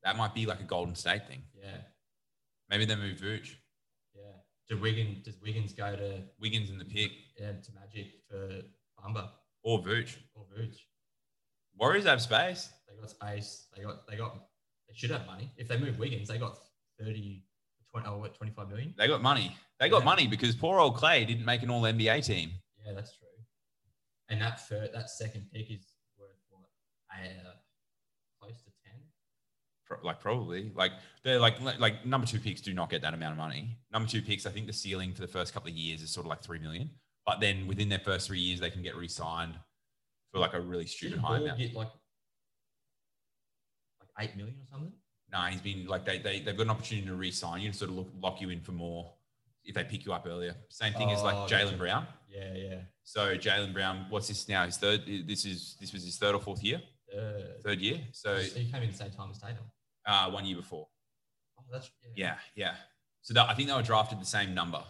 Speaker 2: that might be like a Golden State thing.
Speaker 3: Yeah,
Speaker 2: Maybe they move Vooch,
Speaker 3: yeah. Do Wiggins? Does Wiggins go to
Speaker 2: Wiggins in the pick,
Speaker 3: yeah, to Magic for Bamba
Speaker 2: or Vooch.
Speaker 3: or Vooch.
Speaker 2: Warriors have space.
Speaker 3: They got space. They got they got they should have money. If they move Wiggins, they got 30, 20, oh, what, 25 million.
Speaker 2: They got money. They got
Speaker 3: Yeah.
Speaker 2: money because poor old Clay didn't make an All NBA team.
Speaker 3: Yeah, that's true. And that first, that second pick is worth what? Uh, close to 10.
Speaker 2: Pro- like probably like they're like like- like number two picks do not get that amount of money. Number two picks, I think the ceiling for the first couple of years is sort of like three million, but then within their first three years, they can get re-signed for like a really stupid
Speaker 3: Didn't
Speaker 2: high
Speaker 3: Ball
Speaker 2: amount.
Speaker 3: get like like 8 million or something?
Speaker 2: No, he's been like they they they've got an opportunity to re-sign you to sort of look, lock you in for more if they pick you up earlier. Same thing as like
Speaker 3: Oh,
Speaker 2: Jalen
Speaker 3: gotcha.
Speaker 2: Brown.
Speaker 3: Yeah, yeah.
Speaker 2: So Jalen Brown, what's this now? His third. This is this was his third or fourth year.
Speaker 3: Uh,
Speaker 2: Third year. So
Speaker 3: so he came in the same time as Tatum.
Speaker 2: uh, one year before.
Speaker 3: Oh, that's
Speaker 2: Yeah, yeah. So that, I think they were drafted the same number.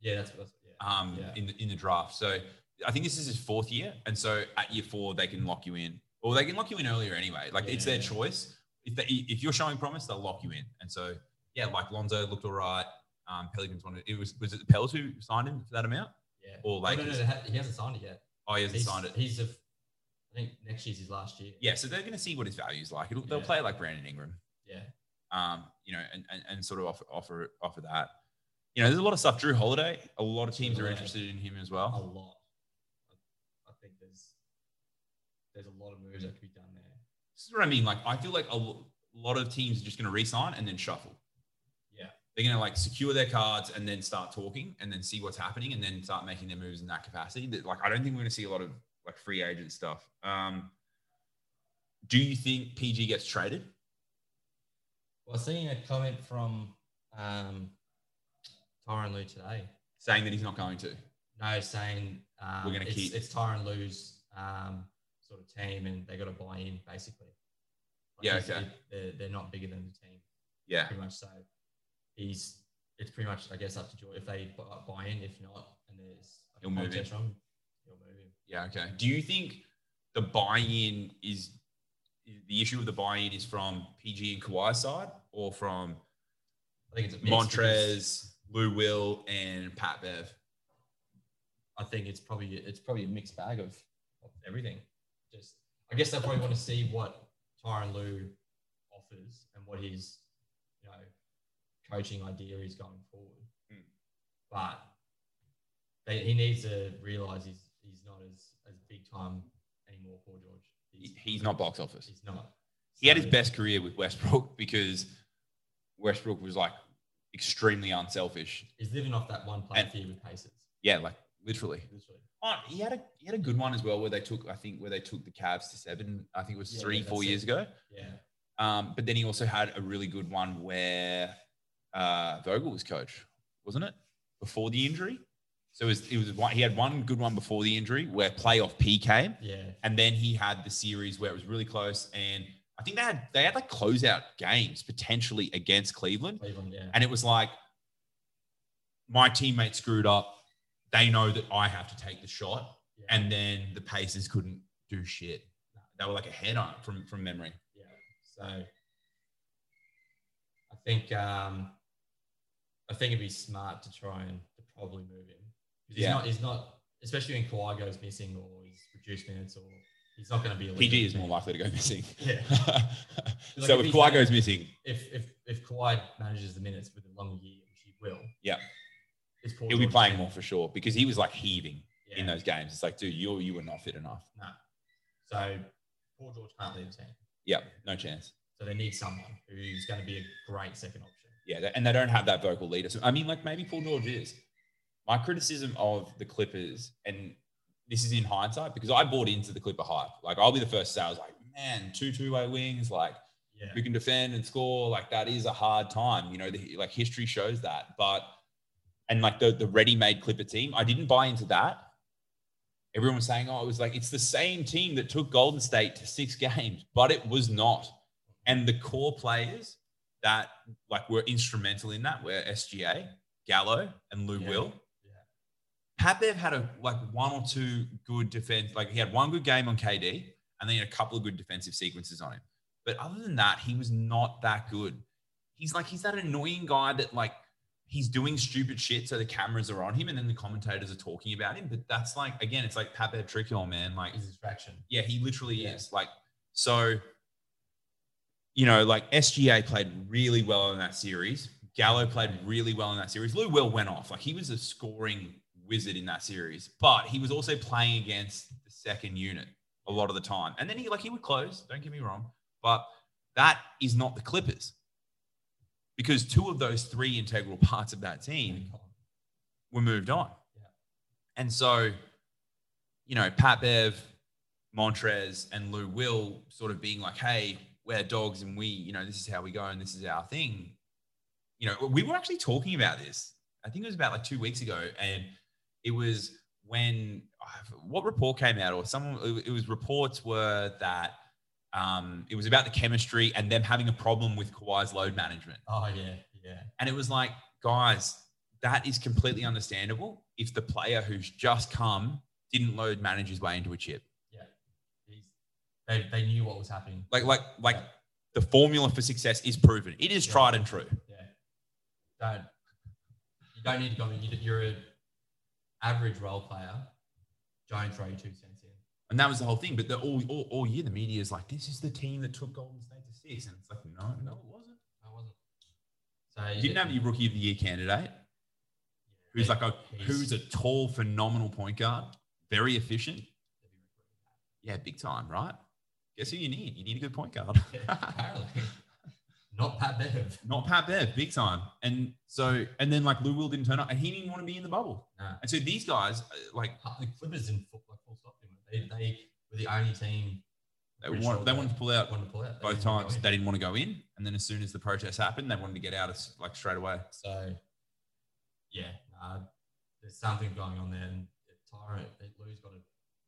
Speaker 3: Yeah, that's, that's yeah.
Speaker 2: um,
Speaker 3: Yeah.
Speaker 2: in, the, in the draft. So I think this is his fourth year. And so at year four, they can lock you in or they can lock you in earlier anyway. Like it's their
Speaker 3: Yeah.
Speaker 2: choice. If, they, if you're showing promise, they'll lock you in. And so, yeah, like Lonzo looked all right. Um, Pelicans wanted it was was it the Pels who signed him for that amount?
Speaker 3: yeah.
Speaker 2: Or
Speaker 3: Oh, no,
Speaker 2: Lakers?
Speaker 3: no, no, he hasn't signed it yet.
Speaker 2: Oh, he hasn't
Speaker 3: He's,
Speaker 2: signed it.
Speaker 3: he's a, I think next year's his last year.
Speaker 2: Yeah, so they're going to see what his value is like. It'll, They'll
Speaker 3: Yeah.
Speaker 2: play like Brandon Ingram.
Speaker 3: Yeah.
Speaker 2: um, you know, and, and, and sort of offer, offer offer that. You know, there's a lot of stuff. Drew Holiday, a lot of teams are interested in him as
Speaker 3: a
Speaker 2: well.
Speaker 3: lot. I, I think there's there's a lot of moves that could be done there.
Speaker 2: This is what I mean. Like, I feel like a lo- lot of teams are just going to resign and then shuffle.
Speaker 3: Yeah.
Speaker 2: They're going to like secure their cards and then start talking and then see what's happening and then start making their moves in that capacity. That like, I don't think we're going to see a lot of like free agent stuff. Um, do you think PG gets traded?
Speaker 3: Well, I seen a comment from um, Tyron Lue today.
Speaker 2: Saying that he's not going to.
Speaker 3: No, saying um,
Speaker 2: We're gonna
Speaker 3: it's,
Speaker 2: keep-
Speaker 3: it's Tyron Lue's um, sort of team, and they got to buy in basically.
Speaker 2: Yeah,
Speaker 3: he's-
Speaker 2: okay.
Speaker 3: They're, they're not bigger than the team,
Speaker 2: Yeah.
Speaker 3: pretty much. So he's it's pretty much I guess up to George if they bu- buy in. If not, and there's like,
Speaker 2: He'll move
Speaker 3: contest
Speaker 2: in.
Speaker 3: from him, he'll move him.
Speaker 2: Yeah. Okay. Do you think the buy-in is the issue of the buy-in is from PG and Kawhi's side or from
Speaker 3: I think it's a mix because
Speaker 2: Montrez, Lou Will, and Pat Bev?
Speaker 3: I think it's probably it's probably a mixed bag of, of everything. Just I guess they probably want to see what Tyron Lou offers and what his you know coaching idea is going forward.
Speaker 2: Mm.
Speaker 3: But they, he needs to realize he's he's not as as big time anymore. Paul George,
Speaker 2: He- He's not box office.
Speaker 3: He's not.
Speaker 2: He had
Speaker 3: So-
Speaker 2: his best career with Westbrook [LAUGHS] because Westbrook was like extremely unselfish.
Speaker 3: He's living off that one play
Speaker 2: And-
Speaker 3: here with Pacers.
Speaker 2: Yeah, like literally.
Speaker 3: Literally.
Speaker 2: Oh, he had a he had a good one as well where they took I think where they took the Cavs to seven. I think it was
Speaker 3: Yeah,
Speaker 2: three
Speaker 3: yeah,
Speaker 2: four
Speaker 3: that's
Speaker 2: years
Speaker 3: it.
Speaker 2: ago.
Speaker 3: Yeah.
Speaker 2: Um, but then he also had a really good one where uh, Vogel was coach, wasn't it? Before the injury, so it was, it was one, he had one good one before the injury where playoff P came,
Speaker 3: Yeah.
Speaker 2: and then he had the series where it was really close, and I think they had they had like closeout games potentially against Cleveland,
Speaker 3: Cleveland. Yeah.
Speaker 2: and it was like my teammate screwed up. They know that I have to take the shot,
Speaker 3: yeah.
Speaker 2: and then the Pacers couldn't do shit. They were like ahead on it from from memory.
Speaker 3: So I think um, I think it'd be smart to try and to probably move him because he's
Speaker 2: Yeah.
Speaker 3: not he's not especially when Kawhi goes missing or he's reduced minutes or he's not going to be a
Speaker 2: PG
Speaker 3: leader.
Speaker 2: is more likely to go [LAUGHS] missing.
Speaker 3: Yeah.
Speaker 2: so if
Speaker 3: if
Speaker 2: Kawhi
Speaker 3: he's not-
Speaker 2: goes missing,
Speaker 3: If if if Kawhi manages the minutes with a longer year, which he will.
Speaker 2: Yeah.
Speaker 3: It's Paul
Speaker 2: he'll be
Speaker 3: George
Speaker 2: playing
Speaker 3: then.
Speaker 2: more for sure because he was like heaving
Speaker 3: Yeah.
Speaker 2: in those games. It's like, dude, you you were not fit enough.
Speaker 3: So Paul George can't lead the team.
Speaker 2: Yeah, no chance.
Speaker 3: So they need someone who's going to be a great second option.
Speaker 2: Yeah, they- and they don't have that vocal leader. So I mean, like maybe Paul George is. My criticism of the Clippers, and this is in hindsight because I bought into the Clipper hype. Like I'll be the first to say, I was like, man, two two way wings, like
Speaker 3: Yeah.
Speaker 2: who can defend and score like that is a hard time you know the, like history shows that but and like the, the ready-made clipper team i didn't buy into that everyone was saying oh it was like it's the same team that took golden state to six [LAUGHS] games but it was not and the core players that like were instrumental in that were sga gallo and lou
Speaker 3: Yeah.
Speaker 2: will
Speaker 3: Yeah.
Speaker 2: had they've had a like one or two good defense, like he had one good game on KD, and then he had a couple of good defensive sequences on him. But other than that, he was not that good. He's like he's that annoying guy that like he's doing stupid shit, so the cameras are on him, and then the commentators are talking about him. But that's like again, it's like Pape Trickion, man. Like
Speaker 3: He's a distraction.
Speaker 2: yeah, he literally
Speaker 3: Yeah.
Speaker 2: is. Like, so, you know, like SGA played really well in that series. Gallo played really well in that series. Lou Will went off. Like, he was a scoring wizard in that series, but he was also playing against the second unit a lot of the time. And then he, like, he would close. Don't get me wrong. But that is not the Clippers because two of those three integral [LAUGHS] parts of that team were moved on.
Speaker 3: Yeah.
Speaker 2: And so, you know, Pat Bev, Montrez, and Lou Will sort of being like, hey, we're dogs and we, you know, this is how we go and this is our thing. You know, we were actually talking about this. I think it was about like two weeks ago. And it was when what report came out or someone, it was reports were that um, it was about the chemistry and them having a problem with Kawhi's load management.
Speaker 3: Oh yeah, yeah,
Speaker 2: And it was like, guys, that is completely understandable if the player who's just come didn't load manage his way into a chip.
Speaker 3: He's, they they knew what was happening.
Speaker 2: Like, like, like
Speaker 3: Yeah.
Speaker 2: the formula for success is proven. It is
Speaker 3: Yeah.
Speaker 2: tried and true.
Speaker 3: Yeah. Don't. You don't need to go. in. You- You're an average role player. Don't throw your two cents in.
Speaker 2: And that was the whole thing. But the, all, all, all year, the media is like, this is the team that took Golden State to six. And it's like, no, no, it wasn't.
Speaker 3: I wasn't. No,
Speaker 2: You didn't have your rookie of the year candidate, who's like a who's a tall, phenomenal point guard, very efficient. Yeah, big time, right? Guess who you need? You need a good point guard. [LAUGHS]
Speaker 3: [LAUGHS] apparently not Pat Bev.
Speaker 2: Not Pat Bev, big time. And so, and then like Lou Will didn't turn up, and he didn't want to be in the bubble.
Speaker 3: No.
Speaker 2: And so these guys, uh, like
Speaker 3: The Clippers in football full stop. didn't They, they were the only team
Speaker 2: they,
Speaker 3: Pretty
Speaker 2: want,
Speaker 3: sure
Speaker 2: they
Speaker 3: they-
Speaker 2: wanted to pull out
Speaker 3: that wanted to pull out. They
Speaker 2: both
Speaker 3: didn't want
Speaker 2: times.
Speaker 3: to go
Speaker 2: They
Speaker 3: in.
Speaker 2: didn't want to go in, and then as soon as the protest happened, they wanted to get out as- like straight away.
Speaker 3: So, yeah, nah, there's something going on there. And if Tyrant, Lou's got to.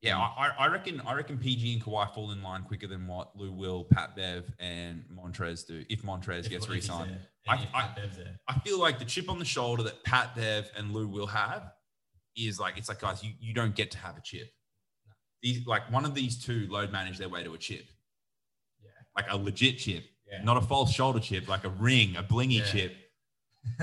Speaker 2: Yeah,
Speaker 3: Mm.
Speaker 2: I, I- I reckon I reckon PG and Kawhi fall in line quicker than what Lou Will, Pat Bev, and Montrez do if Montrez gets re-signed. I-
Speaker 3: I,
Speaker 2: I-
Speaker 3: Pat Bev's there.
Speaker 2: I feel like the chip on the shoulder that Pat Bev and Lou will have is like it's like guys, you, you don't get to have a chip. These like one of these two load manage their way to a chip,
Speaker 3: Yeah.
Speaker 2: like a legit chip,
Speaker 3: Yeah.
Speaker 2: not a false shoulder chip, like a ring, a blingy
Speaker 3: Yeah. [LAUGHS]
Speaker 2: chip.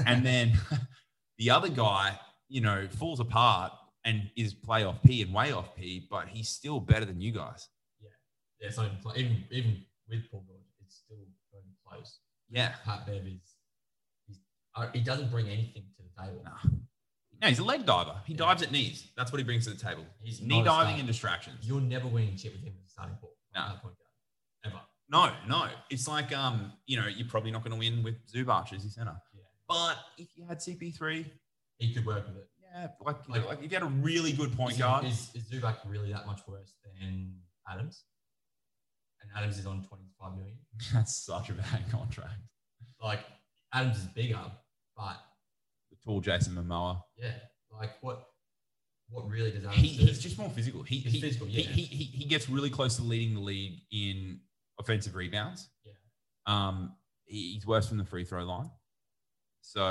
Speaker 2: And then [LAUGHS] the other guy, you know, falls apart and is playoff P and way off P, but he's still better than you guys.
Speaker 3: Yeah, it's not even, close. even, even with Paul George, it's still not even close.
Speaker 2: Yeah.
Speaker 3: Pat Bev is, he's, uh, he doesn't bring anything to the table.
Speaker 2: No. No, he's a leg diver. He
Speaker 3: Yeah.
Speaker 2: dives at knees. That's what he brings to the table.
Speaker 3: He's
Speaker 2: Knee
Speaker 3: not a
Speaker 2: diving
Speaker 3: star.
Speaker 2: and distractions.
Speaker 3: You're never winning shit with him as a starting point.
Speaker 2: No.
Speaker 3: uh, point guard. Ever.
Speaker 2: No, no. It's like um, you know, you're probably not going to win with Zubac as your center.
Speaker 3: Yeah.
Speaker 2: But if you had CP3,
Speaker 3: He could work with it.
Speaker 2: yeah, like you
Speaker 3: Like-
Speaker 2: know, like if you had a really good point
Speaker 3: Is-
Speaker 2: guard,
Speaker 3: Is, [LAUGHS] is Zubac really that much worse than Adams? And Adams is on 25 million.
Speaker 2: that's such a bad contract.
Speaker 3: Like, Adams is bigger, but
Speaker 2: The tall Jason Momoa,
Speaker 3: yeah, like what what really does Adams
Speaker 2: he,
Speaker 3: do?
Speaker 2: he's just more physical. He
Speaker 3: He's
Speaker 2: he,
Speaker 3: physical,
Speaker 2: he,
Speaker 3: yeah.
Speaker 2: he he he gets really close to leading the league in offensive rebounds.
Speaker 3: Yeah.
Speaker 2: Um, he- he's worse from the free throw line. So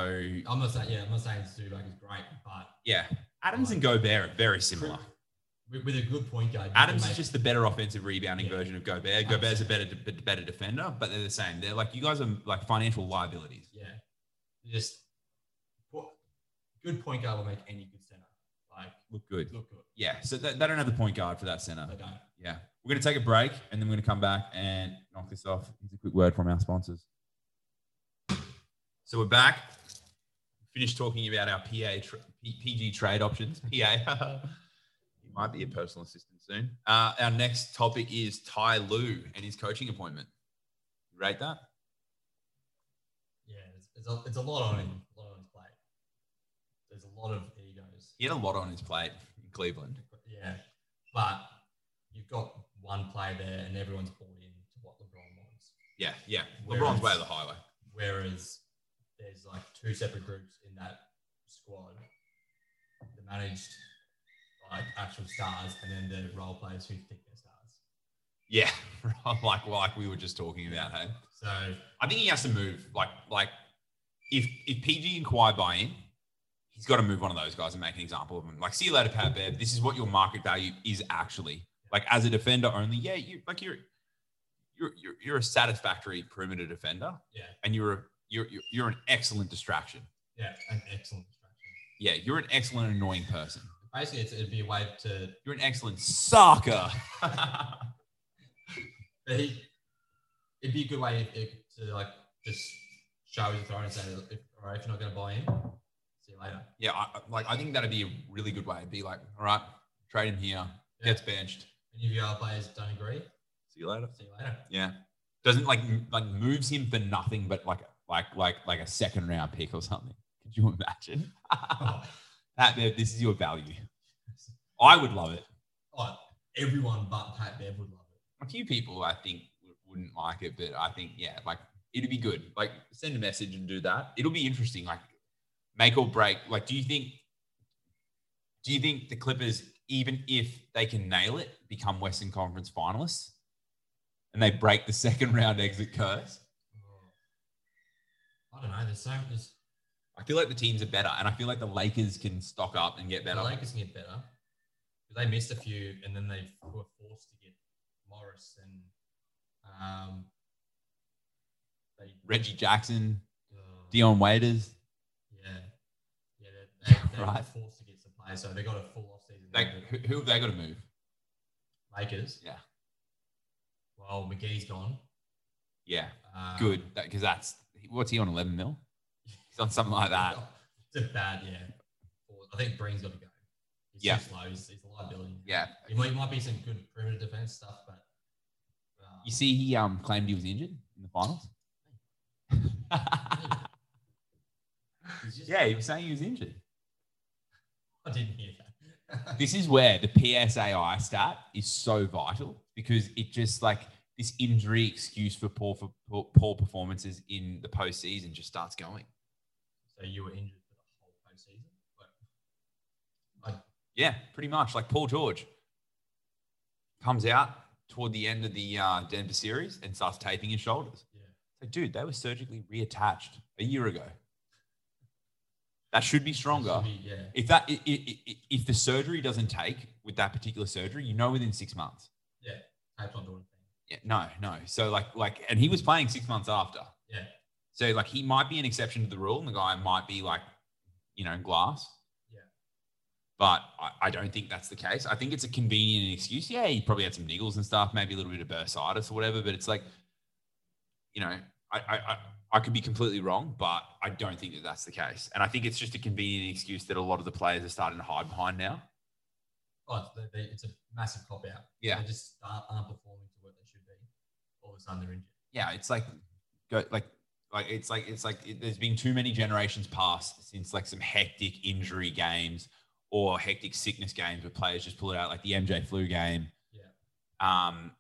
Speaker 3: I'm not saying, yeah, I'm not saying Zubac is great, but
Speaker 2: yeah, Adams and Gobert are very similar.
Speaker 3: with, with a good point guard, you can
Speaker 2: Adams
Speaker 3: make-
Speaker 2: is just the better offensive rebounding
Speaker 3: Yeah.
Speaker 2: version of Gobert. Gobert's a better de- better defender, but they're the same. They're like you guys are like financial liabilities.
Speaker 3: yeah, You just what good point guard will make any good center like
Speaker 2: Look good.
Speaker 3: look good.
Speaker 2: Yeah. So they, they don't have the point guard for that center.
Speaker 3: They don't.
Speaker 2: Yeah. We're gonna take a break and then we're gonna come back and knock this off. Here's a quick word from our sponsors. So we're back. Finished talking about our PA tra- P- PG trade options. [LAUGHS] PA. you might be a personal assistant soon. Uh, our next topic is Ty Lu and his coaching appointment. You rate that?
Speaker 3: Yeah, it's, it's, a, it's a lot on him, a lot on his plate. There's a lot of egos.
Speaker 2: He had a lot on his plate in Cleveland.
Speaker 3: Yeah, but you've got one player there, and everyone's bought in to what LeBron wants.
Speaker 2: Yeah, yeah.
Speaker 3: Whereas-
Speaker 2: LeBron's way of the highway.
Speaker 3: Whereas there's like two separate groups in that squad: the managed, like actual stars, and then the role players who think they're stars.
Speaker 2: Yeah, [LAUGHS] like like we were just talking about. Hey,
Speaker 3: So
Speaker 2: I think he has to move. Like like if if PG and Kawhi buy in, he's got to move one of those guys and make an example of him. Like see you later, Pat Bev. This is what your market value is actually. Like as a defender only. Yeah, you like you're you're you're, you're a satisfactory perimeter defender,
Speaker 3: yeah,
Speaker 2: and you're a you're you're, you're an excellent distraction.
Speaker 3: yeah, an excellent distraction.
Speaker 2: Yeah, you're an excellent annoying person.
Speaker 3: Basically, it's, it'd be a way to [LAUGHS]
Speaker 2: You're an excellent soccer.
Speaker 3: But he, it'd be a good way if, if- to like just show his authority and say, "Look, if, all right, if you're not going to buy in, see you later.
Speaker 2: Yeah, I, I- like I think that'd be a really good way. Be like, all right, trade him here, gets benched.
Speaker 3: Any of your other players don't agree,
Speaker 2: See you later.
Speaker 3: see you later.
Speaker 2: Yeah, doesn't like m- like moves him for nothing, but like like like like a second round pick or something. Could you imagine? [LAUGHS] Pat Bev, this is your value. I would love it.
Speaker 3: Oh, everyone but Pat Bev would love it.
Speaker 2: A few people I think w- wouldn't like it, but I think yeah, like it'd be good. Like send a message and do that. It'll be interesting. Like make or break. Like do you think? Do you think the Clippers, even if they can nail it, become Western Conference finalists, and they break the second round exit curse?
Speaker 3: I don't know. There's so there's
Speaker 2: I feel like the teams are better, and I feel like the Lakers can stock up and get
Speaker 3: the
Speaker 2: better.
Speaker 3: Lakers can get better because they missed a few and then they were forced to get Morris and um they
Speaker 2: Reggie Jackson,
Speaker 3: uh,
Speaker 2: Dion Waiters,
Speaker 3: Yeah. Yeah, they,
Speaker 2: [LAUGHS]
Speaker 3: they, they
Speaker 2: Right.
Speaker 3: were forced to get some players, so they got a full off season.
Speaker 2: like who, who have they got to move?
Speaker 3: Lakers.
Speaker 2: Yeah.
Speaker 3: Well, McGee's gone.
Speaker 2: Yeah,
Speaker 3: Um,
Speaker 2: good because that's what's he on eleven mil. done something like that.
Speaker 3: [LAUGHS] It's a bad, yeah. Well, I think Breen's got to go. He's
Speaker 2: Yeah.
Speaker 3: too slow. He's, he's a liability.
Speaker 2: Yeah.
Speaker 3: He might, might be some good perimeter defense stuff, but uh,
Speaker 2: You see, he um claimed he was injured in the finals. [LAUGHS]
Speaker 3: he's just,
Speaker 2: yeah, he was saying he was injured.
Speaker 3: I didn't hear that. [LAUGHS]
Speaker 2: This is where the PSAI stat is so vital because it just like this injury excuse for poor for poor, poor performances in the postseason just starts going.
Speaker 3: so you were injured for the whole postseason. But
Speaker 2: Yeah, pretty much. Like Paul George comes out toward the end of the uh, Denver series and starts taping his shoulders.
Speaker 3: Yeah.
Speaker 2: It's like, dude, they were surgically reattached a year ago. That should be stronger.
Speaker 3: Should be- yeah.
Speaker 2: If that i- i- i- if the surgery doesn't take with that particular surgery, you know within six months.
Speaker 3: Tape's not doing anything.
Speaker 2: Yeah, no, no. So like like, and he was playing six months after.
Speaker 3: Yeah.
Speaker 2: So like, he might be an exception to the rule, and the guy might be like, you know, glass.
Speaker 3: Yeah.
Speaker 2: But I, I don't think that's the case. I think it's a convenient excuse. Yeah, he probably had some niggles and stuff, maybe a little bit of bursitis or whatever. But it's like, you know, I I. I I could be completely wrong, but I don't think that that's the case. And I think it's just a convenient excuse that a lot of the players are starting to hide behind now.
Speaker 3: Oh, it's, they, they, it's a massive cop out.
Speaker 2: Yeah.
Speaker 3: They just aren't, aren't performing to what they should be. All of a sudden they're injured.
Speaker 2: yeah, it's like go like like it's like it's like it, there's been too many generations passed since like some hectic injury games or hectic sickness games where players just pull it out, like the MJ flu game.
Speaker 3: Yeah.
Speaker 2: Um,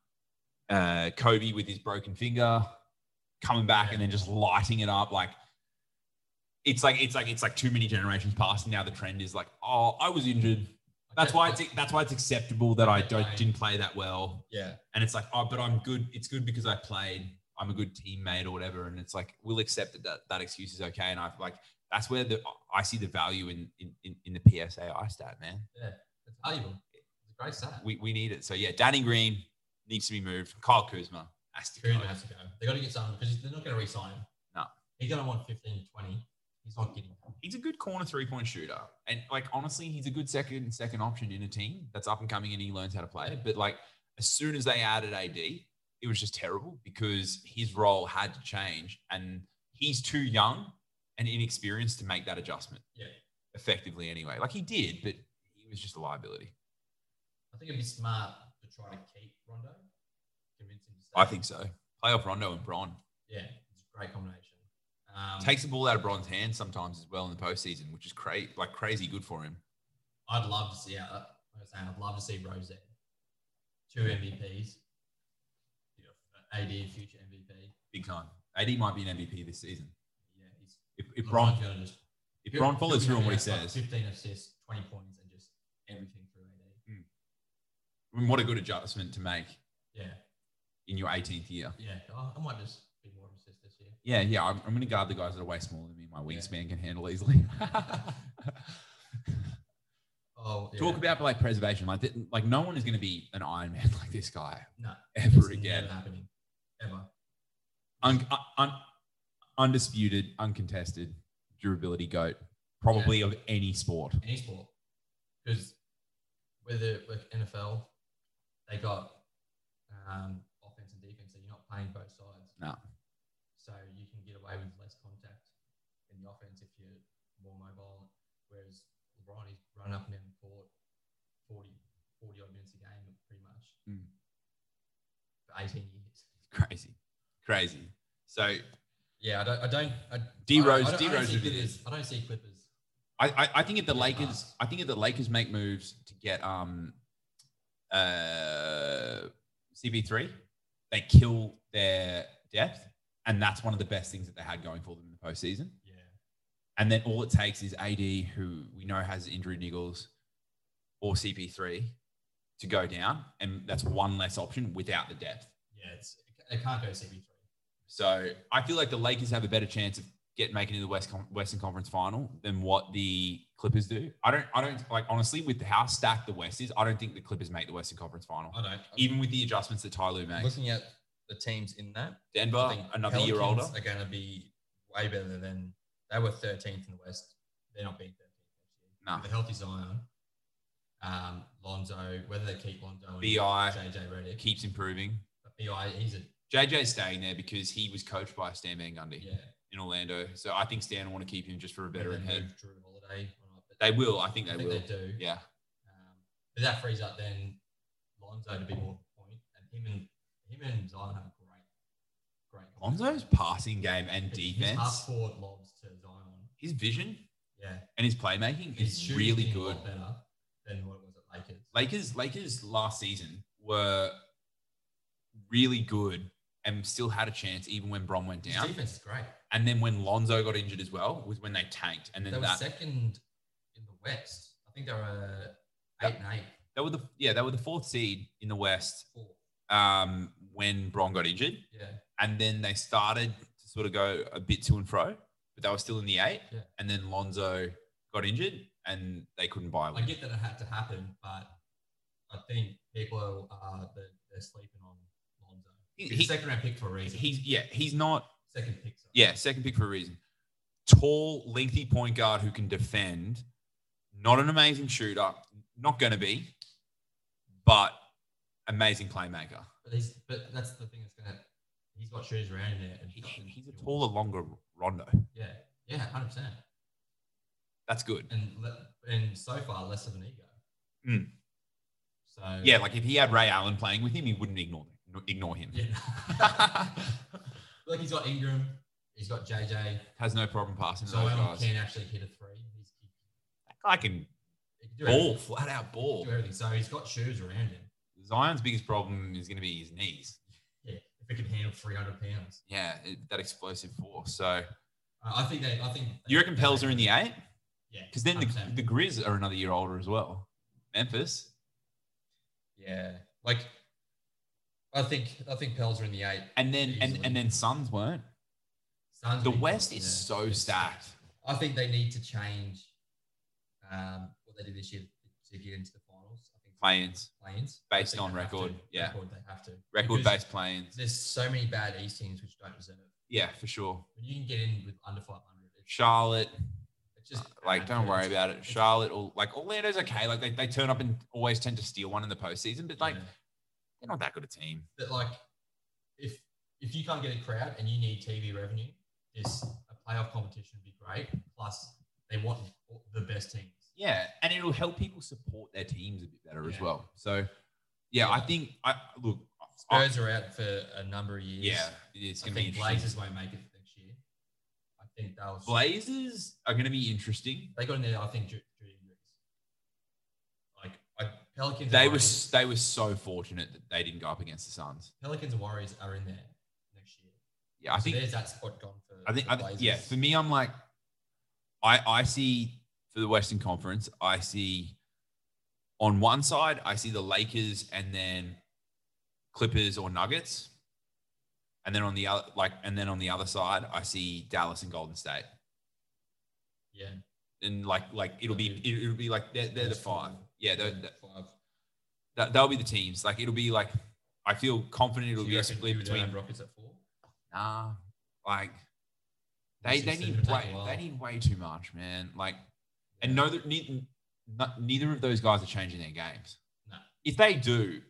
Speaker 2: uh, Kobe with his broken finger coming back
Speaker 3: Yeah.
Speaker 2: and then just lighting it up like. It's like it's like it's like too many generations past, and now the trend is like, oh, I was injured.
Speaker 3: Like,
Speaker 2: That's why it's that's why it's acceptable that I don't didn't play that well
Speaker 3: Yeah.
Speaker 2: and it's like, oh, but I'm good. It's good because I played. I'm a good teammate or whatever. And it's like, we'll accept that that, that excuse is okay. And I like that's where the I see the value in in, in, in the PSAI stat, man.
Speaker 3: It's valuable. It's a great stat.
Speaker 2: We, we need it. So yeah, Danny Green needs to be moved. Kyle Kuzma has to go.
Speaker 3: Kuzma has to go. They got to get someone because they're not going to re-sign him.
Speaker 2: No.
Speaker 3: He's going to want 15 to 20. He's not getting that.
Speaker 2: He's a good corner three point shooter, and like honestly, he's a good second second option in a team that's up and coming, and he learns how to play it. But like as soon as they added AD, it was just terrible because his role had to change, and he's too young and inexperienced to make that adjustment.
Speaker 3: Yeah.
Speaker 2: effectively anyway. Like he did, but he was just a liability.
Speaker 3: I think it'd be smart to try to keep Rondo, convince him to stay.
Speaker 2: I think so. Playoff Rondo and Bron
Speaker 3: Yeah, it's a great combination. Um,
Speaker 2: takes the ball out of Bron's hands sometimes as well in the postseason, which is crazy, like crazy good for him.
Speaker 3: I'd love to see. Yeah, like I was saying, I'd love to see Rose there. Two MVPs. Yeah. AD uh, future MVP.
Speaker 2: Big time. AD might be an MVP this season.
Speaker 3: Yeah, he's
Speaker 2: If, if Bron
Speaker 3: LeBron's gonna just-
Speaker 2: if Bron follows through on what he
Speaker 3: Yeah, like
Speaker 2: says,
Speaker 3: 15 assists, 20 points, and just everything through AD.
Speaker 2: I mean, what a good adjustment to make
Speaker 3: Yeah,
Speaker 2: in your 18th year.
Speaker 3: yeah. I, I might just be more of an assist this year.
Speaker 2: Yeah, yeah. I'm, I'm going to guard the guys that are way smaller than me. My wingspan can handle easily.
Speaker 3: Oh, yeah.
Speaker 2: Talk about like preservation. Like, th- like no one is going to be an Iron Man like this guy
Speaker 3: no,
Speaker 2: ever
Speaker 3: it's
Speaker 2: again.
Speaker 3: Never happening. Ever.
Speaker 2: un, uh, un, undisputed, uncontested durability goat, probably of any sport.
Speaker 3: any sport. Because whether like NFL, they got um, offense and defense, so you're not playing both sides.
Speaker 2: No.
Speaker 3: So you can get away with less contact in the offense if you're more mobile. Whereas LeBron, he's run up and down the court 40, 40 odd minutes a game, pretty much
Speaker 2: Mm.
Speaker 3: for 18 years.
Speaker 2: Crazy, crazy. So I,
Speaker 3: Yeah, I don't. I don't I,
Speaker 2: D. Rose-
Speaker 3: I don't- I
Speaker 2: D.
Speaker 3: don't
Speaker 2: Rose
Speaker 3: see
Speaker 2: would be
Speaker 3: Clippers. I don't see Clippers.
Speaker 2: I, I think if the
Speaker 3: Yeah,
Speaker 2: Lakers,
Speaker 3: pass.
Speaker 2: I think if the Lakers make moves to get um, uh, CB3, they kill their depth, and that's one of the best things that they had going for them in the postseason.
Speaker 3: Yeah,
Speaker 2: And then all it takes is AD, who we know has injury niggles, or CP3 to go down. And that's one less option without the depth.
Speaker 3: yeah. It's it can't go CP three.
Speaker 2: So I feel like the Lakers have a better chance of get making it to the West Con- Western Conference final than what the Clippers do. I don't, I don't like honestly with how stacked the West is. I don't think the Clippers make the Western Conference final,
Speaker 3: I don't.
Speaker 2: even with the adjustments that Tyloo makes.
Speaker 3: looking at the teams in that, I
Speaker 2: Denver,
Speaker 3: think
Speaker 2: Oh, another year older.
Speaker 3: Pelicans are going to be way better than they were 13th in the West. They're not being 13th next
Speaker 2: Nah.
Speaker 3: year. The healthy Zion, um, Lonzo, whether they keep Lonzo and
Speaker 2: Bi
Speaker 3: JJ Redick,
Speaker 2: keeps improving.
Speaker 3: but Bi, he's a
Speaker 2: JJ's staying there because he was coached by Stan Van Gundy.
Speaker 3: yeah,
Speaker 2: in Orlando. So I think Stan will want to keep him just for a veteran
Speaker 3: They
Speaker 2: head.
Speaker 3: move Drew Holiday. or not, but
Speaker 2: They will. I think
Speaker 3: I
Speaker 2: they
Speaker 3: think
Speaker 2: will.
Speaker 3: they do.
Speaker 2: Yeah.
Speaker 3: Um, but that frees up then Lonzo to be more point, and him and him and Zion have a great, great.
Speaker 2: Lonzo's passing game and
Speaker 3: Half
Speaker 2: defense,
Speaker 3: forward lobs to Zion.
Speaker 2: his vision
Speaker 3: Yeah,
Speaker 2: and his playmaking
Speaker 3: His
Speaker 2: is
Speaker 3: shooting's
Speaker 2: really
Speaker 3: getting a
Speaker 2: good.
Speaker 3: lot better than what it was at Lakers.
Speaker 2: Lakers Lakers last season were really good and still had a chance even when Bron went
Speaker 3: His
Speaker 2: down.
Speaker 3: defense is great.
Speaker 2: And then when Lonzo got injured as well was when they tanked. And
Speaker 3: They
Speaker 2: then
Speaker 3: were
Speaker 2: that
Speaker 3: second in the West. I think they were uh,
Speaker 2: Yep.
Speaker 3: eight and eight,
Speaker 2: they were the yeah they were the fourth seed in the West
Speaker 3: four.
Speaker 2: um, when Bron got injured,
Speaker 3: Yeah,
Speaker 2: and then they started to sort of go a bit to and fro, but they were still in the eight.
Speaker 3: Yeah.
Speaker 2: And then Lonzo got injured, and they couldn't buy
Speaker 3: I
Speaker 2: one.
Speaker 3: get that it had to happen, but I think people are they're, they're sleeping on Lonzo.
Speaker 2: He-
Speaker 3: He's a
Speaker 2: he-
Speaker 3: second round pick for a reason.
Speaker 2: He's yeah he's not
Speaker 3: second pick. sorry.
Speaker 2: Yeah, second pick for a reason. Tall, lengthy point guard who can defend. Not an amazing shooter. Not going to be, but amazing playmaker.
Speaker 3: But he's but that's the thing that's gonna he's got shoes around in there and
Speaker 2: He-
Speaker 3: fucking-
Speaker 2: he's a taller, longer Rondo.
Speaker 3: Yeah, yeah, hundred percent.
Speaker 2: That's good.
Speaker 3: And le- and so far less of an ego.
Speaker 2: Mm.
Speaker 3: So
Speaker 2: Yeah, like if he had Ray Allen playing with him, he wouldn't ignore him. Ignore him.
Speaker 3: yeah. [LAUGHS] like he's got Ingram, he's got JJ.
Speaker 2: Has no problem passing to
Speaker 3: So
Speaker 2: those
Speaker 3: I
Speaker 2: guys.
Speaker 3: can actually hit a three. He's, he,
Speaker 2: I can
Speaker 3: he can do
Speaker 2: ball,
Speaker 3: everything.
Speaker 2: flat out
Speaker 3: He
Speaker 2: ball.
Speaker 3: can do everything. So he's got shoes around him.
Speaker 2: Zion's biggest problem is going to be his knees.
Speaker 3: Yeah, if he can handle three hundred pounds.
Speaker 2: Yeah, it- that explosive force. So
Speaker 3: Uh, I think they. I think
Speaker 2: you reckon Pels are in the eight?
Speaker 3: Yeah,
Speaker 2: Because then the,
Speaker 3: 100%.
Speaker 2: the Grizz are another year older as well. Memphis.
Speaker 3: yeah, like I think I think Pels are in the eight.
Speaker 2: And then and,
Speaker 3: Easily.
Speaker 2: and then Suns weren't.
Speaker 3: Suns
Speaker 2: The
Speaker 3: are in
Speaker 2: West
Speaker 3: eight,
Speaker 2: is
Speaker 3: yeah.
Speaker 2: so stacked.
Speaker 3: I think they need to change um, what they did this year to get into the finals. I think
Speaker 2: Play-ins.
Speaker 3: play-ins
Speaker 2: Based
Speaker 3: I think
Speaker 2: on
Speaker 3: they have
Speaker 2: record,
Speaker 3: to.
Speaker 2: yeah.
Speaker 3: record they have to
Speaker 2: Record
Speaker 3: Because
Speaker 2: based play-ins.
Speaker 3: There's so many bad East teams which don't deserve it.
Speaker 2: Yeah, for sure.
Speaker 3: When you can get in with under 500, it's,
Speaker 2: Charlotte. uh,
Speaker 3: it's just
Speaker 2: Like,
Speaker 3: bad
Speaker 2: don't
Speaker 3: for
Speaker 2: worry
Speaker 3: us.
Speaker 2: about it.
Speaker 3: It's-
Speaker 2: Charlotte or like Orlando's okay. Like they, they turn up and always tend to steal one in the postseason, but like
Speaker 3: Yeah.
Speaker 2: they're not that good a team.
Speaker 3: But like, if if you can't get a crowd and you need TV revenue, this a playoff competition would be great. Plus, they want the best teams.
Speaker 2: Yeah. And it'll help people support their teams a bit better as
Speaker 3: Yeah.
Speaker 2: well. So yeah,
Speaker 3: Yeah.
Speaker 2: I think I look I-
Speaker 3: Spurs are out for a number of years.
Speaker 2: yeah, it's
Speaker 3: I
Speaker 2: gonna be
Speaker 3: think
Speaker 2: Blazers.
Speaker 3: Blazers won't make it next year. I think they'll.
Speaker 2: Blazers are gonna be interesting.
Speaker 3: They got in there. I think due, due to injuries. Like I, Pelicans.
Speaker 2: They
Speaker 3: and
Speaker 2: were
Speaker 3: Warriors,
Speaker 2: s- they were so fortunate that they didn't go up against the Suns.
Speaker 3: Pelicans and Warriors are in there next year.
Speaker 2: Yeah, I
Speaker 3: so
Speaker 2: think
Speaker 3: there's that spot gone for.
Speaker 2: I think
Speaker 3: for
Speaker 2: I think yeah.
Speaker 3: Blazers.
Speaker 2: For me, I'm like, I I see for the Western Conference, I see on one side I see the Lakers and then Clippers or Nuggets, and then on the other like and then on the other side I see Dallas and Golden State,
Speaker 3: yeah,
Speaker 2: and like like it'll be it- it'll be like they're, they're the
Speaker 3: That's cool.
Speaker 2: five. Yeah, they're, they're-
Speaker 3: five.
Speaker 2: that they'll be the teams. Like it'll be like I feel confident it'll
Speaker 3: So you
Speaker 2: be a
Speaker 3: reckon
Speaker 2: split
Speaker 3: you would
Speaker 2: between
Speaker 3: have Rockets at four.
Speaker 2: Nah, like they
Speaker 3: Six
Speaker 2: they
Speaker 3: is
Speaker 2: need
Speaker 3: gonna take
Speaker 2: way
Speaker 3: a while.
Speaker 2: they need way too much, man. Like, and neither neither, neither of those guys are changing their games.
Speaker 3: No.
Speaker 2: If they do,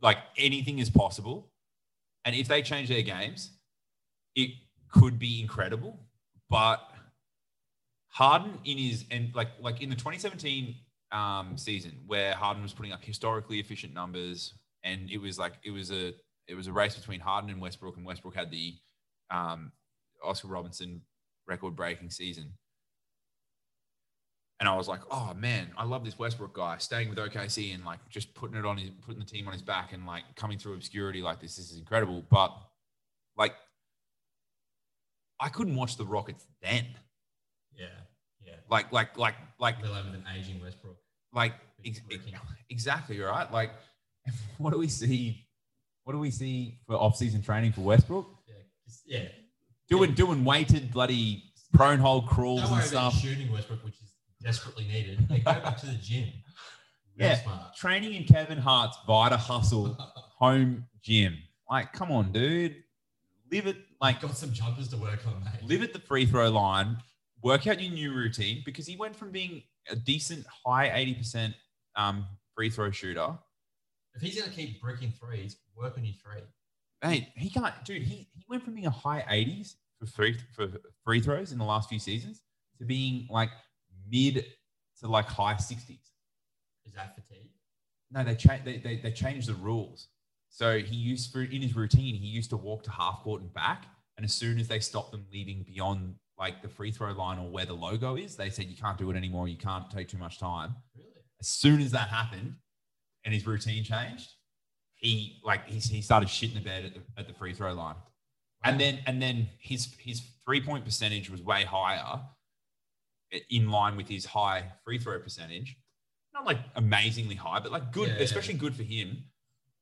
Speaker 2: like anything is possible, and if they change their games, it could be incredible. But Harden in his and like like in the 2017 um, season where Harden was putting up historically efficient numbers, and it was like it was a it was a race between Harden and Westbrook, and Westbrook had the um, Oscar Robinson record breaking season. And I was like, oh man, I love this Westbrook guy staying with OKC and like just putting it on his putting the team on his back and like coming through obscurity like this. This is incredible. But like I couldn't watch the Rockets then.
Speaker 3: Yeah, yeah.
Speaker 2: Like, like, like, like,
Speaker 3: A little over than aging Westbrook.
Speaker 2: like
Speaker 3: Big
Speaker 2: ex-
Speaker 3: breaking.
Speaker 2: exactly right. Like [LAUGHS] what do we see? What do we see for off-season training for Westbrook?
Speaker 3: Yeah, just- yeah.
Speaker 2: Doing doing weighted bloody prone hole crawls
Speaker 3: Don't
Speaker 2: and
Speaker 3: worry about
Speaker 2: stuff.
Speaker 3: shooting Westbrook, which is desperately needed. They go back to the gym. Real
Speaker 2: [LAUGHS] Yeah.
Speaker 3: smart.
Speaker 2: Training in Kevin Hart's Vita Hustle home gym. Like, come on, dude. Live it like
Speaker 3: Got some jumpers to work on, mate.
Speaker 2: live at the free throw line, work out your new routine because he went from being a decent high 80% um, free throw shooter.
Speaker 3: If he's gonna keep bricking threes, work on your three.
Speaker 2: Mate, he can't, dude, he, he went from being a high 80s for free for free throws in the last few seasons to being like mid to like high sixties.
Speaker 3: Is that fatigue?
Speaker 2: No, they changed they, they, they changed the rules. So he used for in his routine, he used to walk to half court and back. And as soon as they stopped them leaving beyond like the free throw line or where the logo is, they said you can't do it anymore. You can't take too much time.
Speaker 3: Really?
Speaker 2: As soon as that happened, and his routine changed, he like he, he started shitting the bed at the, at the free throw line. And then and then his his three point percentage was way higher, i- in line with his high free throw percentage. Not like amazingly high, but like good,
Speaker 3: Yeah.
Speaker 2: especially good for him,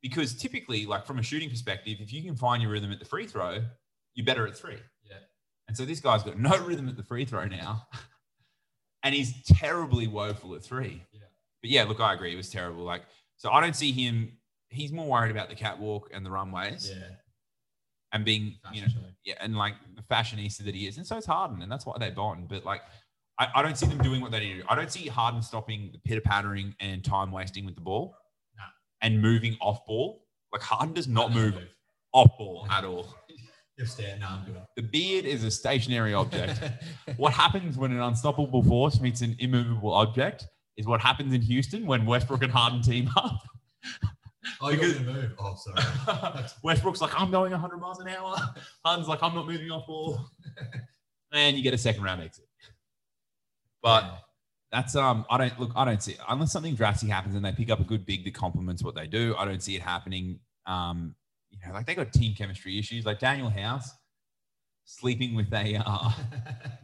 Speaker 2: because typically, like from a shooting perspective, if you can find your rhythm at the free throw, you're better at three.
Speaker 3: Yeah.
Speaker 2: And so this guy's got no rhythm at the free throw now, [LAUGHS] and he's terribly woeful at three.
Speaker 3: Yeah.
Speaker 2: But yeah, look, I agree, it was terrible. Like, so I don't see him. He's more worried about the catwalk and the runways
Speaker 3: Yeah.
Speaker 2: and being, you know,
Speaker 3: fashion show.
Speaker 2: yeah, and like the fashionista that he is. And so it's Harden, and that's why they bond. But like, I, I don't see them doing what they need to do. I don't see Harden stopping the pitter pattering and time wasting with the ball
Speaker 3: No.
Speaker 2: and moving off ball. Like, Harden does not
Speaker 3: Another
Speaker 2: move off ball
Speaker 3: No.
Speaker 2: at
Speaker 3: [LAUGHS]
Speaker 2: all.
Speaker 3: Just there. No, I'm good.
Speaker 2: The beard is a stationary object.
Speaker 3: [LAUGHS]
Speaker 2: what happens when an unstoppable force meets an immovable object is what happens in Houston when Westbrook and Harden team up.
Speaker 3: oh, you're
Speaker 2: Because-
Speaker 3: going to move. Oh,
Speaker 5: [LAUGHS]
Speaker 3: sorry.
Speaker 2: Westbrook's like, I'm going 100 miles an hour. Harden's like, I'm not moving off ball. and you get a second round exit. But
Speaker 3: [LAUGHS] Yeah.
Speaker 2: that's um, I don't look, I don't see unless something drastic happens and they pick up a good big that complements what they do. I don't see it happening. Um, you know, like they got team chemistry issues, like Daniel House sleeping with a uh,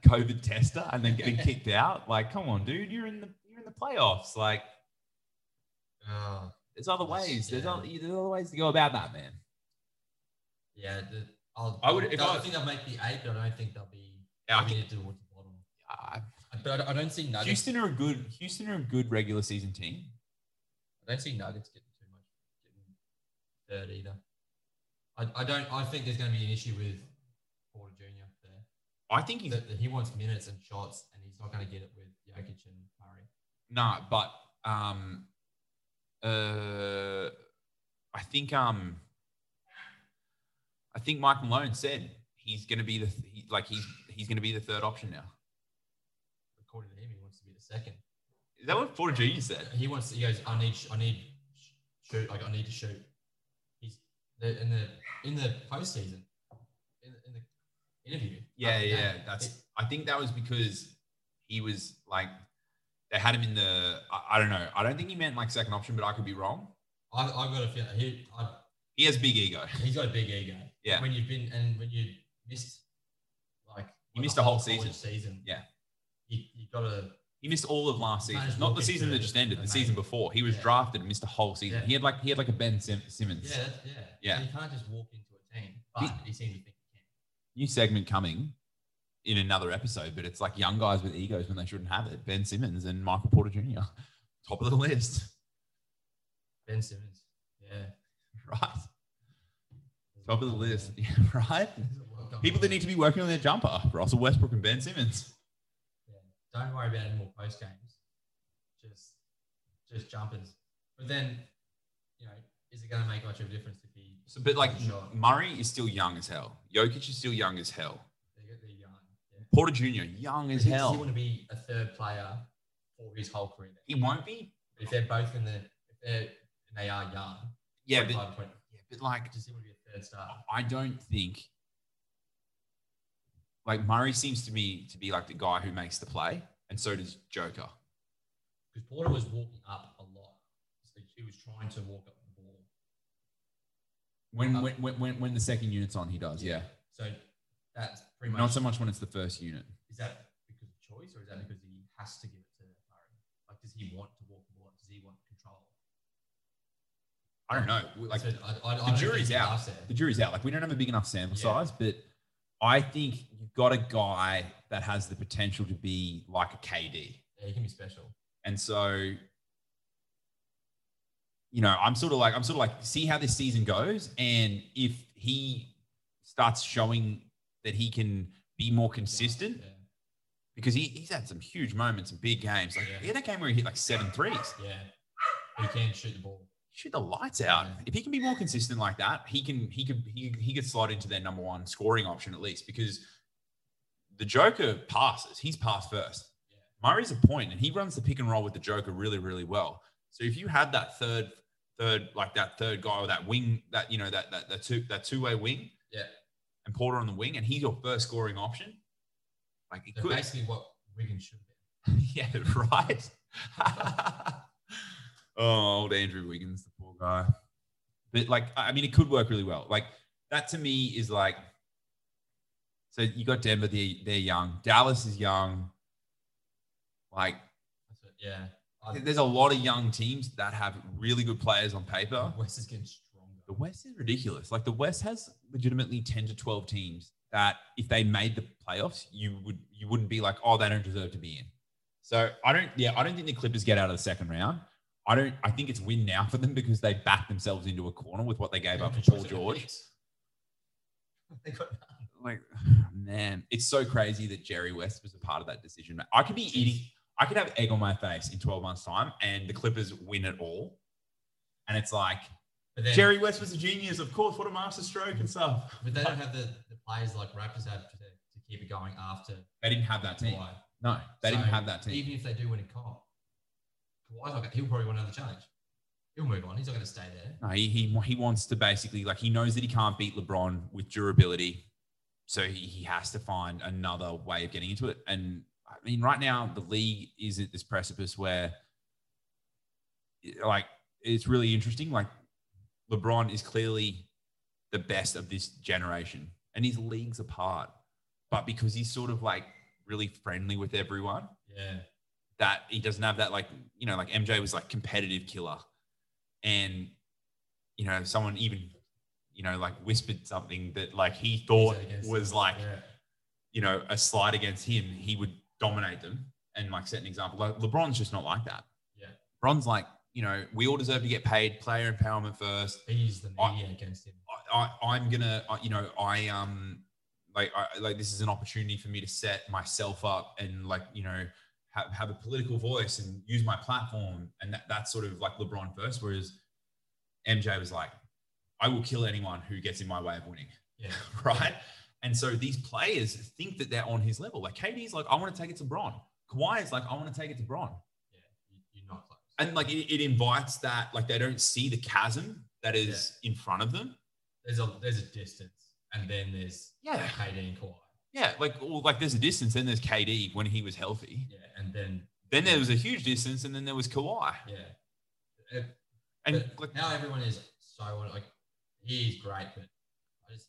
Speaker 2: COVID tester and then
Speaker 3: [LAUGHS]
Speaker 2: getting kicked out. Like, come on, dude, you're in the you're in the playoffs. Like,
Speaker 3: oh,
Speaker 2: there's other ways. There's
Speaker 3: Yeah.
Speaker 2: other, there's other ways to go about that, man.
Speaker 3: yeah. The, I'll,
Speaker 5: I would- if
Speaker 3: I
Speaker 5: I
Speaker 3: don't
Speaker 5: was-
Speaker 3: think they'll make the eight, but I don't think they'll be
Speaker 5: Yeah, I
Speaker 3: committed towards the bottom.
Speaker 2: Uh,
Speaker 3: But I, I don't see Nuggets.
Speaker 2: Houston are a good Houston are a good regular season team.
Speaker 3: I don't see Nuggets getting too much getting third either. I, I don't. I think there's going to be an issue with Porter Junior there.
Speaker 2: I think
Speaker 5: Hmm.
Speaker 2: he's
Speaker 3: That, that he wants minutes and shots, and he's not going to get it with Jokic and Murray.
Speaker 2: No, but um, uh, I think um, I think Mike Malone said he's going to be the th- he, like he's he's going to be the third option now.
Speaker 3: According to him, he wants to be the second.
Speaker 2: Is that what Porter Junior said?
Speaker 3: He wants. He goes. I need. sh- I need sh- shoot. Like I need to shoot. He's the, in the in the postseason. In, in the interview.
Speaker 2: Yeah,
Speaker 3: after the
Speaker 2: yeah,
Speaker 3: game,
Speaker 2: that's.
Speaker 3: it-
Speaker 2: I think that was because he was like they had him in the. I, I don't know. I don't think he meant like second option, but I could be wrong.
Speaker 3: I, I've got a feeling he. I,
Speaker 2: He has big ego.
Speaker 3: he's got a big ego.
Speaker 2: Yeah.
Speaker 3: When you've been and when you missed, like
Speaker 2: You missed
Speaker 3: the
Speaker 2: a whole
Speaker 3: college
Speaker 2: season.
Speaker 3: Season.
Speaker 2: Yeah.
Speaker 3: You, you gotta.
Speaker 2: He missed all of last
Speaker 3: Might
Speaker 2: season,
Speaker 3: as well
Speaker 2: not the
Speaker 3: get
Speaker 2: season
Speaker 3: the-
Speaker 2: that just ended.
Speaker 3: the
Speaker 2: The season
Speaker 3: main-
Speaker 2: before, he was
Speaker 3: Yeah.
Speaker 2: drafted and missed a whole season.
Speaker 3: Yeah.
Speaker 2: He had like he had like a Ben Sim- Simmons.
Speaker 3: Yeah. That's, yeah.
Speaker 2: Yeah.
Speaker 3: You can't just walk into a team, but he, seems to think he can.
Speaker 2: new segment coming in another episode, but it's like young guys with egos when they shouldn't have it. Ben Simmons and Michael Porter Jr. Top of the list, [LAUGHS]
Speaker 3: Ben Simmons. Yeah.
Speaker 2: right? Top of the list, [LAUGHS] yeah, right?
Speaker 3: There's a lot going
Speaker 2: People that
Speaker 3: on.
Speaker 2: need to be working on their jumper: Russell Westbrook and Ben Simmons.
Speaker 3: don't worry about any more post games. Just just jumpers. But then, you know, is it going to make much of a difference if he?
Speaker 2: So, but like
Speaker 3: Sure.
Speaker 2: Murray is still young as hell. Jokic is still young as hell.
Speaker 3: They're, they're young. Yeah.
Speaker 2: Porter Jr. young as
Speaker 3: Does He
Speaker 2: hell.
Speaker 3: want to be a third player for his whole career.
Speaker 2: He won't be.
Speaker 3: If they're both in the, if they're and they are young.
Speaker 2: Yeah, but, yeah,
Speaker 3: 25, 20,
Speaker 2: but like
Speaker 3: does he want to be a third star?
Speaker 2: I don't think like Murray seems to me to be like the guy who makes the play, and so does Joker.
Speaker 3: Because Porter was walking up a lot. So he was trying to walk up the ball.
Speaker 2: When
Speaker 3: Uh,
Speaker 2: when, when- when when the second unit's on, he does. Yeah.
Speaker 3: So that's pretty much.
Speaker 2: Not so much when it's the first unit.
Speaker 3: Is that because of choice, or is that because he has to give it to Murray? Like, does he want to walk the ball? Does he want control?
Speaker 2: I don't know. We- Like
Speaker 3: Like, I, I, I
Speaker 2: the
Speaker 3: don't think
Speaker 2: jury's
Speaker 3: it's
Speaker 2: out.
Speaker 3: enough there.
Speaker 2: the jury's out. Like we don't have a big enough sample
Speaker 3: Yeah.
Speaker 2: size, but I think you've got a guy that has the potential to be like a KD.
Speaker 3: Yeah, he can be special.
Speaker 2: And so, you know, I'm sort of like, I'm sort of like, see how this season goes. And if he starts showing that he can be more consistent,
Speaker 3: Yeah.
Speaker 2: because he, he's had some huge moments and big games. Like,
Speaker 3: Yeah.
Speaker 2: he had that game where he hit like seven threes.
Speaker 3: Yeah. He can shoot the ball.
Speaker 2: shoot the lights out.
Speaker 3: Yeah.
Speaker 2: If he can be more consistent like that, he can he could he, he could slot into their number one scoring option at least because the Joker passes. He's passed first.
Speaker 3: Yeah.
Speaker 2: Murray's a point, and he runs the pick and roll with the Joker really, really well. So if you had that third, third like that third guy or that wing, that you know that that, that two that two way wing,
Speaker 3: Yeah.
Speaker 2: and Porter on the wing, and he's your first scoring option. Like it
Speaker 3: They're
Speaker 2: could,
Speaker 3: basically what Wigan should be.
Speaker 2: [LAUGHS] yeah, right. oh, old Andrew Wiggins, the poor guy. But like, I I mean, it could work really well. Like that to me is like. So you got Denver, they they're young. Dallas is young. Like,
Speaker 3: That's it. Yeah. I,
Speaker 2: there's a lot of young teams that have really good players on paper.
Speaker 3: West is getting stronger.
Speaker 2: The West is ridiculous. Like the West has legitimately 10 to 12 teams that if they made the playoffs, you would you wouldn't be like, oh, they don't deserve to be in. So I don't, yeah, I don't think the Clippers get out of the second round. I don't I think it's win now for them because they backed themselves into a corner with what they gave up for Paul George.
Speaker 3: They got
Speaker 2: Like, man, it's so crazy that Jerry West was a part of that decision. I could be eating, I could have egg on my face in 12 months' time and the Clippers win it all. And it's like,
Speaker 3: [LAUGHS] But
Speaker 2: [LAUGHS]
Speaker 3: then,
Speaker 2: Jerry West was a genius, of course. What a masterstroke and stuff.
Speaker 3: but they don't have the, the players like Raptors have to, to keep it going after
Speaker 2: They didn't have that team.
Speaker 3: Kawhi.
Speaker 2: No, they didn't
Speaker 3: So,
Speaker 2: have that team.
Speaker 3: Even if they do win a call, Kawhi's like, he'll probably want another challenge. He'll move on. He's not going to stay there.
Speaker 2: No, he, he he wants to basically like he knows that he can't beat LeBron with durability, so he, he has to find another way of getting into it. And I mean, right now the league is at this precipice where, like, it's really interesting. Like, LeBron is clearly the best of this generation, and his leagues apart. But because he's sort of like really friendly with everyone,
Speaker 3: Yeah.
Speaker 2: that he doesn't have that like you know like MJ was like competitive killer, and you know someone even you know like whispered something that like he thought
Speaker 3: He's against
Speaker 2: was like
Speaker 3: Yeah.
Speaker 2: you know a slide against him, he would dominate them and like set an example. Like LeBron's just not like that.
Speaker 3: Yeah.
Speaker 2: LeBron's like you know we all deserve to get paid. Player empowerment first.
Speaker 3: He's the
Speaker 2: I-
Speaker 3: media against him.
Speaker 2: I, I I'm gonna I, you know I um like I, like this is an opportunity for me to set myself up and like you know have, have a political voice and use my platform and that, that's sort of like LeBron first whereas MJ was like I will kill anyone who gets in my way of winning
Speaker 3: Yeah.
Speaker 2: [LAUGHS] right and so these players think that they're on his level like KD's like I want to take it to Bron Kawhi is like I want to take it to Bron
Speaker 3: Yeah. You, you're not close.
Speaker 2: and like it, it invites that like they don't see the chasm that is in front of them
Speaker 3: There's a there's a distance, and then there's
Speaker 2: yeah
Speaker 3: KD and Kawhi.
Speaker 2: Yeah, like well, like there's a distance. Then there's KD when he was healthy.
Speaker 3: Yeah. And then
Speaker 2: Then there was a huge distance, and then there was Kawhi.
Speaker 3: yeah. It-
Speaker 2: And
Speaker 3: But
Speaker 2: like,
Speaker 3: now everyone is so on- like he's great, but I just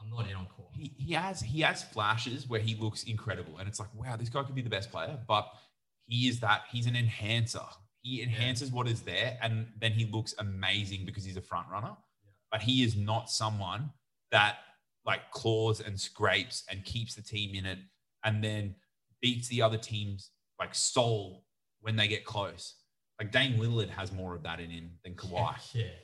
Speaker 3: I'm not in on court.
Speaker 2: he, he has he has flashes where he looks incredible, and it's like, wow, this guy could be the best player. But he is that he's an enhancer. He enhances what is there, and then he looks amazing because he's a front runner.
Speaker 3: Yeah.
Speaker 2: But he is not someone that like claws and scrapes and keeps the team in it, and then beats the other team's like soul when they get close. Like Dane Lillard has more of that in him than Kawhi,
Speaker 3: [LAUGHS] Yeah.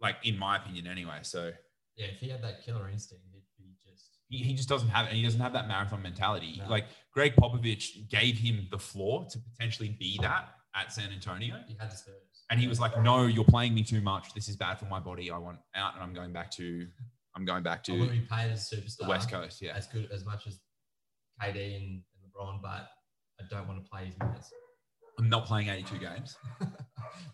Speaker 2: like in my opinion, anyway. So
Speaker 3: Yeah. If he had that killer instinct, he'd be just
Speaker 2: he, he just doesn't have it. And he doesn't have that marathon mentality.
Speaker 3: No.
Speaker 2: Like Greg Popovich gave him the floor to potentially be that at San Antonio.
Speaker 3: he had the Spurs.
Speaker 2: And he was like, no, you're playing me too much. This is bad for my body. I want out and I'm going back to, I'm going back
Speaker 3: I want
Speaker 2: to
Speaker 3: to be paid as a superstar.
Speaker 2: the West Coast. Yeah.
Speaker 3: As good as much as KD and, and LeBron, but I don't want to play his minutes. [LAUGHS]
Speaker 2: I'm not playing 82 games.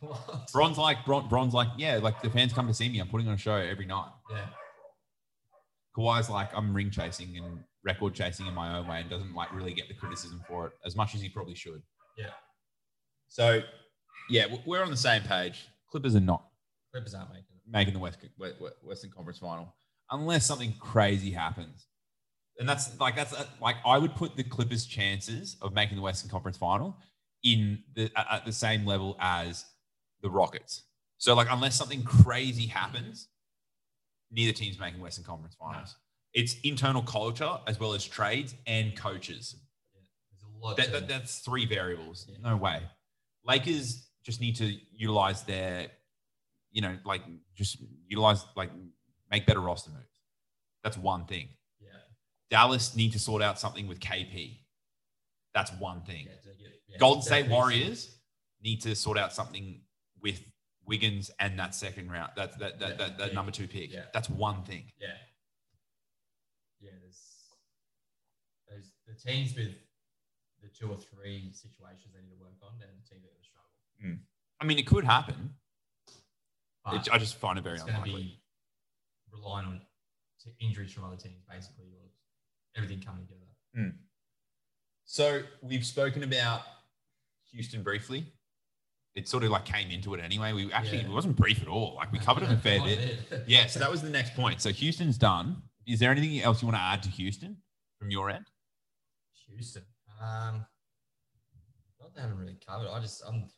Speaker 3: What?
Speaker 2: Bron's like, Bron, Bron's like, yeah, like the fans come to see me. I'm putting on a show every night.
Speaker 3: Yeah.
Speaker 2: Kawhi's like, I'm ring chasing and record chasing in my own way and doesn't like really get the criticism for it as much as he probably should.
Speaker 3: Yeah.
Speaker 2: So, yeah, w- we're on the same page. Clippers are not
Speaker 3: Clippers aren't making it.
Speaker 2: making the West, we- we- Western Conference final unless something crazy happens. And that's like, that's uh, like, I would put the Clippers' chances of making the Western Conference final in the, at at the same level as the Rockets. So, like, unless something crazy happens, neither team's making Western Conference finals. It's internal culture as well as trades and coaches.
Speaker 3: There's a lot.
Speaker 2: That,
Speaker 3: to-
Speaker 2: that, that's three variables.
Speaker 3: Yeah.
Speaker 2: No way. Lakers just need to utilize their, you know, like just utilize, like make better roster moves. That's one thing.
Speaker 3: yeah.
Speaker 2: Dallas need to sort out something with KP. That's one thing.
Speaker 3: yeah, to get- yeah,
Speaker 2: Golden State
Speaker 3: definitely.
Speaker 2: Warriors need to sort out something with Wiggins and that second round, that, that, that,
Speaker 3: Yeah,
Speaker 2: that, that
Speaker 3: pick.
Speaker 2: number two pick.
Speaker 3: Yeah.
Speaker 2: That's one thing.
Speaker 3: Yeah. Yeah. There's those the teams with the two or three situations they need to work on, they're the teams that are going to struggle.
Speaker 2: I mean, it could happen.
Speaker 3: But
Speaker 2: It- I just find it very
Speaker 3: it's going to
Speaker 2: unlikely.
Speaker 3: be relying on t- injuries from other teams, basically, or everything coming together.
Speaker 2: So we've spoken about Houston briefly. It sort of like came into it anyway. We actually
Speaker 3: Yeah.
Speaker 2: it wasn't brief at all. Like we covered it a fair
Speaker 3: Quite
Speaker 2: bit. Yeah, so that was the next point. So Houston's done. Is there anything else you want to add to Houston from your end?
Speaker 3: [LAUGHS] Houston. Um, not that I haven't really covered. I just I'm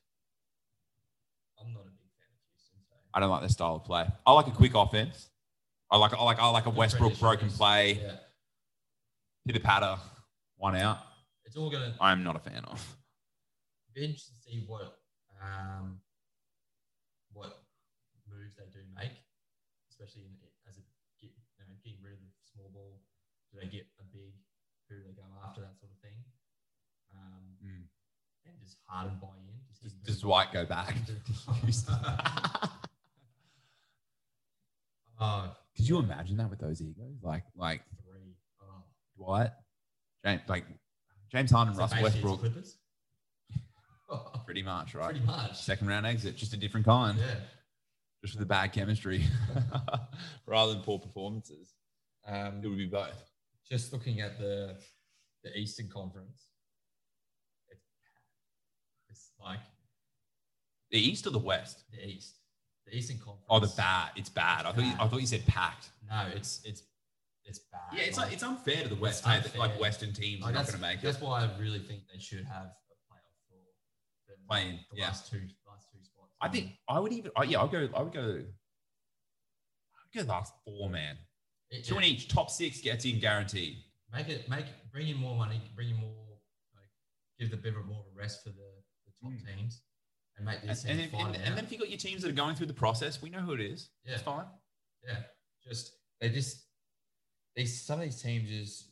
Speaker 3: I'm not a big fan of Houston. So
Speaker 2: I don't like their style of play. I like a quick offense. I like I like I like a Westbrook broken play,
Speaker 3: Yeah,
Speaker 2: hit a patter, one out.
Speaker 3: it's all gonna
Speaker 2: I'm not a fan of.
Speaker 3: be interesting to see what um what moves they do make, especially in, as a get, you know, getting rid of the small ball. Do they get a big? Who do they go after? That sort of thing. Um,
Speaker 2: Mm.
Speaker 3: and just hard and buy in. Just,
Speaker 2: Does, does Dwight go
Speaker 3: [LAUGHS]
Speaker 2: back?
Speaker 3: Oh,
Speaker 2: [LAUGHS] Could you imagine that with those egos? Like like
Speaker 3: three. Oh.
Speaker 2: Dwight, James like James Harden,
Speaker 3: So
Speaker 2: Russell
Speaker 3: basically it's
Speaker 2: Westbrook,
Speaker 3: Clippers? [LAUGHS]
Speaker 2: pretty much right.
Speaker 3: Pretty much.
Speaker 2: Second round exit, just a different kind,
Speaker 3: Yeah.
Speaker 2: just with the bad chemistry, [LAUGHS] rather than poor performances. Um, it would be both.
Speaker 3: Just looking at the the Eastern Conference, it's, it's like
Speaker 2: The East or the West?
Speaker 3: the East. The Eastern Conference.
Speaker 2: Oh, the bad. It's bad. I thought you, I thought you said packed.
Speaker 3: No, it's it's it's bad.
Speaker 2: Yeah, it's
Speaker 3: Like,
Speaker 2: it's unfair Oh, to the West.
Speaker 3: It's
Speaker 2: Hey, that, like
Speaker 3: unfair.
Speaker 2: Western teams
Speaker 3: like,
Speaker 2: are not
Speaker 3: that's,
Speaker 2: going to make it.
Speaker 3: that's why I really think they should have a playoff for the,
Speaker 2: Play-in,
Speaker 3: the
Speaker 2: yeah.
Speaker 3: last two last two spots.
Speaker 2: I think I would even. I yeah, I'll go. I would go. I would go last four, man.
Speaker 3: It-
Speaker 2: Two in
Speaker 3: yeah.
Speaker 2: each. Top six gets in guaranteed.
Speaker 3: make it make bring in more money, bring in more like give the bit of more of a rest for the, the top
Speaker 2: Mm.
Speaker 3: teams and make
Speaker 2: And,
Speaker 3: these
Speaker 2: and, if,
Speaker 3: teams fight
Speaker 2: and,
Speaker 3: it
Speaker 2: and
Speaker 3: out.
Speaker 2: then if you got your teams that are going through the process, we know who it is.
Speaker 3: yeah,
Speaker 2: It's fine.
Speaker 3: yeah. Just they just these some of these teams just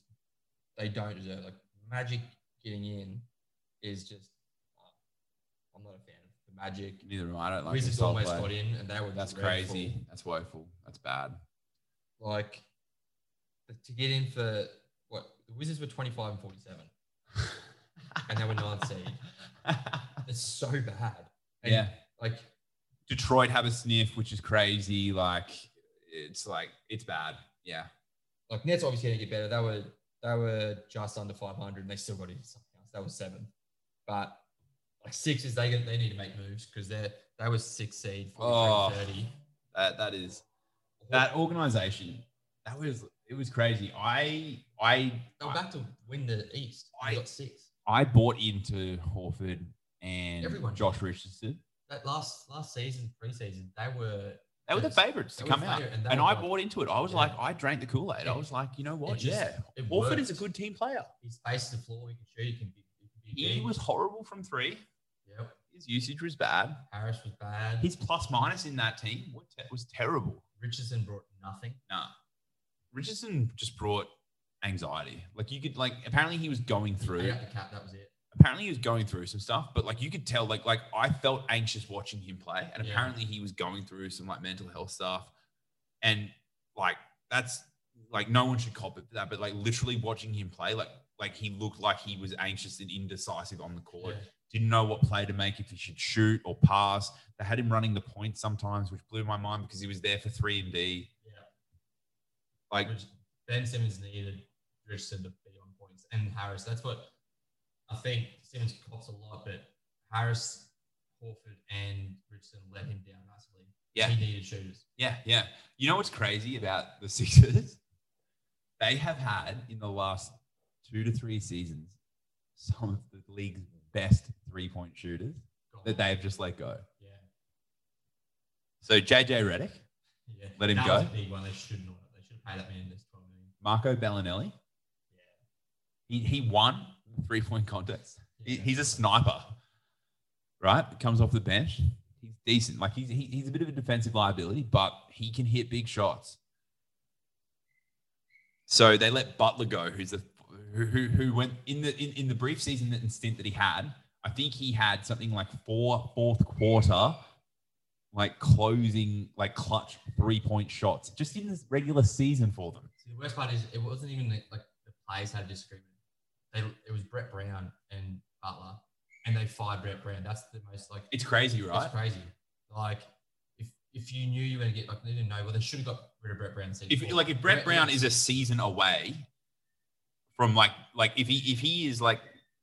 Speaker 3: they don't deserve like Magic getting in is just uh, I'm not a fan of the Magic.
Speaker 2: Neither am I. I don't like
Speaker 3: Wizards
Speaker 2: this whole
Speaker 3: almost
Speaker 2: play.
Speaker 3: got in and they were
Speaker 2: That's
Speaker 3: dreadful.
Speaker 2: crazy. That's woeful. That's
Speaker 3: [LAUGHS]
Speaker 2: bad.
Speaker 3: Like to get in for what the Wizards were 25
Speaker 2: [LAUGHS]
Speaker 3: and 47 and they were ninth seed. It's so bad. And,
Speaker 2: yeah.
Speaker 3: Like
Speaker 2: Detroit have a sniff, which is crazy. Like it's like it's bad. Yeah.
Speaker 3: like Nets obviously going to get better. They were they were just under 500 and they still got into something else. They were seventh, but like Sixers, they get, they need to make moves because they are they were six seed, 43,
Speaker 2: Oh.
Speaker 3: 30.
Speaker 2: That that is that organization. That was it was crazy. I I
Speaker 3: They were back to win the East.
Speaker 2: I-
Speaker 3: They got six.
Speaker 2: I bought into Horford and
Speaker 3: Everyone.
Speaker 2: Josh Richardson.
Speaker 3: That last last season, preseason, they were
Speaker 2: They were the
Speaker 3: Yes.
Speaker 2: favorites to
Speaker 3: They were
Speaker 2: come out.
Speaker 3: favourite and
Speaker 2: And,
Speaker 3: they were
Speaker 2: I
Speaker 3: like-
Speaker 2: bought into it. I was
Speaker 3: Yeah.
Speaker 2: like, I drank the Kool-Aid. I
Speaker 3: It-
Speaker 2: was like, you know what?
Speaker 3: just-
Speaker 2: yeah.
Speaker 3: it
Speaker 2: Horford is a
Speaker 3: worked.
Speaker 2: good team player.
Speaker 3: he's face the floor. He can shoot. He can be. He, can be
Speaker 2: He
Speaker 3: big.
Speaker 2: was horrible from three.
Speaker 3: Yep.
Speaker 2: His usage was bad.
Speaker 3: Harris was bad.
Speaker 2: His plus minus in that team was te- was terrible.
Speaker 3: Richardson brought nothing.
Speaker 2: Nah. Richardson just brought anxiety. Like you could like apparently he was going
Speaker 3: They
Speaker 2: through
Speaker 3: got the cap. That was it.
Speaker 2: apparently he was going through some stuff, but like you could tell like like I felt anxious watching him play. And
Speaker 3: Yeah.
Speaker 2: apparently he was going through some like mental health stuff. And like that's like no one should cop it for that, but like literally watching him play, like like he looked like he was anxious and indecisive on the court.
Speaker 3: Yeah.
Speaker 2: didn't know what play to make if he should shoot or pass. They had him running the point sometimes, which blew my mind because he was there for three and D. Like
Speaker 3: Which Ben Simmons needed Richardson to be on points and Harris. That's what I think Simmons cops a lot, but Harris, Horford, and Richardson let him down massively.
Speaker 2: Yeah.
Speaker 3: He needed shooters.
Speaker 2: yeah, yeah. You know what's crazy about the [LAUGHS] Sixers? They have had in the last two to three seasons some of the league's best three point shooters
Speaker 3: Gone.
Speaker 2: that they have just let go.
Speaker 3: yeah.
Speaker 2: So JJ Redick,
Speaker 3: Yeah.
Speaker 2: Let him
Speaker 3: that
Speaker 2: go?
Speaker 3: Was a big one. They should not. They should pay that man this 12 million.
Speaker 2: Marco Bellinelli,
Speaker 3: Yeah.
Speaker 2: he, he won the three point contest. He-
Speaker 3: Yeah.
Speaker 2: He's a sniper, right? Comes off the bench. He's decent. Like he's he, he's a bit of a defensive liability, but he can hit big shots. So they let Butler go, who's the who, who, who went in the in, in the brief season that and stint that he had. I think he had something like four fourth quarter, like closing like clutch three point shots just in this regular season for them.
Speaker 3: See, the worst part is it wasn't even like, like the players had a disagreement. They it was Brett Brown and Butler, and they fired Brett Brown. That's the most like
Speaker 2: It's crazy, right?
Speaker 3: it's crazy. Like if if you knew you were gonna get like they didn't know, well they should have got rid of Brett Brown. the season
Speaker 2: if
Speaker 3: before.
Speaker 2: like if Brett Brown is a season away from like like if he if he is like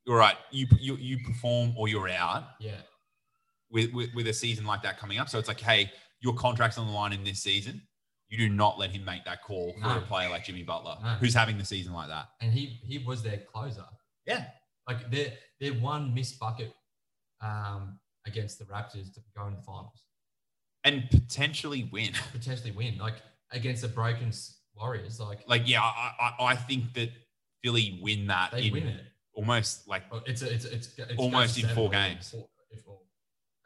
Speaker 2: all right, you you you perform or you're out
Speaker 3: yeah
Speaker 2: with, with with a season like that coming up. So it's like, hey, your contract's on the line in this season. You do not let him make that call for
Speaker 3: No.
Speaker 2: a player like Jimmy Butler,
Speaker 3: No.
Speaker 2: who's having the season like that.
Speaker 3: and he he was their closer.
Speaker 2: Yeah.
Speaker 3: Like their their one missed bucket um, against the Raptors to go in the finals,
Speaker 2: And potentially win. [LAUGHS]
Speaker 3: potentially win. Like against the broken s- Warriors, like
Speaker 2: Like, yeah, I I, I think that Philly win that
Speaker 3: they
Speaker 2: in
Speaker 3: win it.
Speaker 2: almost like
Speaker 3: Well, It's a, it's it's, it's
Speaker 2: Almost
Speaker 3: goes
Speaker 2: in four
Speaker 3: seven,
Speaker 2: games.
Speaker 3: or- If, or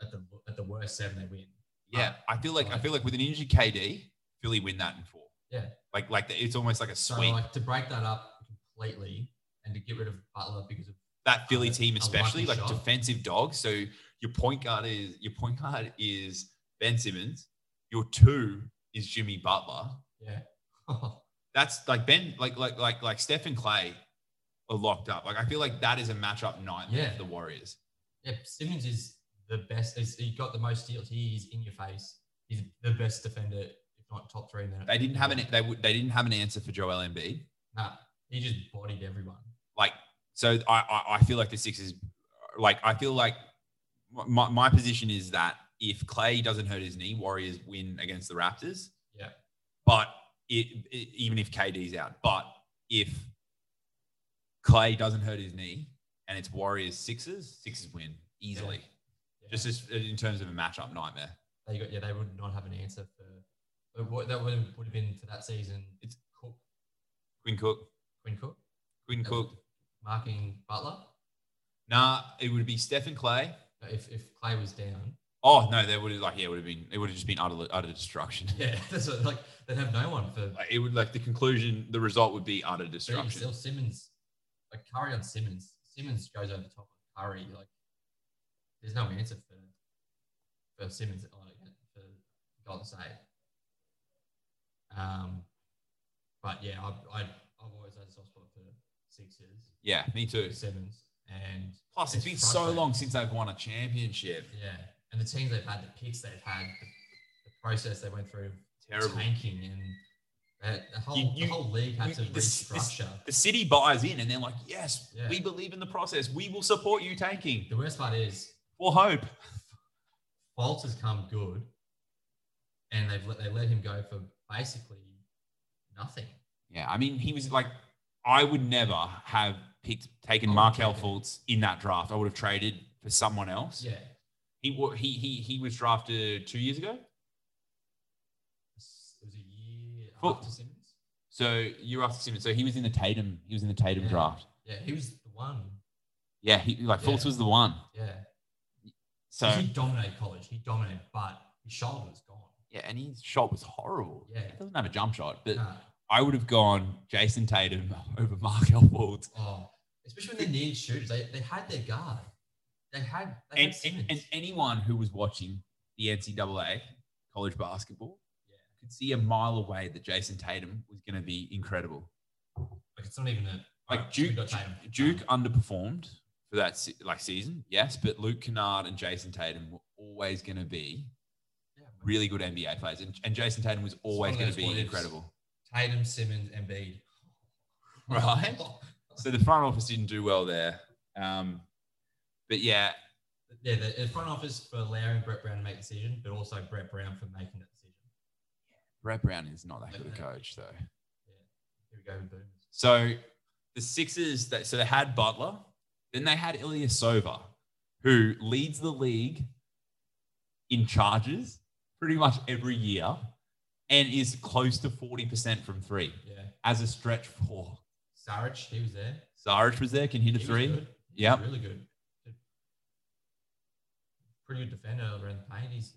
Speaker 3: at the at the worst seven, they win.
Speaker 2: yeah. I feel like I feel like with an injured KD, Philly win that in four.
Speaker 3: Yeah.
Speaker 2: Like like it's almost like a
Speaker 3: So
Speaker 2: swing.
Speaker 3: like to break that up completely and to get rid of Butler because of
Speaker 2: that Philly
Speaker 3: Uh,
Speaker 2: team,
Speaker 3: a
Speaker 2: especially
Speaker 3: lucky
Speaker 2: like
Speaker 3: shot.
Speaker 2: defensive dogs. So your point guard is your point guard is Ben Simmons. Your two is Jimmy Butler.
Speaker 3: yeah. [LAUGHS]
Speaker 2: That's like Ben, like like like like Steph and Clay are locked up. Like I feel like that is a matchup nightmare
Speaker 3: Yeah.
Speaker 2: for the Warriors.
Speaker 3: Yeah, Simmons is the best. He's, he got the most steals. He is in your face. He's the best defender, if not top three. In that.
Speaker 2: They didn't have an they would they didn't have an answer for Joel Embiid.
Speaker 3: Nah, he just bodied everyone.
Speaker 2: Like so, I I, I feel like the Sixers, like I feel like my, my position is that if Clay doesn't hurt his knee, Warriors win against the Raptors.
Speaker 3: Yeah.
Speaker 2: But it, it- even if KD's out, but if Clay doesn't hurt his knee and it's Warriors Sixers, Sixers win easily.
Speaker 3: Yeah.
Speaker 2: Just as, in terms of a matchup nightmare.
Speaker 3: they got yeah. They would not have an answer for uh, what that would have, would have been for that season. It's Cook,
Speaker 2: Quinn Cook,
Speaker 3: Quinn Cook,
Speaker 2: Quinn Cook.
Speaker 3: marking Butler.
Speaker 2: Nah, it would be Stephen Clay.
Speaker 3: But If if Clay was down, [LAUGHS]
Speaker 2: Oh no, they would have like yeah, it would have been it would have just been utter utter destruction.
Speaker 3: yeah, that's what, like they'd have no one for.
Speaker 2: Like, it would like the conclusion, the result would be utter
Speaker 3: But even
Speaker 2: destruction.
Speaker 3: still, Simmons, like Curry on Simmons. Simmons goes over the top of Curry. Like, there's no answer for for Simmons like, for Golden State. Um, but yeah, I, I I've always had a soft spot for Sixers,
Speaker 2: yeah, me too.
Speaker 3: Simmons, and
Speaker 2: Plus, it's
Speaker 3: It's
Speaker 2: been so
Speaker 3: frustrating.
Speaker 2: long since they've won a championship.
Speaker 3: yeah, and the teams they've had, the picks they've had, the, the process they went through,
Speaker 2: Terrible.
Speaker 3: tanking, and that, the whole
Speaker 2: you-
Speaker 3: the whole league had
Speaker 2: you-
Speaker 3: to
Speaker 2: this- this-
Speaker 3: restructure.
Speaker 2: the city buys in and they're like, yes,
Speaker 3: Yeah.
Speaker 2: we believe in the process. We will support you tanking
Speaker 3: the worst part is
Speaker 2: for hope.
Speaker 3: Fault has come good, and they've let, they let him go for basically nothing.
Speaker 2: Yeah, I mean, he was like, I would never have picked taken
Speaker 3: I would
Speaker 2: Markel
Speaker 3: take him.
Speaker 2: Fultz in that draft. I would have traded for someone else.
Speaker 3: Yeah,
Speaker 2: He wa- he he he was drafted two years ago.
Speaker 3: it was a year
Speaker 2: Well-
Speaker 3: after Simmons.
Speaker 2: So you're after Simmons. So he was in the Tatum. He was in the Tatum
Speaker 3: Yeah.
Speaker 2: draft.
Speaker 3: Yeah, he was the one.
Speaker 2: Yeah, he like
Speaker 3: Yeah.
Speaker 2: Fultz was the one.
Speaker 3: Yeah,
Speaker 2: So
Speaker 3: 'Cause he dominated college. He dominated, but his shoulder was gone.
Speaker 2: yeah, and his shot was horrible.
Speaker 3: Yeah.
Speaker 2: he doesn't have a jump shot, but
Speaker 3: Nah.
Speaker 2: I would have gone Jason Tatum [LAUGHS] over Markel Fultz.
Speaker 3: Oh, especially when they needed shooters. They, they had their guard. They had they had
Speaker 2: and,
Speaker 3: Simmons.
Speaker 2: and anyone who was watching the NCAA college basketball
Speaker 3: Yeah.
Speaker 2: could see a mile away that Jason Tatum was going to be incredible.
Speaker 3: like it's not even a
Speaker 2: Like
Speaker 3: alright, we
Speaker 2: Duke,
Speaker 3: got Tatum.
Speaker 2: Duke underperformed for that se- like season, yes, but Luke Kennard and Jason Tatum were always going to be
Speaker 3: Yeah,
Speaker 2: really good NBA players, and, and Jason Tatum was always
Speaker 3: one of
Speaker 2: going to
Speaker 3: those
Speaker 2: be
Speaker 3: what ifs.
Speaker 2: incredible.
Speaker 3: Tatum, Simmons, and Bede.
Speaker 2: Right.
Speaker 3: [LAUGHS]
Speaker 2: So the front office didn't do well there, um, but yeah,
Speaker 3: Yeah, the, the front office for allowing Brett Brown to make the decision, but also Brett Brown for making that decision.
Speaker 2: Brett Brown is not that good a coach though.
Speaker 3: Here we go with boomers.
Speaker 2: So the Sixers, that so they had Butler, then they had Ilyasova, who leads the league in charges pretty much every year, and is close to forty percent from three
Speaker 3: Yeah,
Speaker 2: as a stretch four.
Speaker 3: Saric, he was there.
Speaker 2: Saric was there, can hit a
Speaker 3: He was
Speaker 2: three.
Speaker 3: good. He
Speaker 2: Yep.
Speaker 3: was really good. Pretty good defender around the paint. He's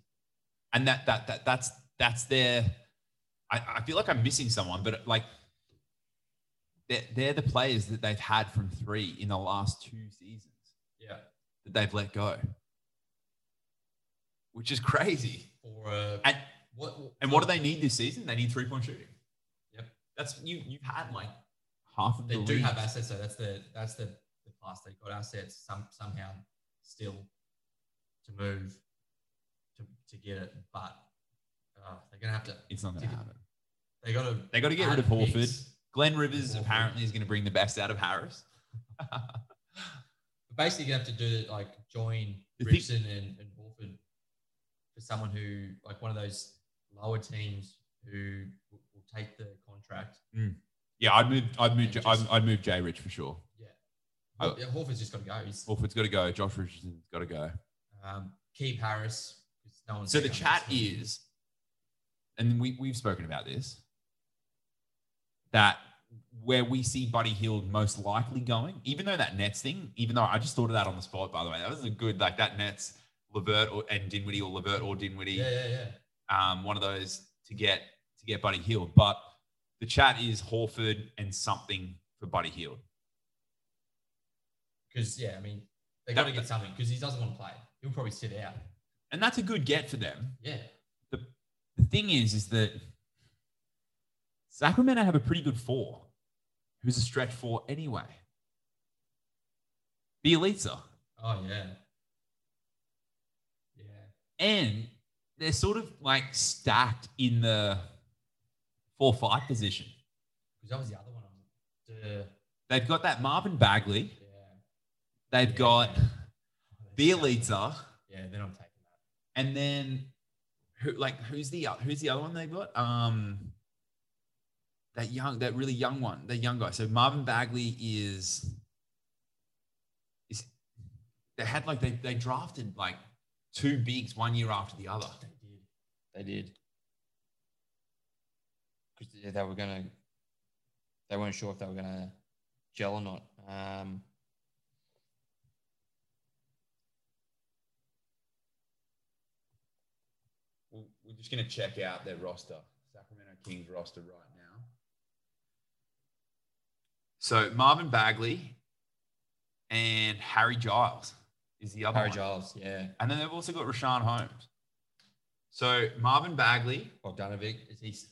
Speaker 2: and that that that that's that's their. I, I feel like I'm missing someone, but like they're, they're the players that they've had from three in the last two seasons
Speaker 3: yeah
Speaker 2: that they've let go, which is crazy.
Speaker 3: for uh,
Speaker 2: And
Speaker 3: what
Speaker 2: and what do they need this season? They need three point shooting.
Speaker 3: Yep.
Speaker 2: that's you. You've had like half of
Speaker 3: They
Speaker 2: the
Speaker 3: do
Speaker 2: league.
Speaker 3: have assets, so that's the that's the, the plus. They've got assets some somehow still to move to, to get it, but uh, they're gonna have to.
Speaker 2: It's not going to happen.
Speaker 3: They got to.
Speaker 2: They got to get rid of Horford. Glenn Rivers
Speaker 3: Horford.
Speaker 2: apparently is going to bring the best out of Harris.
Speaker 3: Basically, you have to do like join
Speaker 2: The thing-
Speaker 3: Richardson and, and Horford for someone who like one of those lower teams who will, will take the contract.
Speaker 2: yeah, I'd move. I'd move.
Speaker 3: And
Speaker 2: J-
Speaker 3: just-
Speaker 2: I'd, I'd move Jay Rich for sure.
Speaker 3: Hor-
Speaker 2: Oh.
Speaker 3: yeah, Horford's just got to go. He's,
Speaker 2: Horford's got to go. Josh Richardson's got to go.
Speaker 3: um, keep Harris. 'cause No one's
Speaker 2: So the
Speaker 3: taking
Speaker 2: chat
Speaker 3: him.
Speaker 2: is, and we, we've spoken about this, that where we see Buddy Hill most likely going, even though that Nets thing, even though I just thought of that on the spot, by the way, that was a good, like that Nets, Levert or, and Dinwiddie or Levert or Dinwiddie,
Speaker 3: yeah, yeah, yeah.
Speaker 2: um, one of those to get, to get Buddy Hill. But the chat is Horford and something for Buddy Hill.
Speaker 3: Because yeah, I mean, they
Speaker 2: That-
Speaker 3: got to get something because he doesn't want to play. He'll probably sit out.
Speaker 2: And that's a good get for them.
Speaker 3: Yeah,
Speaker 2: the thing is, is that Sacramento have a pretty good four, who's a stretch four anyway. Bielitsa.
Speaker 3: oh yeah, yeah.
Speaker 2: And they're sort of like stacked in the four five position.
Speaker 3: Because that was the other one. I was, uh,
Speaker 2: They've got that Marvin Bagley.
Speaker 3: yeah.
Speaker 2: They've
Speaker 3: Yeah.
Speaker 2: got
Speaker 3: Bielitsa.
Speaker 2: Bielitsa.
Speaker 3: Yeah, then I'm taking that.
Speaker 2: And then who like who's the o- who's the other one they've got? Um that young, that really young one, that young guy. So Marvin Bagley is is they had like they they drafted like two bigs one year after the other.
Speaker 3: They did. They did. Because yeah, they were gonna. They weren't sure if they were gonna gel or not. Um,
Speaker 2: Well, we're just gonna check out their roster, Sacramento Kings roster right now. So Marvin Bagley and Harry Giles is the other
Speaker 3: Harry
Speaker 2: one.
Speaker 3: Giles. Yeah.
Speaker 2: And then they've also got Rashawn Holmes. So Marvin Bagley,
Speaker 3: Bogdanovic. Is he's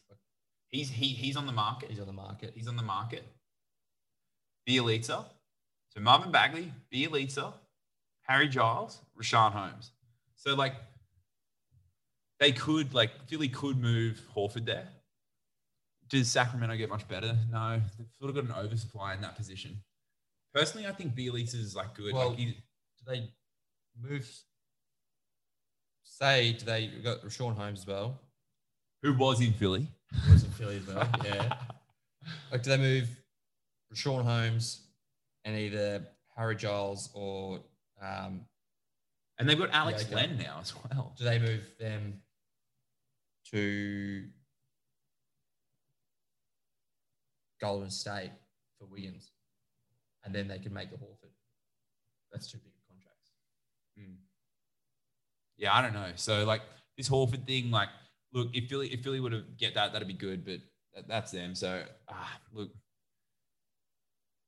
Speaker 2: he's he, he's on the market.
Speaker 3: he's on the market.
Speaker 2: He's on the market. Bielitsa. So Marvin Bagley, Bielitsa, Harry Giles, Rashawn Holmes. So like they could like Philly could move Horford there. Does Sacramento get much better? No, they've sort of got an oversupply in that position. Personally, I think Bielitsa is like good.
Speaker 3: Well,
Speaker 2: like he's,
Speaker 3: do they move? Say, do they we've got Rashawn Holmes as well?
Speaker 2: who was in Philly?
Speaker 3: Was in Philly as well. Yeah. Like, do they move Rashawn Holmes and either Harry Giles or um,
Speaker 2: And they've got Alex
Speaker 3: Yeah, I
Speaker 2: Len now as well.
Speaker 3: do they move them to Golden State for Williams, and then they can make the Horford? That's two big contracts.
Speaker 2: Yeah, I don't know. So like this Horford thing, like look, if Philly if Philly would have get that, that'd be good. But that, that's them. So ah, look,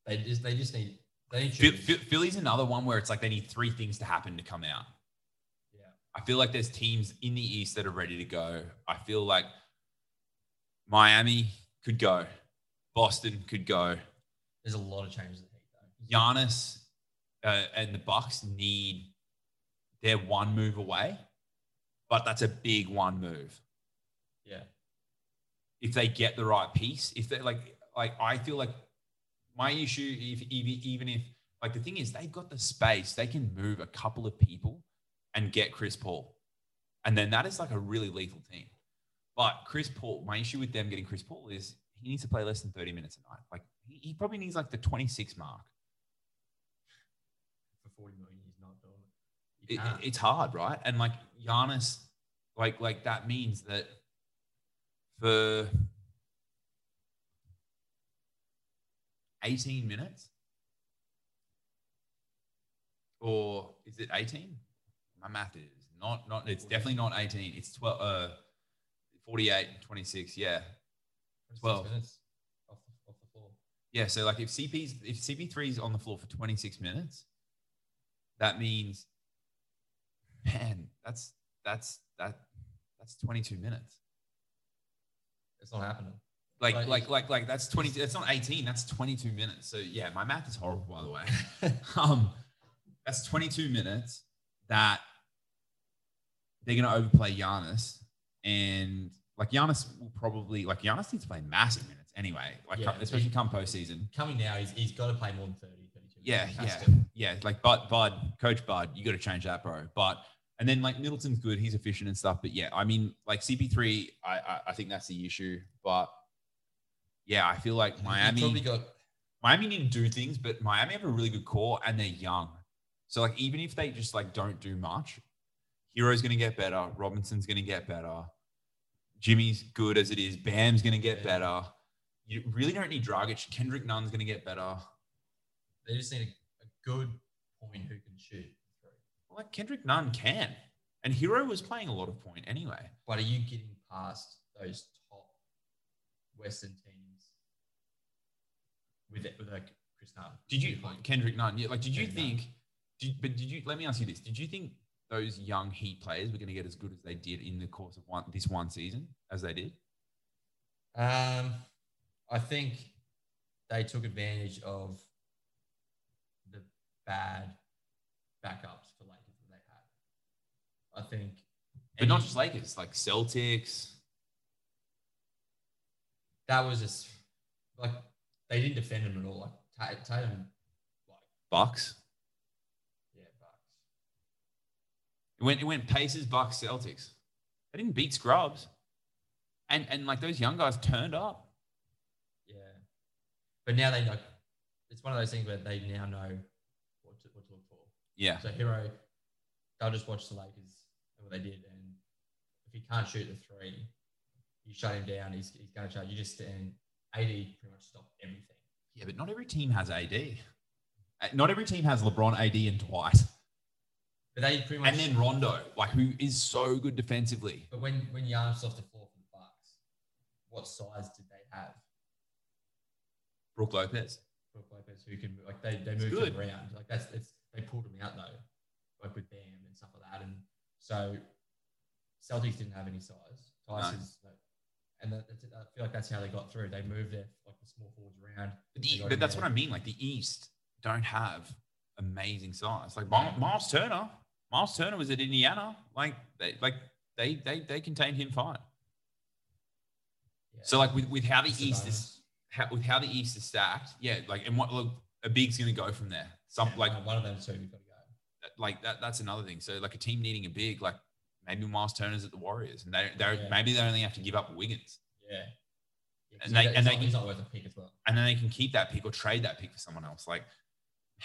Speaker 3: They just they just need they need
Speaker 2: Phil,
Speaker 3: shooters.
Speaker 2: Phil- Philly's another one where it's like they need three things to happen to come out.
Speaker 3: Yeah.
Speaker 2: I feel like there's teams in the East that are ready to go. I feel like Miami could go, Boston could go,
Speaker 3: There's a lot of changes in the Heat though.
Speaker 2: Giannis uh, and the Bucks need their one move away, but that's a big one move.
Speaker 3: Yeah.
Speaker 2: if they get the right piece, if they like, like I feel like my issue, if, if even if like the thing is they've got the space, they can move a couple of people and get Chris Paul, and then that is like a really lethal team. But Chris Paul, my issue with them getting Chris Paul is he needs to play less than thirty minutes a night. Like he, he probably needs like the twenty six mark.
Speaker 3: for 40 million, he's not doing it. You
Speaker 2: It,
Speaker 3: can't.
Speaker 2: It's hard, right? And like Giannis, like like that means that for eighteen minutes, or is it eighteen? My math is not not. It's definitely not eighteen. It's twelve. Uh, 48 26 yeah
Speaker 3: 26
Speaker 2: well-
Speaker 3: minutes off the, off the floor.
Speaker 2: yeah so like if cp's if cp3 is on the floor for 26 minutes that means man that's that's that that's 22 minutes
Speaker 3: It's not happening.
Speaker 2: Like,
Speaker 3: Like-
Speaker 2: like, like, like, that's 20, that's not 18, that's 22 minutes. So yeah, my math is horrible, by the way. um, that's 22 minutes that they're going to overplay Giannis. And like Giannis will probably, like Giannis needs to play massive minutes anyway, like
Speaker 3: Yeah.
Speaker 2: especially come postseason.
Speaker 3: Coming now, he's, he's got to play more than 30, 32.
Speaker 2: Yeah,
Speaker 3: Has
Speaker 2: yeah,
Speaker 3: to.
Speaker 2: yeah. Like, Bud, Bud, Coach Bud, you got to change that, bro. But and then like Middleton's good, he's efficient and stuff. But yeah, I mean, like CP3, I I, I think that's the issue. But yeah, I feel like Miami,
Speaker 3: He's probably got
Speaker 2: Miami need to do things, but Miami have a really good core and they're young. So like, even if they just like don't do much, Hero's gonna get better, Robinson's gonna get better, Jimmy's good as it is, Bam's gonna get
Speaker 3: Yeah.
Speaker 2: better. You really don't need Dragic. Kendrick Nunn's gonna get better.
Speaker 3: they just need a, a good point who can shoot.
Speaker 2: Like Kendrick Nunn can. And Hero was playing a lot of point anyway.
Speaker 3: But are you getting past those top Western teams with it, with like Chris Dunn?
Speaker 2: Did you Kendrick Nunn? Yeah, like did you
Speaker 3: Kendrick Nunn.
Speaker 2: think did, but did you let me ask you this. Did you think those young Heat players were going to get as good as they did in the course of one this one season as they did?
Speaker 3: Um, I think they took advantage of the bad backups for Lakers that they had. I think,
Speaker 2: But not just Lakers, like Celtics.
Speaker 3: that was just like they didn't defend him at all. Like Ta- Tatum, like
Speaker 2: Bucks.
Speaker 3: yeah, Bucks.
Speaker 2: It went it went Pacers, Bucks, Celtics. They didn't beat Scrubs. And and like those young guys turned up.
Speaker 3: Yeah. But now they know. It's one of those things where they now know what to, what to look for.
Speaker 2: Yeah.
Speaker 3: So Hero, they'll just watch the Lakers and what they did, and if he can't shoot the three, you shut him down. He's, he's going to charge. You just stand. AD pretty much stopped everything.
Speaker 2: Yeah, but not every team has AD. Uh, Not every team has LeBron, AD, and Dwight.
Speaker 3: But they pretty much.
Speaker 2: And then Rondo, like who is so good defensively.
Speaker 3: but when when Giannis off the floor for the Bucks, what size did they have?
Speaker 2: Brooke Lopez.
Speaker 3: Brook Lopez, who can like they they moved
Speaker 2: good.
Speaker 3: him around. Like that's it's they pulled him out though, like with Bam and stuff like that. And so Celtics didn't have any size. Tyson's like, and that, that's- I feel like that's how they got through. They moved their like the small forwards around.
Speaker 2: But, the-
Speaker 3: They got
Speaker 2: but
Speaker 3: him
Speaker 2: that's
Speaker 3: there.
Speaker 2: what I mean. Like the East don't have amazing size. Like Miles, Miles Turner. Miles Turner was at Indiana. Like they like they they they contained him fine.
Speaker 3: Yeah.
Speaker 2: So like with, with how the
Speaker 3: It's a
Speaker 2: East is how, with how the East is stacked, yeah. Like and what look a big's gonna go from there. Some
Speaker 3: Yeah,
Speaker 2: like
Speaker 3: one- one of them two you've got to go.
Speaker 2: like that that's another thing. So like a team needing a big like maybe Miles Turner's at the Warriors and they they
Speaker 3: Yeah.
Speaker 2: maybe they only have to give up Wiggins
Speaker 3: Yeah. Yeah, 'cause
Speaker 2: And they-
Speaker 3: he's-
Speaker 2: and
Speaker 3: he's
Speaker 2: they
Speaker 3: not,
Speaker 2: can-
Speaker 3: he's not worth a pick as well.
Speaker 2: and then they can keep that pick or trade that pick for someone else. Like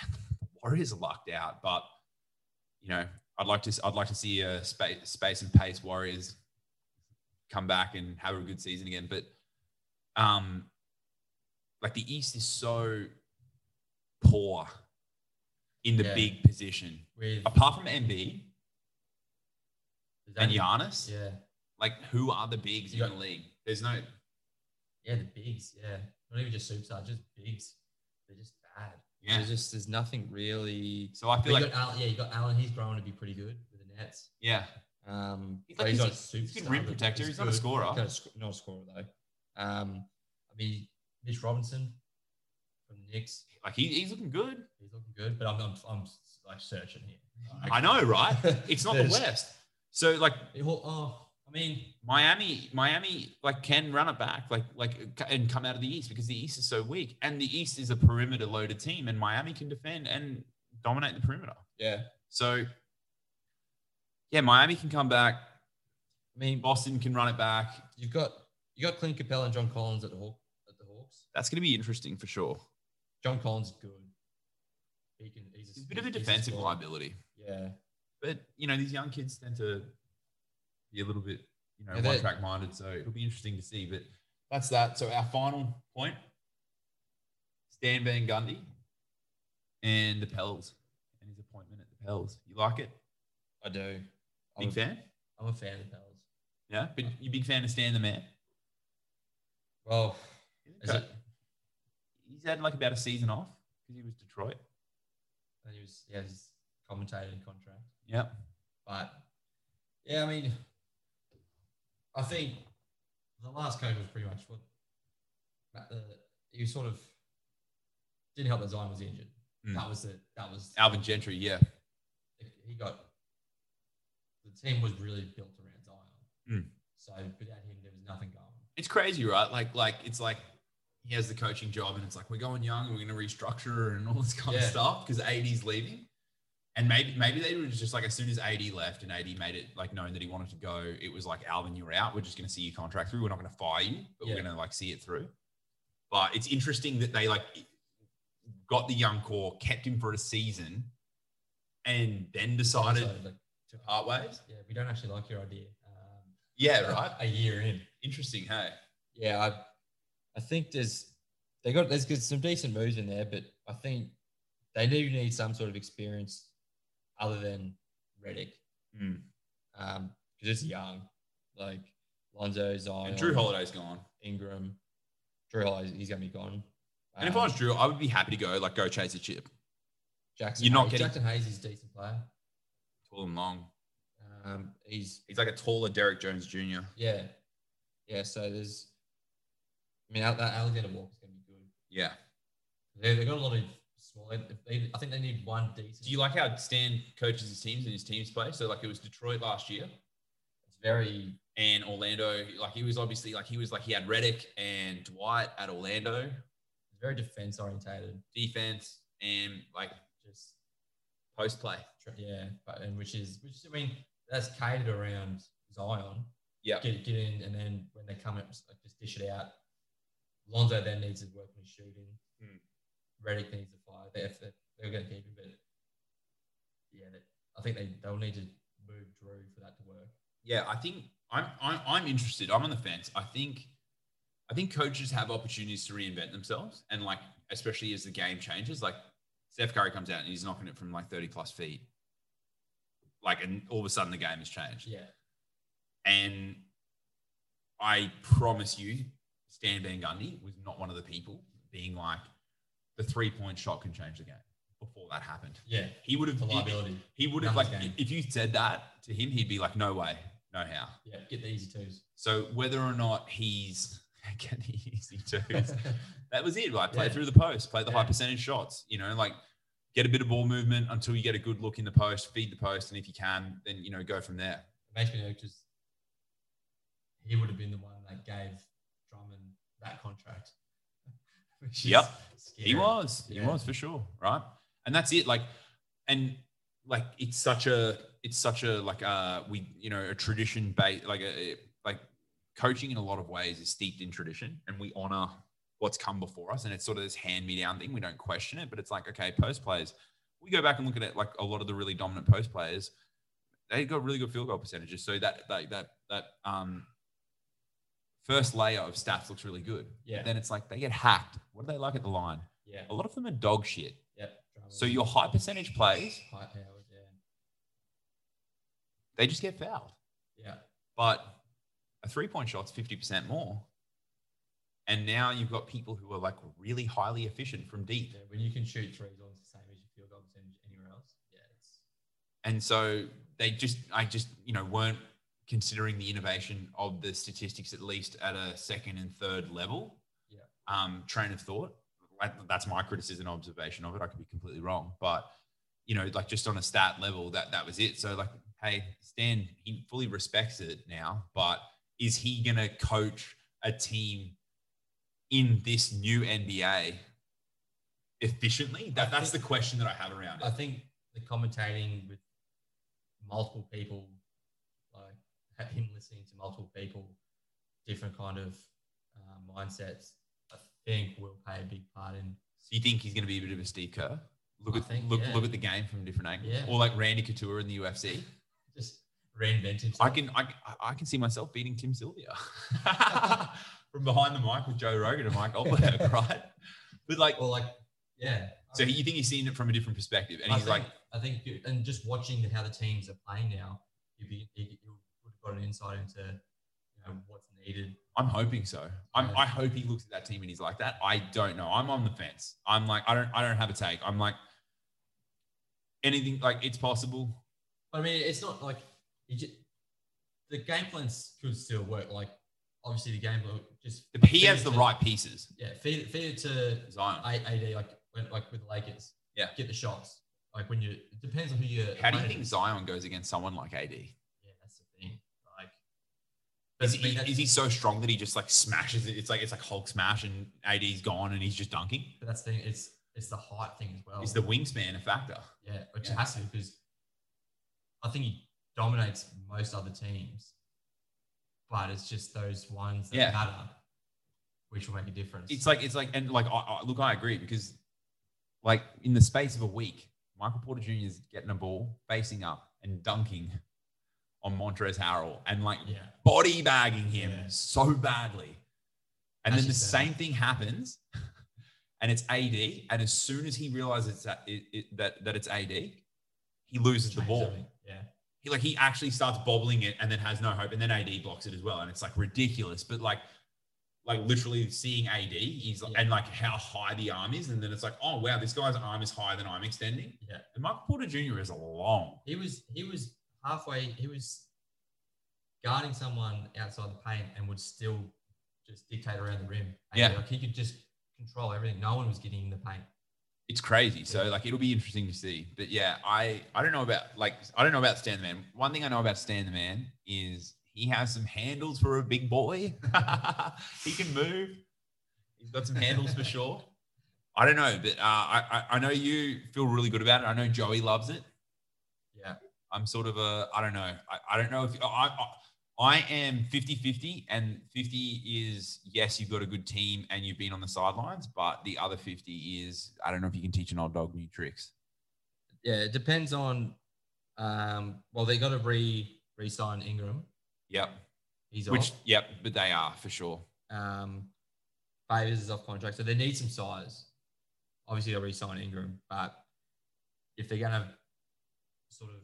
Speaker 2: the Warriors are lucked out, but you know I'd like to I'd like to see a space space and pace Warriors come back and have a good season again. But um, like the East is so poor in the
Speaker 3: Yeah.
Speaker 2: big position,
Speaker 3: With
Speaker 2: apart from MB
Speaker 3: there's
Speaker 2: and
Speaker 3: only-
Speaker 2: Giannis.
Speaker 3: Yeah.
Speaker 2: Like who are the bigs
Speaker 3: Yeah.
Speaker 2: in the league? There's no
Speaker 3: Yeah, the bigs. Yeah. Not even just superstars, just bigs. They're just bad.
Speaker 2: yeah.
Speaker 3: There's just there's nothing really
Speaker 2: So I
Speaker 3: But
Speaker 2: feel
Speaker 3: you
Speaker 2: like
Speaker 3: got Allen, yeah, you got Allen. He's grown to be pretty good with the Nets.
Speaker 2: yeah.
Speaker 3: Um,
Speaker 2: He's
Speaker 3: but
Speaker 2: like- he's-
Speaker 3: he's, not a
Speaker 2: he's a good
Speaker 3: superstar,
Speaker 2: rim
Speaker 3: but
Speaker 2: protector. He's not a
Speaker 3: good.
Speaker 2: scorer.
Speaker 3: He's not a, sc- not a scorer though. Um, I mean, Mitch Robinson from the Knicks.
Speaker 2: Like he, he's looking good.
Speaker 3: He's looking good, but I'm I'm, I'm like searching here.
Speaker 2: I know, right? It's not the
Speaker 3: [LAUGHS] There's-
Speaker 2: West. So like
Speaker 3: It all- oh, I mean,
Speaker 2: Miami, Miami like can run it back, like like and come out of the East because the East is so weak, and the East is a perimeter loaded team, and Miami can defend and dominate the perimeter.
Speaker 3: yeah.
Speaker 2: So yeah, Miami can come back.
Speaker 3: I mean,
Speaker 2: Boston can run it back.
Speaker 3: you've got you got Clint Capella and John Collins at the Hawk, at the Hawks.
Speaker 2: That's going to be interesting for sure.
Speaker 3: John Collins is good. He can. He's a,
Speaker 2: It's a bit of a
Speaker 3: he's
Speaker 2: defensive
Speaker 3: scorer.
Speaker 2: liability,
Speaker 3: Yeah.
Speaker 2: but you know these young kids tend to be a little bit you know
Speaker 3: Yeah, they're-
Speaker 2: one track minded. So it'll be interesting to see. But that's that. So our final point: Stan Van Gundy and the Pels and his appointment at the Pels. You like it?
Speaker 3: I do. I'm
Speaker 2: Big
Speaker 3: a,
Speaker 2: fan?
Speaker 3: I'm a fan of Pels.
Speaker 2: Yeah, but you big fan of Stan the man?
Speaker 3: Well, is
Speaker 2: Okay.
Speaker 3: it?
Speaker 2: He's had like about a season off because he was Detroit.
Speaker 3: And he was, yeah, he's commentating contract.
Speaker 2: Yeah,
Speaker 3: But yeah, I mean, I think the last coach was pretty much what Ma- uh, he was sort of didn't help that Zion was injured.
Speaker 2: Mm.
Speaker 3: That was the that was
Speaker 2: Alvin Gentry, yeah.
Speaker 3: he got the team was really built around Zion.
Speaker 2: Mm.
Speaker 3: So without him, there was nothing going.
Speaker 2: It's crazy, right? Like, like it's like he has the coaching job, and it's like we're going young, and we're going to restructure and all this kind of
Speaker 3: Yeah.
Speaker 2: stuff because AD's leaving, and maybe maybe they were just like as soon as AD left and AD made it like known that he wanted to go, it was like Alvin, you're out. We're just going to see your contract through. We're not going to fire you, but we're
Speaker 3: Yeah.
Speaker 2: going to like see it through. But it's interesting that they like got the young core, kept him for a season, and then decided
Speaker 3: So, like,
Speaker 2: to part ways.
Speaker 3: yeah, we don't actually like your idea. Um,
Speaker 2: Yeah, right.
Speaker 3: A year in.
Speaker 2: Interesting. Hey.
Speaker 6: Yeah, I, I think there's they got there's good, some decent moves in there, but I think they do need some sort of experience other than Reddick
Speaker 2: Hmm.
Speaker 6: because it's young, like Lonzo, Zion,
Speaker 2: And Drew Holiday's gone.
Speaker 6: Ingram, Drew Holiday. He's gonna be gone. Um,
Speaker 2: And if I was Drew, I would be happy to go like go chase a chip.
Speaker 6: Jackson,
Speaker 2: you're not
Speaker 6: Hayes-
Speaker 2: getting-
Speaker 3: Jackson Hayes is a decent player.
Speaker 2: Tall and long.
Speaker 6: Um, he's
Speaker 2: He's like a taller Derek Jones Jr.
Speaker 6: yeah, yeah. So there's, I mean,
Speaker 3: Now
Speaker 6: out
Speaker 3: that
Speaker 6: that
Speaker 3: Alexander Walker's going to be good.
Speaker 2: Yeah.
Speaker 3: They they got a lot of small. if They, I think they need one decent.
Speaker 2: Do you like how Stan coaches his teams and his teams play? So like it was Detroit last year
Speaker 3: It's very
Speaker 2: and Orlando. Like he was obviously like he was like he had Reddick and Dwight at Orlando
Speaker 3: it's very defense orientated.
Speaker 2: defense and like
Speaker 3: Just
Speaker 2: post play.
Speaker 3: tr- yeah, but and which is which is- I mean that's catered around Zion.
Speaker 2: Yeah.
Speaker 3: Get get in and then when they come up, just, like, just dish it out. Lonzo then needs to work on his shooting.
Speaker 2: Hmm.
Speaker 3: Redick needs to fire. They have to, they're going to keep him, but yeah, they, I think they they'll need to move Drew for that to work.
Speaker 2: yeah, I think I'm, I'm I'm interested. I'm on the fence. I think I think coaches have opportunities to reinvent themselves, and like especially as the game changes, like Steph Curry comes out and he's knocking it from like 30 plus feet, like and all of a sudden the game has changed.
Speaker 3: Yeah.
Speaker 2: And I promise you, Stan Van Gundy was not one of the people being like the three point shot can change the game before that happened.
Speaker 3: Yeah.
Speaker 2: He would
Speaker 3: The
Speaker 2: have
Speaker 3: liability.
Speaker 2: he would have like
Speaker 3: Nothing's game.
Speaker 2: if you said that to him, he'd be like, no way, no how.
Speaker 3: Yeah. Get the easy twos.
Speaker 2: So whether or not he's [LAUGHS] getting easy [LAUGHS]
Speaker 3: [LAUGHS]
Speaker 2: twos, that was it. Like play
Speaker 3: Yeah.
Speaker 2: through the post, play the high
Speaker 3: Yeah.
Speaker 2: percentage shots. You know, like get a bit of ball movement until you get a good look in the post, feed the post, and if you can, then you know go from there.
Speaker 3: It makes me know just he would have been the one that gave Drummond that contract. [LAUGHS] Which is
Speaker 2: Yep.
Speaker 3: scary.
Speaker 2: He was, he
Speaker 3: Yeah.
Speaker 2: was for sure, right? And that's it. Like, and like it's such a, it's such a like uh we you know a tradition based like a like coaching in a lot of ways is steeped in tradition, and we honor what's come before us, and it's sort of this hand me down thing. We don't question it, but it's like okay, post players. We go back and look at it like a lot of the really dominant post players. They got really good field goal percentages, so that like that that um first layer of stats looks really good.
Speaker 3: Yeah.
Speaker 2: Then it's like they get hacked. What do they like at the line?
Speaker 3: Yeah.
Speaker 2: A lot of them are dog shit.
Speaker 3: Yep. Drummond.
Speaker 2: So your high percentage plays,
Speaker 3: High powered, yeah.
Speaker 2: they just get fouled.
Speaker 3: Yeah.
Speaker 2: But a three point shot's 50% more. And now you've got people who are like really highly efficient from deep.
Speaker 3: yeah. When you can shoot threes on the same as your field goal percentage anywhere else. Yeah. It's
Speaker 2: And so they just, I just, you know, weren't considering the innovation of the statistics, at least at a second and third level
Speaker 3: Yeah.
Speaker 2: um, train of thought. Like, That's my criticism and observation of it. I could be completely wrong, but you know, like just on a stat level, that that was it. So like, hey, Stan, he fully respects it now, but is he gonna coach a team in this new NBA efficiently? That, that's the question that I have around
Speaker 3: I
Speaker 2: it.
Speaker 3: think the commentating with multiple people, like [LAUGHS] ha- him listening to multiple people, different kind of uh, mindsets, I think will play a big part in.
Speaker 2: So you think he's gonna be a bit of a Steve Kerr? Look
Speaker 3: I
Speaker 2: at
Speaker 3: think,
Speaker 2: look
Speaker 3: yeah.
Speaker 2: look at the game from different angles,
Speaker 3: Yeah.
Speaker 2: or like Randy Couture in the UFC.
Speaker 3: Just reinvent himself.
Speaker 2: I can I, I can see myself beating Tim Sylvia [LAUGHS] from behind the mic with Joe Rogan and Mike [LAUGHS] Goldberg, right? But like,
Speaker 3: or like, yeah.
Speaker 2: so he, you think he's seen it from a different perspective, and
Speaker 3: I
Speaker 2: he's
Speaker 3: think,
Speaker 2: like,
Speaker 3: I think, you- and just watching how the teams are playing now, you be, you you would have got an insight into you know, what's needed.
Speaker 2: I'm hoping so. I'm,
Speaker 3: Yeah.
Speaker 2: I hope he looks at that team and he's like that. I don't know. I'm on the fence. I'm like, I don't I don't have a take. I'm like, anything like it's possible.
Speaker 3: I mean, it's not like you just, the game plans could still work. Like obviously the game will just
Speaker 2: The, he
Speaker 3: feed
Speaker 2: has
Speaker 3: it
Speaker 2: the
Speaker 3: to-
Speaker 2: right pieces.
Speaker 3: Yeah, feed it, feed it to
Speaker 2: Zion.
Speaker 3: A- AD like when, like with the Lakers.
Speaker 2: Yeah.
Speaker 3: get the shots. Like when you it depends on who you.
Speaker 2: How do you think Zion goes against someone like AD?
Speaker 3: Yeah, that's the thing. Like,
Speaker 2: Is
Speaker 3: I mean,
Speaker 2: he,
Speaker 3: that's-
Speaker 2: is he so strong that he just like smashes it? It's like it's like Hulk smash and AD's gone and he's just dunking.
Speaker 3: But that's the thing. It's it's the height thing as well.
Speaker 2: Is the wingspan a factor?
Speaker 3: yeah, which
Speaker 2: Yeah.
Speaker 3: has to because I think he dominates most other teams, but it's just those ones that
Speaker 2: Yeah.
Speaker 3: matter, which will make a difference.
Speaker 2: It's like it's like and like I, I, look, I agree because like in the space of a week, Michael Porter Jr. is getting a ball, facing up and dunking on Montrez Harrell and like
Speaker 3: yeah,
Speaker 2: body bagging him
Speaker 3: Yeah.
Speaker 2: so badly. And then
Speaker 3: Actually,
Speaker 2: the
Speaker 3: fair.
Speaker 2: same thing happens, [LAUGHS] and it's AD. And as soon as he realizes it's that, it, it, that, that it's AD, he loses the
Speaker 3: Change
Speaker 2: ball.
Speaker 3: everything. Yeah,
Speaker 2: He, like he actually starts bobbling it and then has no hope. And then AD blocks it as well. And it's like ridiculous. But like, like literally seeing AD, he's like,
Speaker 3: Yeah.
Speaker 2: and like how high the arm is. And then it's like, oh, wow, this guy's arm is higher than I'm extending.
Speaker 3: yeah.
Speaker 2: And Michael Porter Jr. is long.
Speaker 3: He was he was halfway. He was guarding someone outside the paint and would still just dictate around the rim. And,
Speaker 2: Yeah.
Speaker 3: like he could just control everything. No one was getting in the paint.
Speaker 2: it's crazy. So like it'll be interesting to see. But yeah, I I don't know about like I don't know about Stan the Man. One thing I know about Stan the Man is he has some handles for a big boy. [LAUGHS] he can move. He's got some handles for sure. I don't know, but uh, I I I know you feel really good about it. I know Joey loves it.
Speaker 3: Yeah.
Speaker 2: I'm sort of a I don't know. I, I don't know if I, I I am 50-50 and 50 is yes, you've got a good team and you've been on the sidelines, but the other 50 is I don't know if you can teach an old dog new tricks.
Speaker 6: Yeah, it depends on.
Speaker 3: Um, well, they got to re re-sign Ingram.
Speaker 2: Yep.
Speaker 3: He's
Speaker 2: Which
Speaker 3: off.
Speaker 2: yep, but they are for sure.
Speaker 3: Um, Favors is off contract, so they need some size. Obviously, they'll re-sign Ingram, but if they're going to sort of,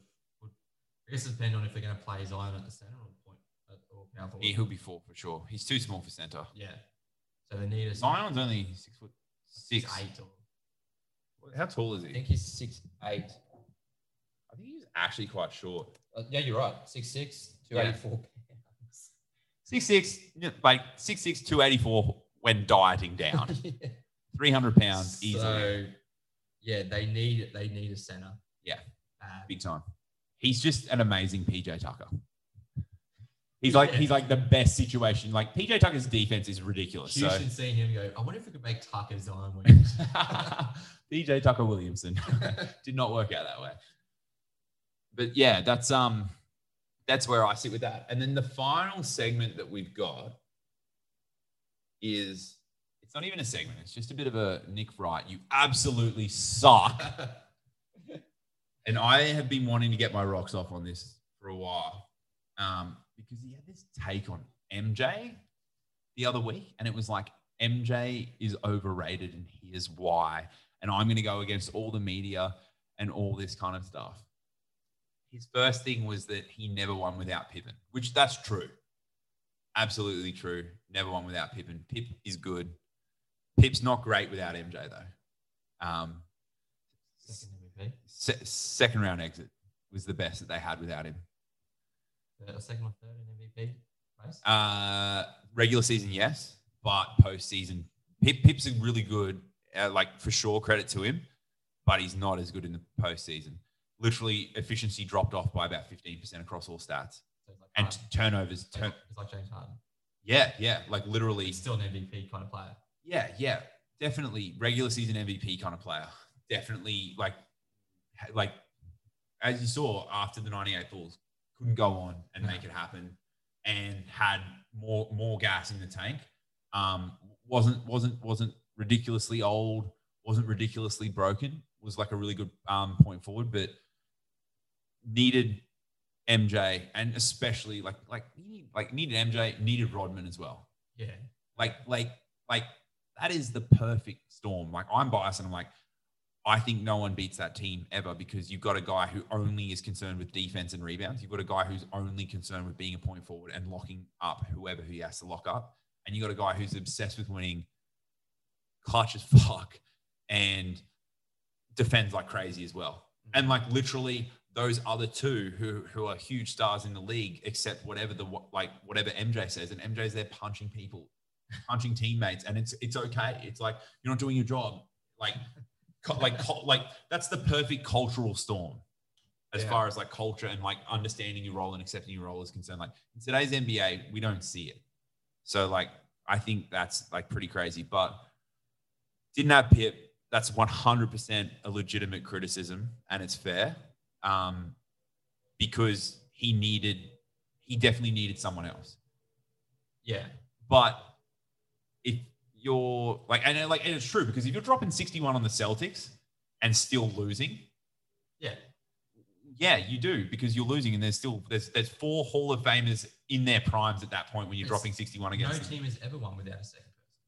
Speaker 3: I guess it depends on if they're going to play Zion at the center or point uh, or power forward.
Speaker 2: He, he'll be four for sure. He's too small for center.
Speaker 3: Yeah. So they need a
Speaker 2: Zion's only six foot
Speaker 3: six,
Speaker 2: six.
Speaker 3: eight or
Speaker 2: How tall is he?
Speaker 6: I think he's six eight.
Speaker 2: I think he's actually quite short.
Speaker 6: Uh, yeah, you're right. Six six, two
Speaker 2: Yeah.
Speaker 6: eighty four.
Speaker 2: Six six, like six six, two eighty four when dieting
Speaker 3: [LAUGHS]
Speaker 2: down. Three hundred pounds easily.
Speaker 3: So yeah, they need they need a center.
Speaker 2: Yeah.
Speaker 3: Um,
Speaker 2: big time. He's just an amazing PJ Tucker. He's like he's like the best situation. Like PJ Tucker's defense is ridiculous. So
Speaker 3: Houston seeing him go, I wonder if we could make Tucker Zion
Speaker 2: [LAUGHS]
Speaker 3: win.
Speaker 2: PJ Tucker Williamson [LAUGHS] did not work out that way. But yeah, that's um that's where I sit with that. And then the final segment that we've got is it's not even a segment, it's just a bit of a Nick Wright. You absolutely suck. and I have been wanting to get my rocks off on this for a while um, because he had this take on MJ the other week, and it was like MJ is overrated, and here's why. And I'm going to go against all the media and all this kind of stuff. His first thing was that he never won without Pippen, which that's true. Absolutely true. Never won without Pippen. Pip is good. Pip's not great without MJ, though. Um,
Speaker 3: Second MVP.
Speaker 2: se- second round exit was the best that they had without him.
Speaker 3: Uh, second or third in MVP race.
Speaker 2: Uh, regular season, yes, but postseason, Pip, Pip's a really good, uh, like for sure, credit to him, but he's not as good in the postseason. Literally, efficiency dropped off by about 15% across all stats
Speaker 3: So it's like
Speaker 2: and
Speaker 3: Harden.
Speaker 2: turnovers.
Speaker 3: It's like-
Speaker 2: Turn-
Speaker 3: it's like James Harden.
Speaker 2: yeah, yeah, like literally.
Speaker 3: He's still an MVP kind of player.
Speaker 2: Yeah, yeah, definitely regular season MVP kind of player. Definitely like, ha- like as you saw after the '98 Bulls, couldn't go on and
Speaker 3: No.
Speaker 2: make it happen, and had more more gas in the tank. Um, wasn't wasn't wasn't ridiculously old. Wasn't ridiculously broken. Was like a really good um, point forward, but needed MJ and especially like like like needed MJ needed Rodman as well
Speaker 3: Yeah.
Speaker 2: like like like that is the perfect storm like i'm biased and i'm like i think no one beats that team ever because you've got a guy who only is concerned with defense and rebounds you've got a guy who's only concerned with being a point forward and locking up whoever he has to lock up and you got a guy who's obsessed with winning clutch [LAUGHS] as fuck and defends like crazy as well and like literally those other two who who are huge stars in the league accept whatever the like whatever MJ says, and MJ's there punching people, punching teammates, and it's it's okay. It's like you're not doing your job. Like co- like co- like that's the perfect cultural storm as
Speaker 3: Yeah.
Speaker 2: far as like culture and like understanding your role and accepting your role is concerned. Like in today's NBA, we don't see it. So like I think that's like pretty crazy. But didn't have Pip. That's 100% a legitimate criticism and it's fair um, because he needed, he definitely needed someone else.
Speaker 3: Yeah.
Speaker 2: But if you're like, and uh, like, and it's true because if you're dropping 61 on the Celtics and still losing,
Speaker 3: Yeah.
Speaker 2: yeah, you do because you're losing and there's still, there's, there's four Hall of Famers in their primes at that point when you're
Speaker 3: It's-
Speaker 2: dropping 61
Speaker 3: No
Speaker 2: against them.
Speaker 3: team has ever won without a second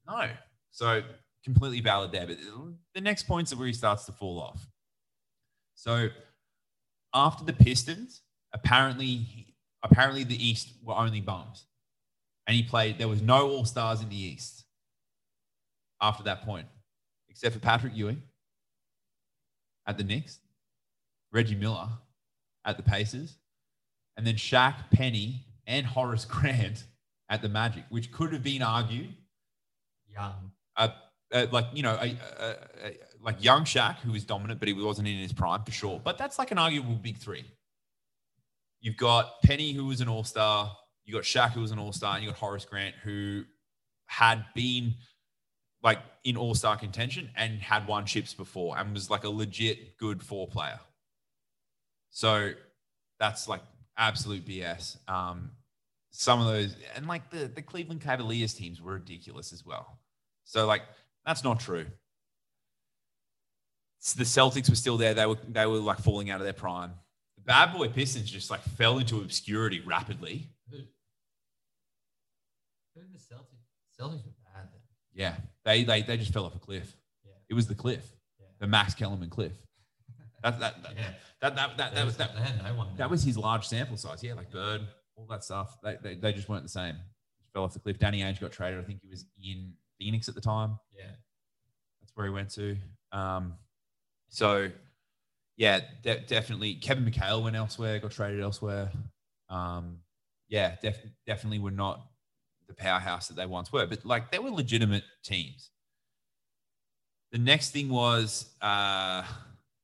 Speaker 3: person.
Speaker 2: No. So completely valid there. But the next point's where he starts to fall off. So after the Pistons, apparently, apparently the East were only bums, and he played. There was no All Stars in the East after that point, except for Patrick Ewing at the Knicks, Reggie Miller at the Pacers, and then Shaq Penny and Horace [LAUGHS] Grant at the Magic, which could have been argued
Speaker 3: Young.
Speaker 2: uh, like you know, a, a, a, like young Shaq, who was dominant, but he wasn't in his prime for sure. But that's like an arguable big three. You've got Penny, who was an all star. You got Shaq, who was an all star, and you got Horace Grant, who had been like in all star contention and had won chips before and was like a legit good four player. So that's like absolute BS. Um, some of those, and like the, the Cleveland Cavaliers teams were ridiculous as well. So like that's not true. S- The Celtics were still there. They were they were like falling out of their prime. The bad boy Pistons just like fell into obscurity rapidly.
Speaker 3: Who? Who in the Celtics? Celtics were bad then.
Speaker 2: Yeah, they they they just fell off a cliff.
Speaker 3: Yeah.
Speaker 2: It was the cliff,
Speaker 3: Yeah.
Speaker 2: the Max Kellerman cliff. That that that
Speaker 3: Yeah. [LAUGHS]
Speaker 2: that that, that,
Speaker 3: They
Speaker 2: that was that,
Speaker 3: had- They had no one.
Speaker 2: that was his large sample size. Yeah, like Bird, all that stuff. They they, they just weren't the same. Just fell off the cliff. Danny Ainge got traded. I think he was in Phoenix at the time.
Speaker 3: Yeah.
Speaker 2: That's where he went to. Um, so, yeah, de- definitely. Kevin McHale went elsewhere, got traded elsewhere. Um, yeah, def- definitely were not the powerhouse that they once were, but like they were legitimate teams. The next thing was uh,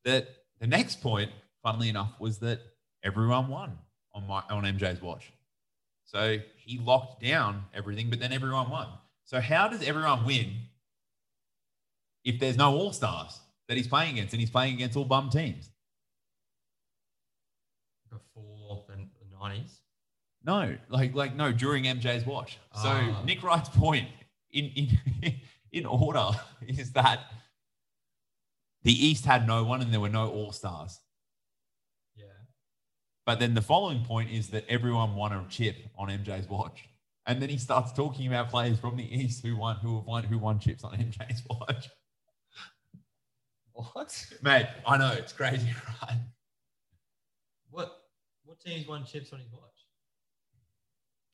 Speaker 2: that the next point, funnily enough, was that everyone won on my on MJ's watch. So he locked down everything, but then everyone won. So how does everyone win if there's no all stars that he's playing against and he's playing against all bum teams.
Speaker 3: Before the the nineties.
Speaker 2: No, like like no during MJ's watch. So
Speaker 3: Ah.
Speaker 2: Nick Wright's point in in [LAUGHS] in order is that the East had no one and there were no all stars.
Speaker 3: Yeah.
Speaker 2: But then the following point is that everyone won a chip on MJ's watch. And then he starts talking about players from the East who won who have won who won chips on MJ's watch. [LAUGHS]
Speaker 6: What?
Speaker 2: Mate, I know it's crazy, [LAUGHS] right?
Speaker 3: What what teams won chips on his watch?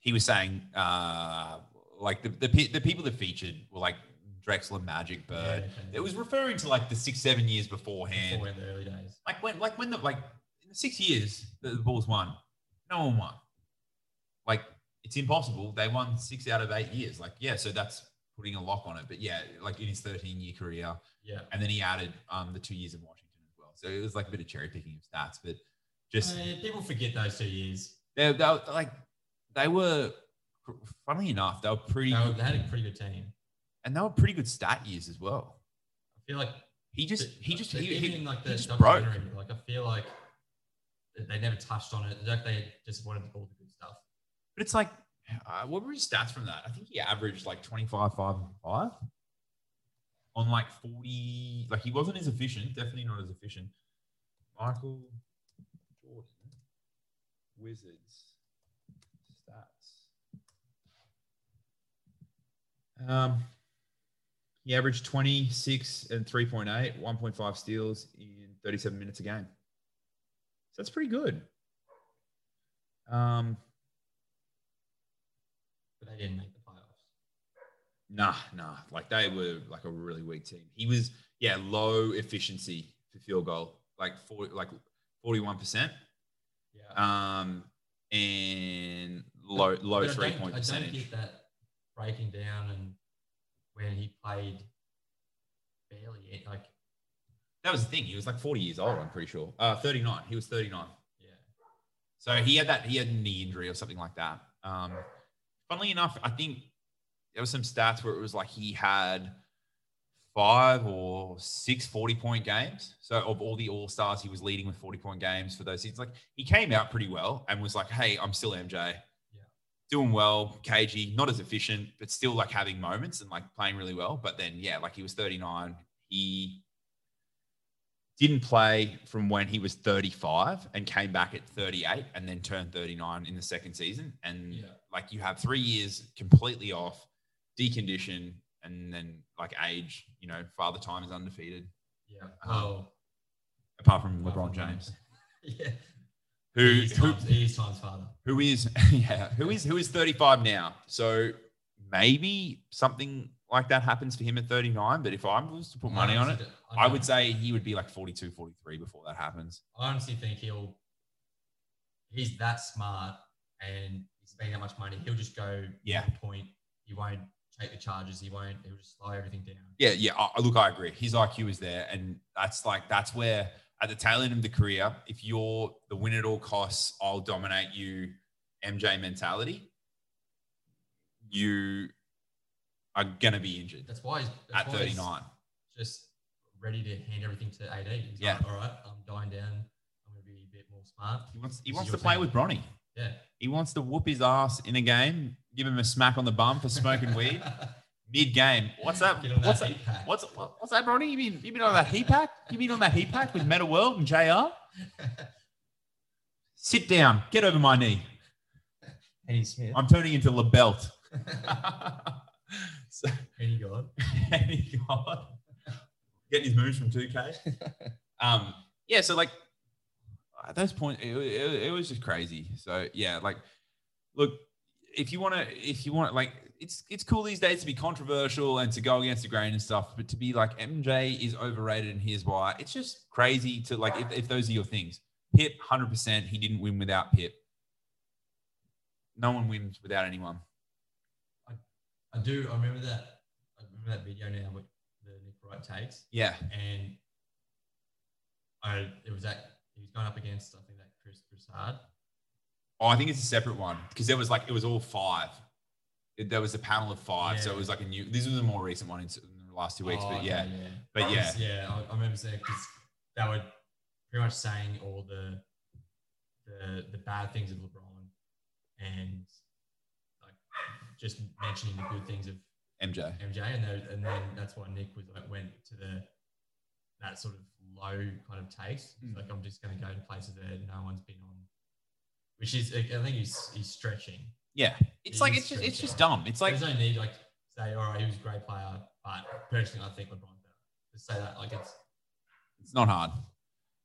Speaker 2: he was saying uh, like the, the pe- the people that featured were like Drexler, Magic Bird.
Speaker 3: okay.
Speaker 2: Uh, It was referring to like the six seven years beforehand,
Speaker 3: before in the early days.
Speaker 2: like when like when the like in the six years that the Bulls won, no one won. Like it's impossible. They won six out of eight years. Like yeah, so that's putting a lock on it. But yeah, like in his thirteen year career,
Speaker 3: Yeah.
Speaker 2: and then he added um, the two years in Washington as well. So it was like a bit of cherry picking of stats, but just
Speaker 3: Uh, people forget those two years.
Speaker 2: they, they were, like they were funnily enough they were pretty
Speaker 3: They, were- they had a pretty good team.
Speaker 2: and they were pretty good stat years as well
Speaker 3: I feel like
Speaker 2: he just he just
Speaker 3: like,
Speaker 2: he,
Speaker 3: even
Speaker 2: he-
Speaker 3: in like
Speaker 2: he
Speaker 3: the
Speaker 2: just broke
Speaker 3: documentary, like I feel like they never touched on it. Like they just wanted all the good stuff.
Speaker 2: but it's like uh, what were his stats from that i think he averaged like 25 5 and 5 on like 40 like he wasn't as efficient definitely not as efficient michael jordan wizards stats um He averaged 26 and 3.8, 1.5 steals in 37 minutes a game. So that's pretty good. Um,
Speaker 3: But they didn't make the playoffs.
Speaker 2: nah, nah. Like they were like a really weak team. He was, yeah, low efficiency for field goal, like four, like forty-one percent,
Speaker 3: Yeah.
Speaker 2: um, and low low
Speaker 3: But I don't-
Speaker 2: three-point
Speaker 3: I don't
Speaker 2: percentage.
Speaker 3: get that breaking down and when he played barely it, like
Speaker 2: That was the thing. He was like forty years old. I'm pretty sure. Uh, thirty-nine. He was thirty-nine.
Speaker 3: yeah.
Speaker 2: So he had that he had a knee injury or something like that. Um, funnily enough, I think there were some stats where it was like he had five or six 40 point games. So of all the all stars, he was leading with 40 point games for those. It's like he came out pretty well and was like, Hey, I'm still MJ. Doing well, cagey, not as efficient, but still like having moments and like playing really well. But then, yeah, like he was 39. He didn't play from when he was 35 and came back at 38 and then turned 39 in the second season. And
Speaker 3: Yeah.
Speaker 2: like you have three years completely off, decondition, and then like age, you know, father time is undefeated,
Speaker 3: Yeah.
Speaker 2: Um,
Speaker 3: Oh.
Speaker 2: apart from
Speaker 3: apart
Speaker 2: LeBron
Speaker 3: from that.
Speaker 2: James, [LAUGHS]
Speaker 3: yeah.
Speaker 2: who
Speaker 3: He is
Speaker 2: who,
Speaker 3: times, he is times father.
Speaker 2: who is [LAUGHS] yeah, who is who is 35 now. So maybe something like that happens for him at 39. But if I was to put money on it, I would say he would be like 42, 43 before that happens.
Speaker 3: I honestly think he'll. He's that smart, and he's spending that much money. He'll just go.
Speaker 2: Yeah.
Speaker 3: one Point. He won't take the charges. He won't. He'll just slow everything down.
Speaker 2: Yeah, yeah. I, I- look, I agree. His IQ is there, and that's like that's where at the tail end of the career, if you're the win at all costs, I'll dominate you, MJ mentality, you are gonna be injured
Speaker 3: That's why he's that's
Speaker 2: at
Speaker 3: why he's
Speaker 2: 39.
Speaker 3: Just ready to hand everything to AD. He's
Speaker 2: Yeah.
Speaker 3: Like, All right, I'm dying down. I'm gonna be a bit more smart.
Speaker 2: He wants he
Speaker 3: This is
Speaker 2: wants to
Speaker 3: your
Speaker 2: play
Speaker 3: team.
Speaker 2: with Bronny.
Speaker 3: Yeah.
Speaker 2: He wants to whoop his ass in a game, give him a smack on the bum for smoking [LAUGHS]
Speaker 3: [LAUGHS]
Speaker 2: weed mid game. What's that?
Speaker 3: Get on
Speaker 2: What's
Speaker 3: that
Speaker 2: that?
Speaker 3: heat pack.
Speaker 2: What's, what's that, Bronny? You been you been on that heat pack? You been on that heat pack with Meta World and JR? Sit down. Get over my knee.
Speaker 6: Penny
Speaker 3: [LAUGHS]
Speaker 6: Smith.
Speaker 2: I'm turning into LaBelt. [LAUGHS] so,
Speaker 3: Any god.
Speaker 2: [LAUGHS] any God. Getting his moves from 2K. Um, yeah, so like at those point, it, wa- it, wa- it was just crazy. So yeah, like look, if you want to, if you want, like it's it's cool these days to be controversial and to go against the grain and stuff, but to be like MJ is overrated and here's why. It's just crazy to like if, if those are your things. Pip, hundred percent, he didn't win without Pip. No one wins without anyone.
Speaker 3: I do. I remember that. I remember that video now. With the Nick Wright takes.
Speaker 2: Yeah,
Speaker 3: and I it was that he was going up against I think that Chris Broussard.
Speaker 2: Oh, I think it's a separate one because there was like it was all five. It- There was a panel of five, so it
Speaker 3: Yeah.
Speaker 2: was like a new. This was a more recent one in, s- in the last two weeks,
Speaker 3: Oh,
Speaker 2: but
Speaker 3: okay,
Speaker 2: yeah,
Speaker 3: yeah,
Speaker 2: but
Speaker 3: That
Speaker 2: yeah,
Speaker 3: was- yeah, I, I remember saying because they were pretty much saying all the the the bad things of LeBron and like just mentioning the good things of
Speaker 2: MJ.
Speaker 3: MJ, and then, and then that's why Nick was like went to the that sort of low kind of taste. He's
Speaker 2: Mm.
Speaker 3: Like I'm just going to go to places that no one's been on, which is I think he's he's stretching.
Speaker 2: Yeah, it's
Speaker 3: It
Speaker 2: like
Speaker 3: is
Speaker 2: it's just
Speaker 3: strange,
Speaker 2: it's just
Speaker 3: yeah.
Speaker 2: dumb. It's like
Speaker 3: There's no need like say all right he was a great player, but personally I think LeBron's better. Just say that like it's
Speaker 2: it's not hard.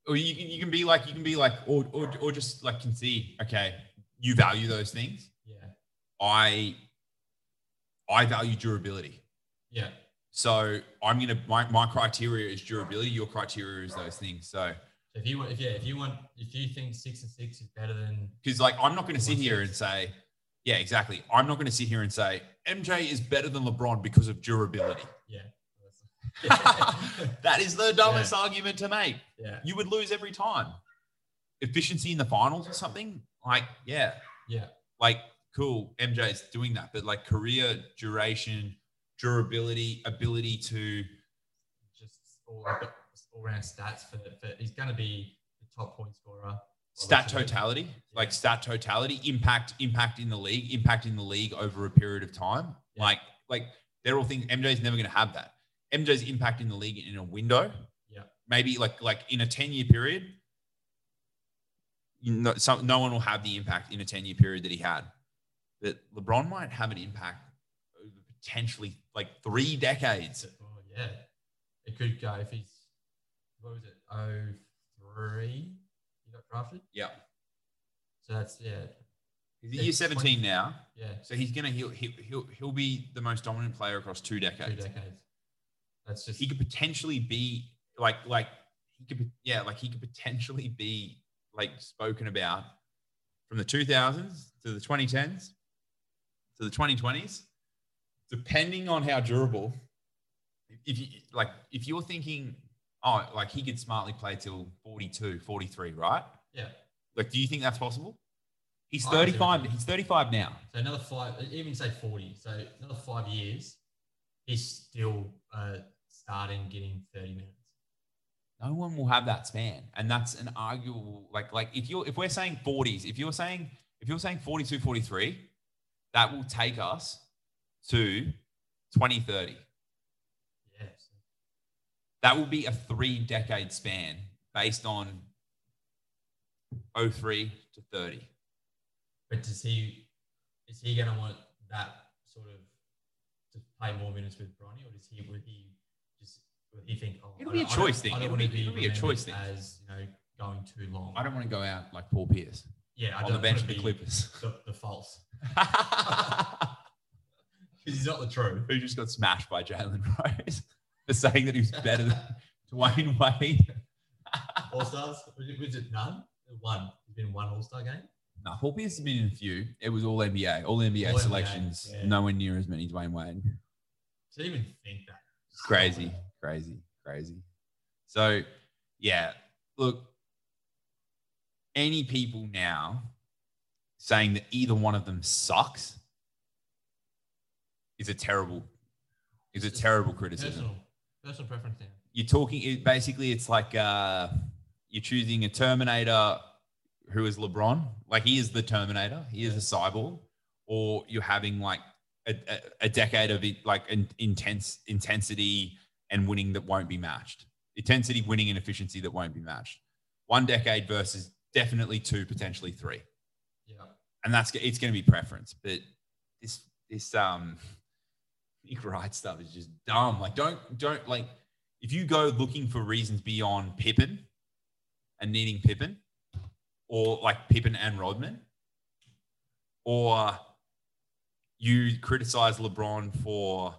Speaker 2: Or you can you can be like you can be like or or, or just like can see okay, you value those things.
Speaker 3: yeah
Speaker 2: I I value durability.
Speaker 3: yeah
Speaker 2: So I'm gonna my, my criteria is durability. Your criteria is those things. So
Speaker 3: So if you want if yeah if you want if you think six and six is better than
Speaker 2: Because like I'm not going to sit here and say, yeah, exactly. I'm not going to sit here and say MJ is better than LeBron because of durability.
Speaker 3: yeah
Speaker 2: that is the dumbest argument to make.
Speaker 3: yeah
Speaker 2: You would lose every time. Efficiency in the finals or something like yeah,
Speaker 3: yeah
Speaker 2: like cool. MJ is doing that, but like career duration, durability, ability to
Speaker 3: just all like all round stats for, for he's going to be the top point scorer.
Speaker 2: stat totality, like stat totality, impact, impact in the league, impact in the league over a period of time.
Speaker 3: Yeah.
Speaker 2: Like, like they're all things. MJ's never going to have that. MJ's impact in the league in a window.
Speaker 3: Yeah.
Speaker 2: Maybe like like in a ten year period. You know, some, no one will have the impact in a ten year period that he had. That LeBron might have an impact over potentially like three decades.
Speaker 3: So, oh, yeah, it could go if he's what was it oh three he got drafted.
Speaker 2: Yeah.
Speaker 3: So that's yeah
Speaker 2: He's a year seventeen now,
Speaker 3: yeah
Speaker 2: so he's gonna he'll he'll he'll, he'll be the most dominant player across two
Speaker 3: two
Speaker 2: decades.
Speaker 3: decades. That's just
Speaker 2: he could potentially be like like he could be- yeah like he could potentially be like spoken about from the 2000s to the 2010s to the 2020s, depending on how durable. If you like, if you're thinking, oh, like he could smartly play till 42, 43, right?
Speaker 3: Yeah.
Speaker 2: Like, do you think that's possible? He's
Speaker 3: I do.
Speaker 2: 35. He's 35 now.
Speaker 3: So another five, even say 40. So another five years, he's still uh, starting getting 30 minutes.
Speaker 2: No one will have that span, and that's an arguable like like if you're if we're saying 40s, if you're saying if you're saying 42, 43, that will take us to 2030.
Speaker 3: Yeah. So
Speaker 2: That will be a three decade span based on 03 to 30.
Speaker 3: But does he is he going to want that sort of to play more minutes with Bronny, or does he would he just would he think? Oh,
Speaker 2: It'll
Speaker 3: I
Speaker 2: be a
Speaker 3: don't- I
Speaker 2: choice
Speaker 3: don't-
Speaker 2: thing.
Speaker 3: I don't
Speaker 2: It'll
Speaker 3: wanna
Speaker 2: be- it'll be a
Speaker 3: remembered
Speaker 2: choice thing.
Speaker 3: As you know, going too long.
Speaker 2: I don't want to go out like Paul Pierce
Speaker 3: yeah, I
Speaker 2: on
Speaker 3: don't
Speaker 2: the bench
Speaker 3: wanna
Speaker 2: with the
Speaker 3: be
Speaker 2: Clippers, [LAUGHS]
Speaker 3: The, the false [LAUGHS] because he's not the true.
Speaker 2: who just got smashed by Jalen Rose [LAUGHS] for saying that he was better
Speaker 3: [LAUGHS]
Speaker 2: than [LAUGHS] Dwayne Wade.
Speaker 3: All stars? Was it- was it none? One. There's been one All Star game.
Speaker 2: No, Paul Pierce has been in a few. It was all NBA, all NBA
Speaker 3: All NBA,
Speaker 2: selections.
Speaker 3: yeah.
Speaker 2: Nowhere near as many Dwayne Wade.
Speaker 3: To even think that.
Speaker 2: It's crazy, crazy, crazy. So, yeah, look, any people now saying that either one of them sucks is a terrible, is a
Speaker 3: It's just
Speaker 2: terrible criticism.
Speaker 3: Personal, personal preference now.
Speaker 2: You're talking. It, basically, it's like uh, you're choosing a Terminator who is LeBron. Like he is the Terminator. He is a cyborg. Or you're having like a, a, a decade of it, like an intense intensity and winning that won't be matched. Intensity, winning, and efficiency that won't be matched. One decade versus definitely two, potentially three
Speaker 3: Yeah.
Speaker 2: and that's it's going to be preference. But this this um [LAUGHS] Nick Wright stuff is just dumb. Like don't don't like if you go looking for reasons beyond Pippin and needing Pippin, or like Pippin and Rodman, or you criticize LeBron for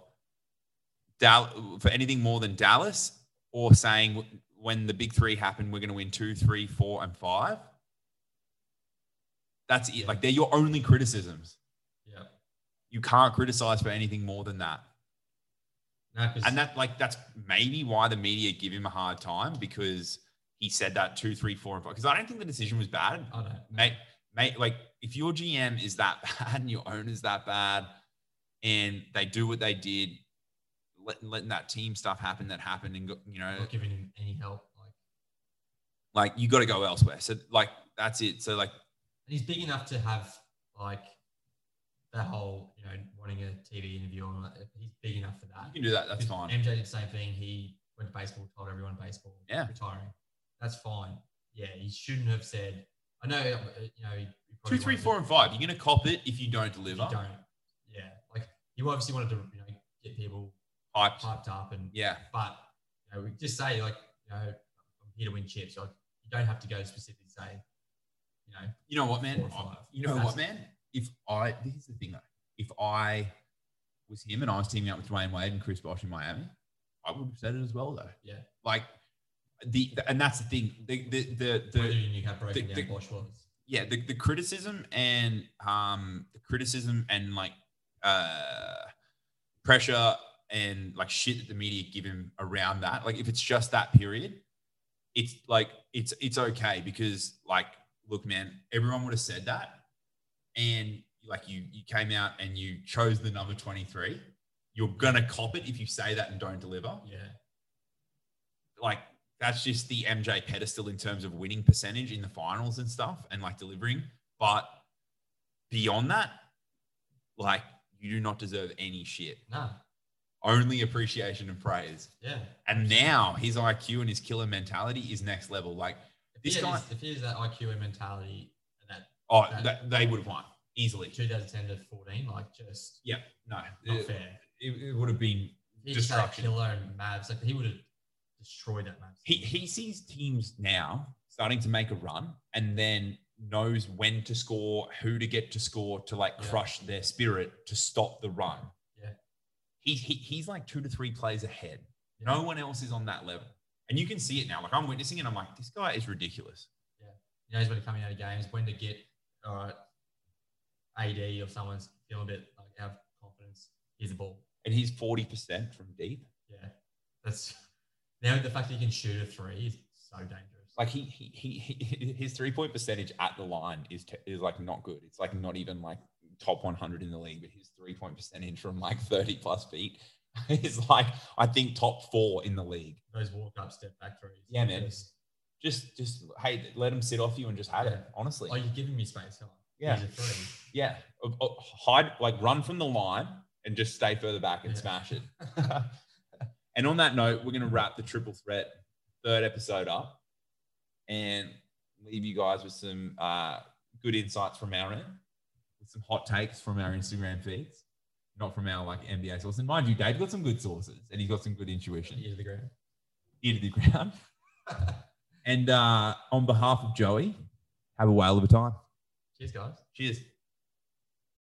Speaker 2: Dal- for anything more than Dallas, or saying w- when the big three happen, we're going to win two, three, four, and five. That's it. Like they're your only criticisms.
Speaker 3: Yeah.
Speaker 2: You can't criticize for anything more than that.
Speaker 3: No, 'cause-
Speaker 2: And that like that's maybe why the media give him a hard time because he said that two, three, four, and five. Because I don't think the decision was bad.
Speaker 3: I don't.
Speaker 2: Mate, mate, like if your GM is that [LAUGHS] bad and your owner's that bad, and they do what they did, letting letting that team stuff happen that happened, and go- you know,
Speaker 3: Not giving him any help. Like,
Speaker 2: like you got to go elsewhere. So like that's it. So like
Speaker 3: and he's big enough to have like that whole, you know, wanting a TV interview on. it. He's big enough for that.
Speaker 2: you can do that. That's fine.
Speaker 3: Because MJ did the same thing. He went to baseball, told everyone baseball,
Speaker 2: Yeah.
Speaker 3: retiring. That's fine. Yeah, he shouldn't have said. I know, uh, you know, he he probably
Speaker 2: Two, three,
Speaker 3: wanted-
Speaker 2: four, and five. You're gonna cop it if you don't
Speaker 3: if
Speaker 2: deliver.
Speaker 3: You don't. Yeah, like you obviously wanted to, you know, get people
Speaker 2: Hyped.
Speaker 3: hyped up and
Speaker 2: Yeah.
Speaker 3: But you know, we just say like, you know, I'm here to win chips. Like you don't have to go specifically say, you know,
Speaker 2: You know what, man?
Speaker 3: Four or five.
Speaker 2: You know what,
Speaker 3: That's-
Speaker 2: man? If I this is the thing though. If I was him and I was teaming up with Dwayne Wade and Chris Bosh in Miami, I would have said it as well though.
Speaker 3: Yeah.
Speaker 2: Like the, the- and that's the thing. The the the,
Speaker 3: whether
Speaker 2: the
Speaker 3: you knew how broken
Speaker 2: the-
Speaker 3: down
Speaker 2: the-
Speaker 3: Bosch was.
Speaker 2: yeah, the, the criticism and um the criticism and like uh pressure and like shit that the media give him around that. Like if it's just that period, it's like it's it's okay because like look, man, everyone would have said that, and like you you came out and you chose the number twenty three. You're gonna cop it if you say that and don't deliver.
Speaker 3: Yeah,
Speaker 2: Like that's just the MJ pedestal in terms of winning percentage in the finals and stuff, and like delivering. But beyond that, like you do not deserve any shit
Speaker 3: no,
Speaker 2: only appreciation and praise.
Speaker 3: yeah.
Speaker 2: And now his IQ and his killer mentality is next level. Like,
Speaker 3: If
Speaker 2: This
Speaker 3: he
Speaker 2: guy-
Speaker 3: had his- if he has that IQ and mentality, and that
Speaker 2: oh, that, they would have won easily.
Speaker 3: 2010 to 14, like just
Speaker 2: No,
Speaker 3: not
Speaker 2: it,
Speaker 3: fair.
Speaker 2: it would have been.
Speaker 3: He's just that
Speaker 2: destruction.
Speaker 3: killer and Mavs. Like he would have destroyed that Mavs.
Speaker 2: He,
Speaker 3: team.
Speaker 2: he sees teams now starting to make a run and then knows when to score, who to get to score to like
Speaker 3: Yeah.
Speaker 2: crush their spirit to stop the run.
Speaker 3: Yeah.
Speaker 2: He, he, he's like two to three plays ahead.
Speaker 3: Yeah.
Speaker 2: No one else is on that level. And you can see it now. Like I'm witnessing it. I'm like, this guy is ridiculous.
Speaker 3: Yeah. He knows when to coming out of games, when to get all right, AD or someone's feeling a bit like out of confidence. Here's the ball.
Speaker 2: and he's forty percent from deep.
Speaker 3: Yeah, that's now the fact that he can shoot a three is so dangerous.
Speaker 2: Like he he, he, he [LAUGHS] his three point percentage at the line is t- is like not good. It's like not even like top one hundred in the league, but his three point percentage from like thirty plus feet [LAUGHS] is like I think top four in the league.
Speaker 3: those walk up step back threes.
Speaker 2: Yeah, man. Just just hey, let him sit off you and just have it.
Speaker 3: Yeah.
Speaker 2: Honestly,
Speaker 3: Oh, you're giving me space. Huh?
Speaker 2: Yeah.
Speaker 3: Here's a three.
Speaker 2: yeah. Oh, oh, Hide like run from the line and just stay further back and
Speaker 3: Yeah.
Speaker 2: smash it. and on that note, we're gonna wrap the triple threat third episode up and leave you guys with some uh, good insights from our end, with some hot takes from our Instagram feeds, not from our like NBA source. And mind you, Dave got some good sources and he's got some good intuition
Speaker 3: Ear to the ground.
Speaker 2: ear to the ground. and uh, on behalf of Joey, have a whale of a time.
Speaker 3: Cheers, guys.
Speaker 2: Cheers.